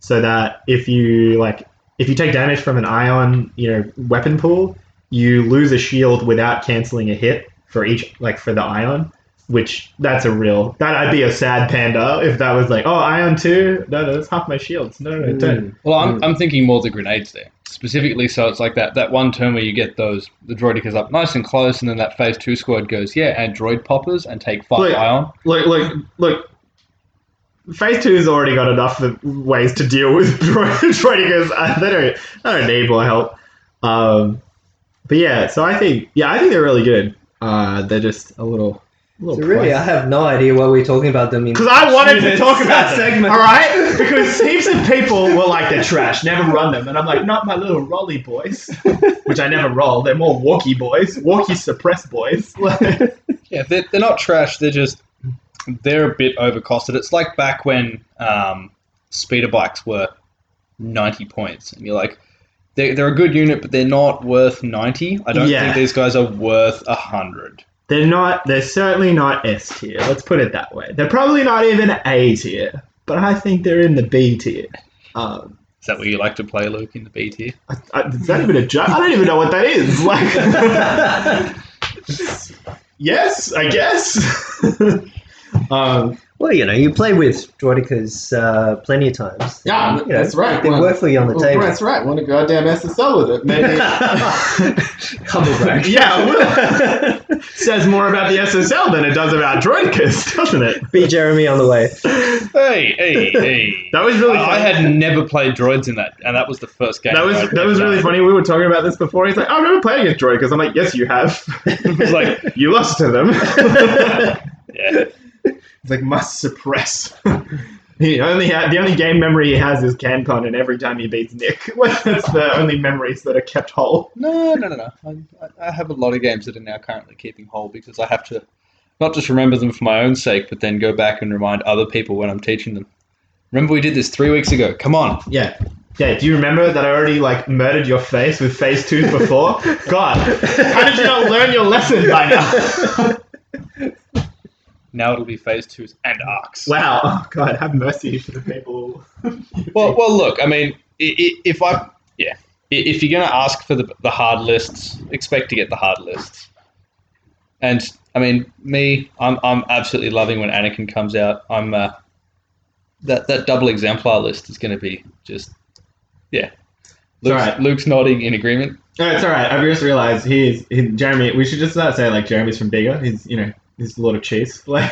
F: so that if you like if you take damage from an Ion you know weapon pool, you lose a shield without canceling a hit for each like for the Ion. Which that's a real that I'd be a sad panda if that was like oh ion two no no that's half my shields no no don't
B: Well, I'm, I'm thinking more the grenades there specifically. So it's like that that one turn where you get those the droidicas up nice and close, and then that phase two squad goes yeah and droid poppers and take five
F: Wait.
B: ion.
F: Look, look, look. Phase two's already got enough of ways to deal with Droidicas. Uh, they don't, they don't need more help. Um, but yeah, so I think, yeah, I think they're really good. Uh, they're just a little, a
D: So
F: little.
D: really, I have no idea why we're talking about them. in-
F: because I wanted to talk
D: That
F: about them,
D: segment.
F: all right? Because heaps of people were like, they're trash, never run them, and I'm like, not my little rolly boys, which I never roll. They're more walkie boys, walkie suppress boys.
B: Yeah, they're, they're not trash. They're just they're a bit overcosted. It's like back when um, speeder bikes were ninety points, and you're like, they're, they're a good unit, but they're not worth ninety. I don't
F: Yeah.
B: think these guys are worth hundred.
F: They're not. They're certainly not S tier. Let's put it that way. They're probably not even A tier, but I think they're in the B tier. Um,
B: Is that what you like to play, Luke, in the B tier?
F: I, I, is that even a joke? I don't even know what that is. Like, yes, I guess. um,
D: Well, you know, you play with droidicas uh, plenty of times.
F: Yeah,
D: You know,
F: that's right.
D: They
F: Well,
D: work for you on the
F: well,
D: table.
F: that's right. Want a goddamn SSL with it? Maybe.
D: Humblebrag.
F: yeah, I will. says more about the SSL than it does about Droidicus, doesn't it?
D: Be Jeremy on the way.
B: Hey, hey, hey!
F: That was really.
B: I, I
F: funny.
B: had never played droids in that, and that was the first game.
F: That was
B: I'd
F: that was
B: ever
F: really
B: done.
F: funny. We were talking about this before. He's like, "Oh, "I've never played against droid," because I'm like, "Yes, you have." He's like, "You lost to them." It's
B: Yeah.
F: like must suppress. he only ha- the only game memory he has is CanCon, and every time he beats Nick, that's the only memories that are kept whole.
B: No, no, no, no. I, I have a lot of games that are now currently keeping whole because I have to. not just remember them for my own sake, but then go back and remind other people when I'm teaching them. Remember, we did this three weeks ago. Come on.
F: Yeah. Yeah, do you remember that I already like murdered your face with phase two before? God, how did you not learn your lesson by now?
B: Now it'll be phase twos and arcs.
F: wow, oh, God, have mercy for the people.
B: Well, well, look, I mean, i- i- if I, yeah, I- if you're going to ask for the, the hard lists, expect to get the hard lists. And I mean, me, I'm, I'm absolutely loving when Anakin comes out. I'm uh, that that double exemplar list is going to be just, yeah. Luke's,
F: alright.
B: Luke's nodding in agreement.
F: No, it's all right. I've just realized he is he, Jeremy. We should just not say like Jeremy's from bigger. He's you know he's a lot of cheese. Like,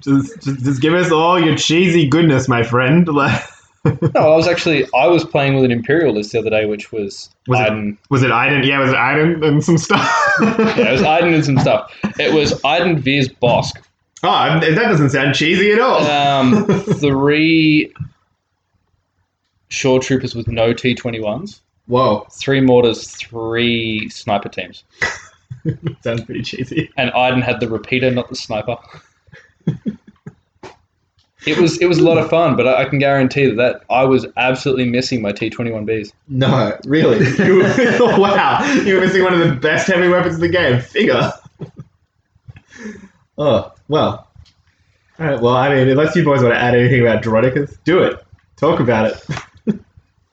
F: just, just just give us all your cheesy goodness, my friend. Like,
B: No, I was actually I was playing with an Imperial list the other day, which was
F: Was it-
B: Iden.
F: was it Iden? Yeah, was it Iden and some stuff?
B: Yeah, it was Iden and some stuff. It was Iden Veers Bosk.
F: Oh, I'm- that doesn't sound cheesy at all.
B: Um, three shore troopers with no T twenty ones,
F: Whoa,
B: three mortars, three sniper teams,
F: sounds pretty cheesy.
B: and Iden had the repeater, not the sniper. It was it was a lot of fun, but I, I can guarantee that, that I was absolutely missing my T twenty one Bs.
F: No, really. You were, wow, you were missing one of the best heavy weapons in the game. Figure. Oh well. All right. Well, I mean, unless you boys want to add anything about Droidicus, do it. Talk about it.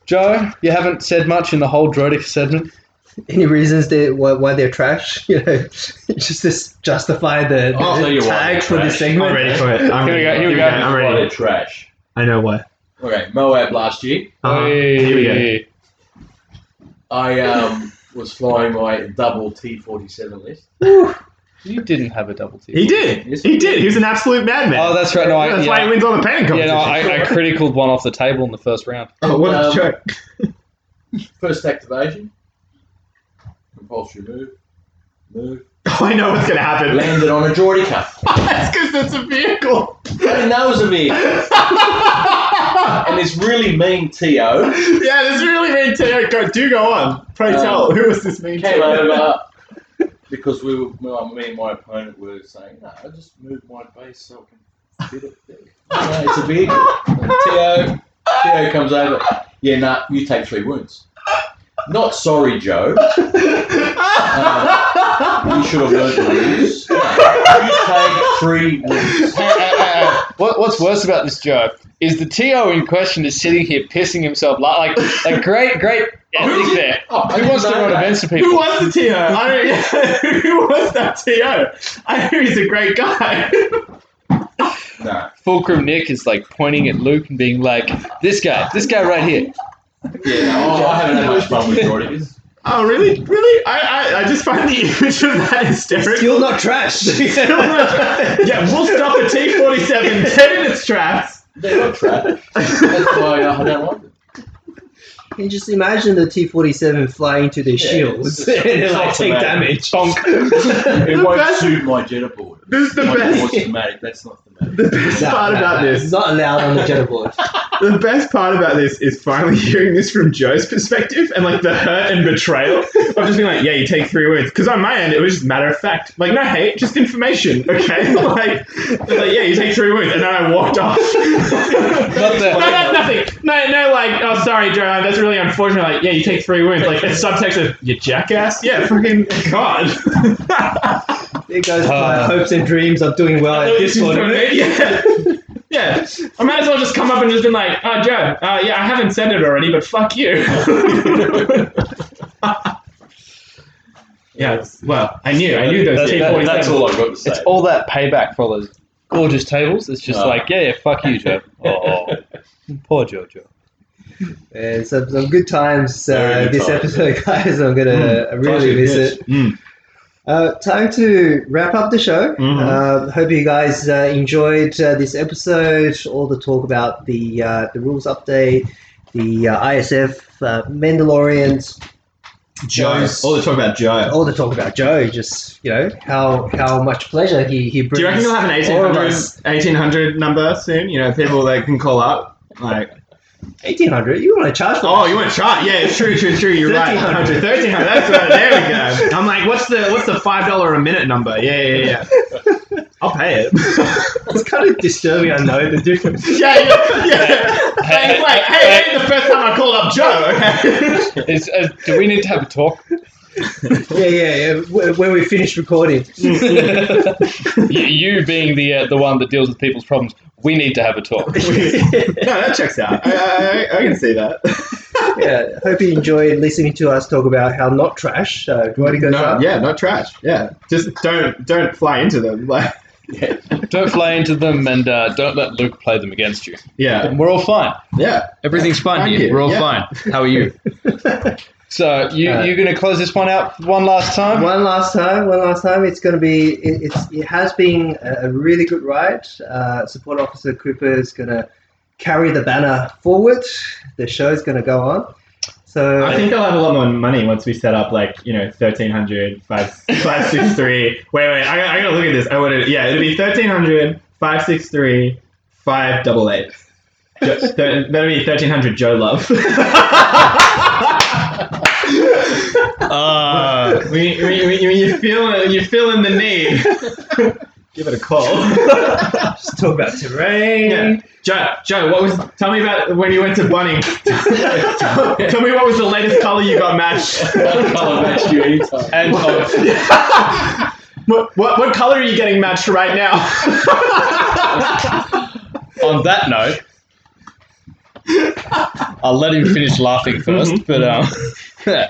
B: Joe, you haven't said much in the whole Droidic segment.
D: Any reasons they why, why they're trash? You know, just to justify the,
G: I'll tell
D: the
G: you why
D: tag
G: they're
D: for the
G: trash.
D: segment.
F: I'm ready for it. I'm
B: Here we
F: ready.
B: go, here we go.
F: I'm
G: Why they're
F: ready.
G: trash.
F: I know why.
G: Okay, Moab last year,
F: Uh-huh. Here we go.
B: Hey.
G: I um, was flying my double T47 list.
B: You didn't have a double T.
F: He did. He did. He was an absolute madman.
B: Oh, that's right. No, I,
F: that's
B: yeah,
F: why he wins all the painting
B: yeah,
F: competition.
B: no, I, I criticaled one off the table in the first round.
F: oh, what a
G: Um,
F: joke.
G: First activation, compulsory move, move.
F: Oh, I know what's going to happen.
G: Landed on a Droidica.
F: that's because it's a vehicle.
G: I didn't know it was a vehicle. And this really mean TO
F: yeah, this really mean Teo. Go, do go on. Pray
G: Um,
F: tell. Who was this mean
G: came
F: to?
D: uh,
B: uh,
G: over because we were, well, me and my opponent were saying, no, I just moved my base so I can fit it there. No, it's a vehicle. And Teo, Teo comes over. Yeah, no, you take three wounds. Not sorry, Joe. Um, you should have learned the rules. No, you take three wounds.
B: What, what's worse about this, Joe, is the TO in question is sitting here pissing himself la- like like great great ethic there.
G: Oh, I
B: Who wants to
G: didn't know
B: run
G: that.
B: events for
F: Who
B: people?
F: was the TO? I mean, who was that TO? I know he's a great guy.
G: No.
B: Fulcrum Nick is like pointing at Luke and being like, "This guy, this guy right here."
G: Yeah, no, I- I haven't had much fun with Jordan.
F: oh, really? Really? I, I, I just find the image of that hysterical.
D: Still not trash.
F: yeah, we'll stop at T47 dead in its tracks.
G: They're not trash. That's why uh, I don't like them.
D: Can you just imagine the T forty seven flying to their shields
G: it's-
D: and they
G: it's
D: like
G: not
D: take
G: bad.
D: damage?
G: It
F: The
G: won't
F: best-
G: suit my Jetta board.
F: This is the
G: my
F: best-
G: board's thematic, that's not thematic.
F: The best
D: No,
F: part
D: no,
F: about
D: no,
F: this
D: it's not allowed on the Jedi board.
F: The best part about this is finally hearing this from Joe's perspective and like the hurt and betrayal of just being like, yeah, you take three words. Because on my end, it was just matter of fact. Like, no hate, just information, okay? like, they're like, yeah, you take three words. And then I walked off.
B: Not
F: No,
B: that.
F: no, nothing. No, no, like, oh, sorry, Joe, that's really unfortunate. Like, yeah, you take three wounds. Like, it's subtext of, you jackass? Yeah, fucking God.
D: There goes my
B: Uh,
D: hopes and dreams of doing well at this tournament.
F: Yeah. Yeah, I might as well just come up and just been like, "Ah, Joe, uh, yeah, I haven't said it already, but fuck you." yeah, it's- well, I knew, I knew those
B: That-
F: T
B: that-
F: forty
G: That's
F: seven.
G: all I've got to say.
B: It's all that payback for all those gorgeous tables. It's just
G: No.
B: like, yeah, yeah, fuck you, Joe. Oh, poor Joe, Joe.
D: And some, some good times uh,
G: Very good
D: this
G: times.
D: episode, guys. I'm gonna uh, really miss it.
F: Mm.
D: Uh, time to wrap up the show.
F: Mhm.
D: Uh, hope you guys uh, enjoyed uh, this episode. All the talk about the uh, the rules update, the uh, ISF, uh, Mandalorians,
F: Joe's all the talk about Joe.
D: all the talk about Joe. Just you know how how much pleasure he he brings.
F: Do you reckon you'll have an
D: all of
F: 1800,
D: us.
F: 1800 number soon? You know, people that can call up. Like,
D: Eighteen hundred. You want to charge? For
F: Oh, you want to charge? Yeah, it's true, true, true. You're right.
D: 1300.
F: 1300. That's right. There we go. I'm like, what's the what's the five dollar a minute number? Yeah, yeah, yeah. I'll pay it.
D: It's kind of disturbing. I know the difference.
F: yeah, yeah, yeah. Hey, wait, hey, that ain't the first time I called up Joe. Okay.
B: Is, uh, do we need to have a talk?
D: yeah, yeah, yeah. When when we finish recording.
F: Hmm.
B: Y- you being the uh, the one that deals with people's problems, we need to have a talk.
F: no, that checks out. I, I, I, I can see that.
D: yeah, hope you enjoyed listening to us talk about how not trash. Uh, Karate goes
F: No,
D: up.
F: yeah, not trash. Yeah, just don't don't fly into them. Like, yeah,
B: Don't fly into them and uh, don't let Luke play them against you.
F: yeah,
B: We're all fine.
F: yeah.
B: Everything's fine
F: Thank
B: here.
F: you.
B: We're all
F: Yeah.
B: fine. How are you? so you
D: Uh,
B: you're going to close this one out one last time?
D: One last time, one last time. It's going to be. It, it's. It has been a, a really good ride. Uh, Support Officer Cooper is going to carry the banner forward. The show's going to go on. So
F: I think I'll have a lot more money once we set up like you know 1300 five- 563 wait wait I, gotta- I gotta look at this I would yeah it'll be 1300 563 588 Jo- thir- that'll be 1300 Joe Love uh, when, when, when you- when you feel you feel in the need give it a call
D: just talk about terrain.
F: yeah. Joe, Joe, what was? Tell me about when you went to Bunning. tell, tell me what was the latest color you got matched.
G: I'll match you anytime.
B: And oh,
F: what, what, what color are you getting matched right now?
B: on that note, I'll let him finish laughing 1st But um,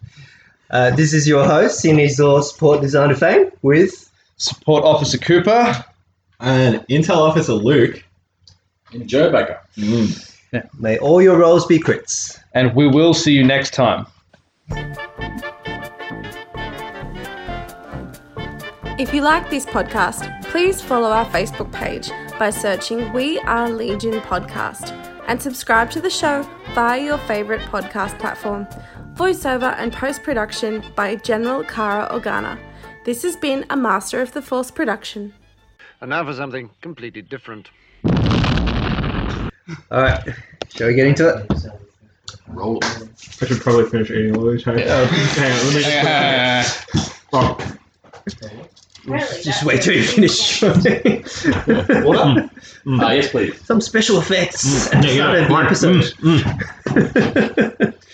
D: Uh, this is your host, Cinezor Support Designer Fame, with
B: support officer Cooper.
F: and Intel officer Luke.
G: And Joe Baker.
D: May all your roles be crits.
B: and we will see you next time.
A: If you like this podcast, please follow our Facebook page by searching We Are Legion Podcast and subscribe to the show via your favourite podcast platform. Voiceover and post production by General Kara Organa. This has been a Master of the Force production.
N: And now for something completely different.
D: All right, shall we get into it?
G: Roll it.
F: I should probably finish eating all these. Hang on, let me.
D: Just wait till you finish.
G: Water? Ah, yes, please.
D: Some special effects
F: Mm,
D: at the
F: yeah,
D: start
F: yeah,
D: of the
F: right,
D: episode.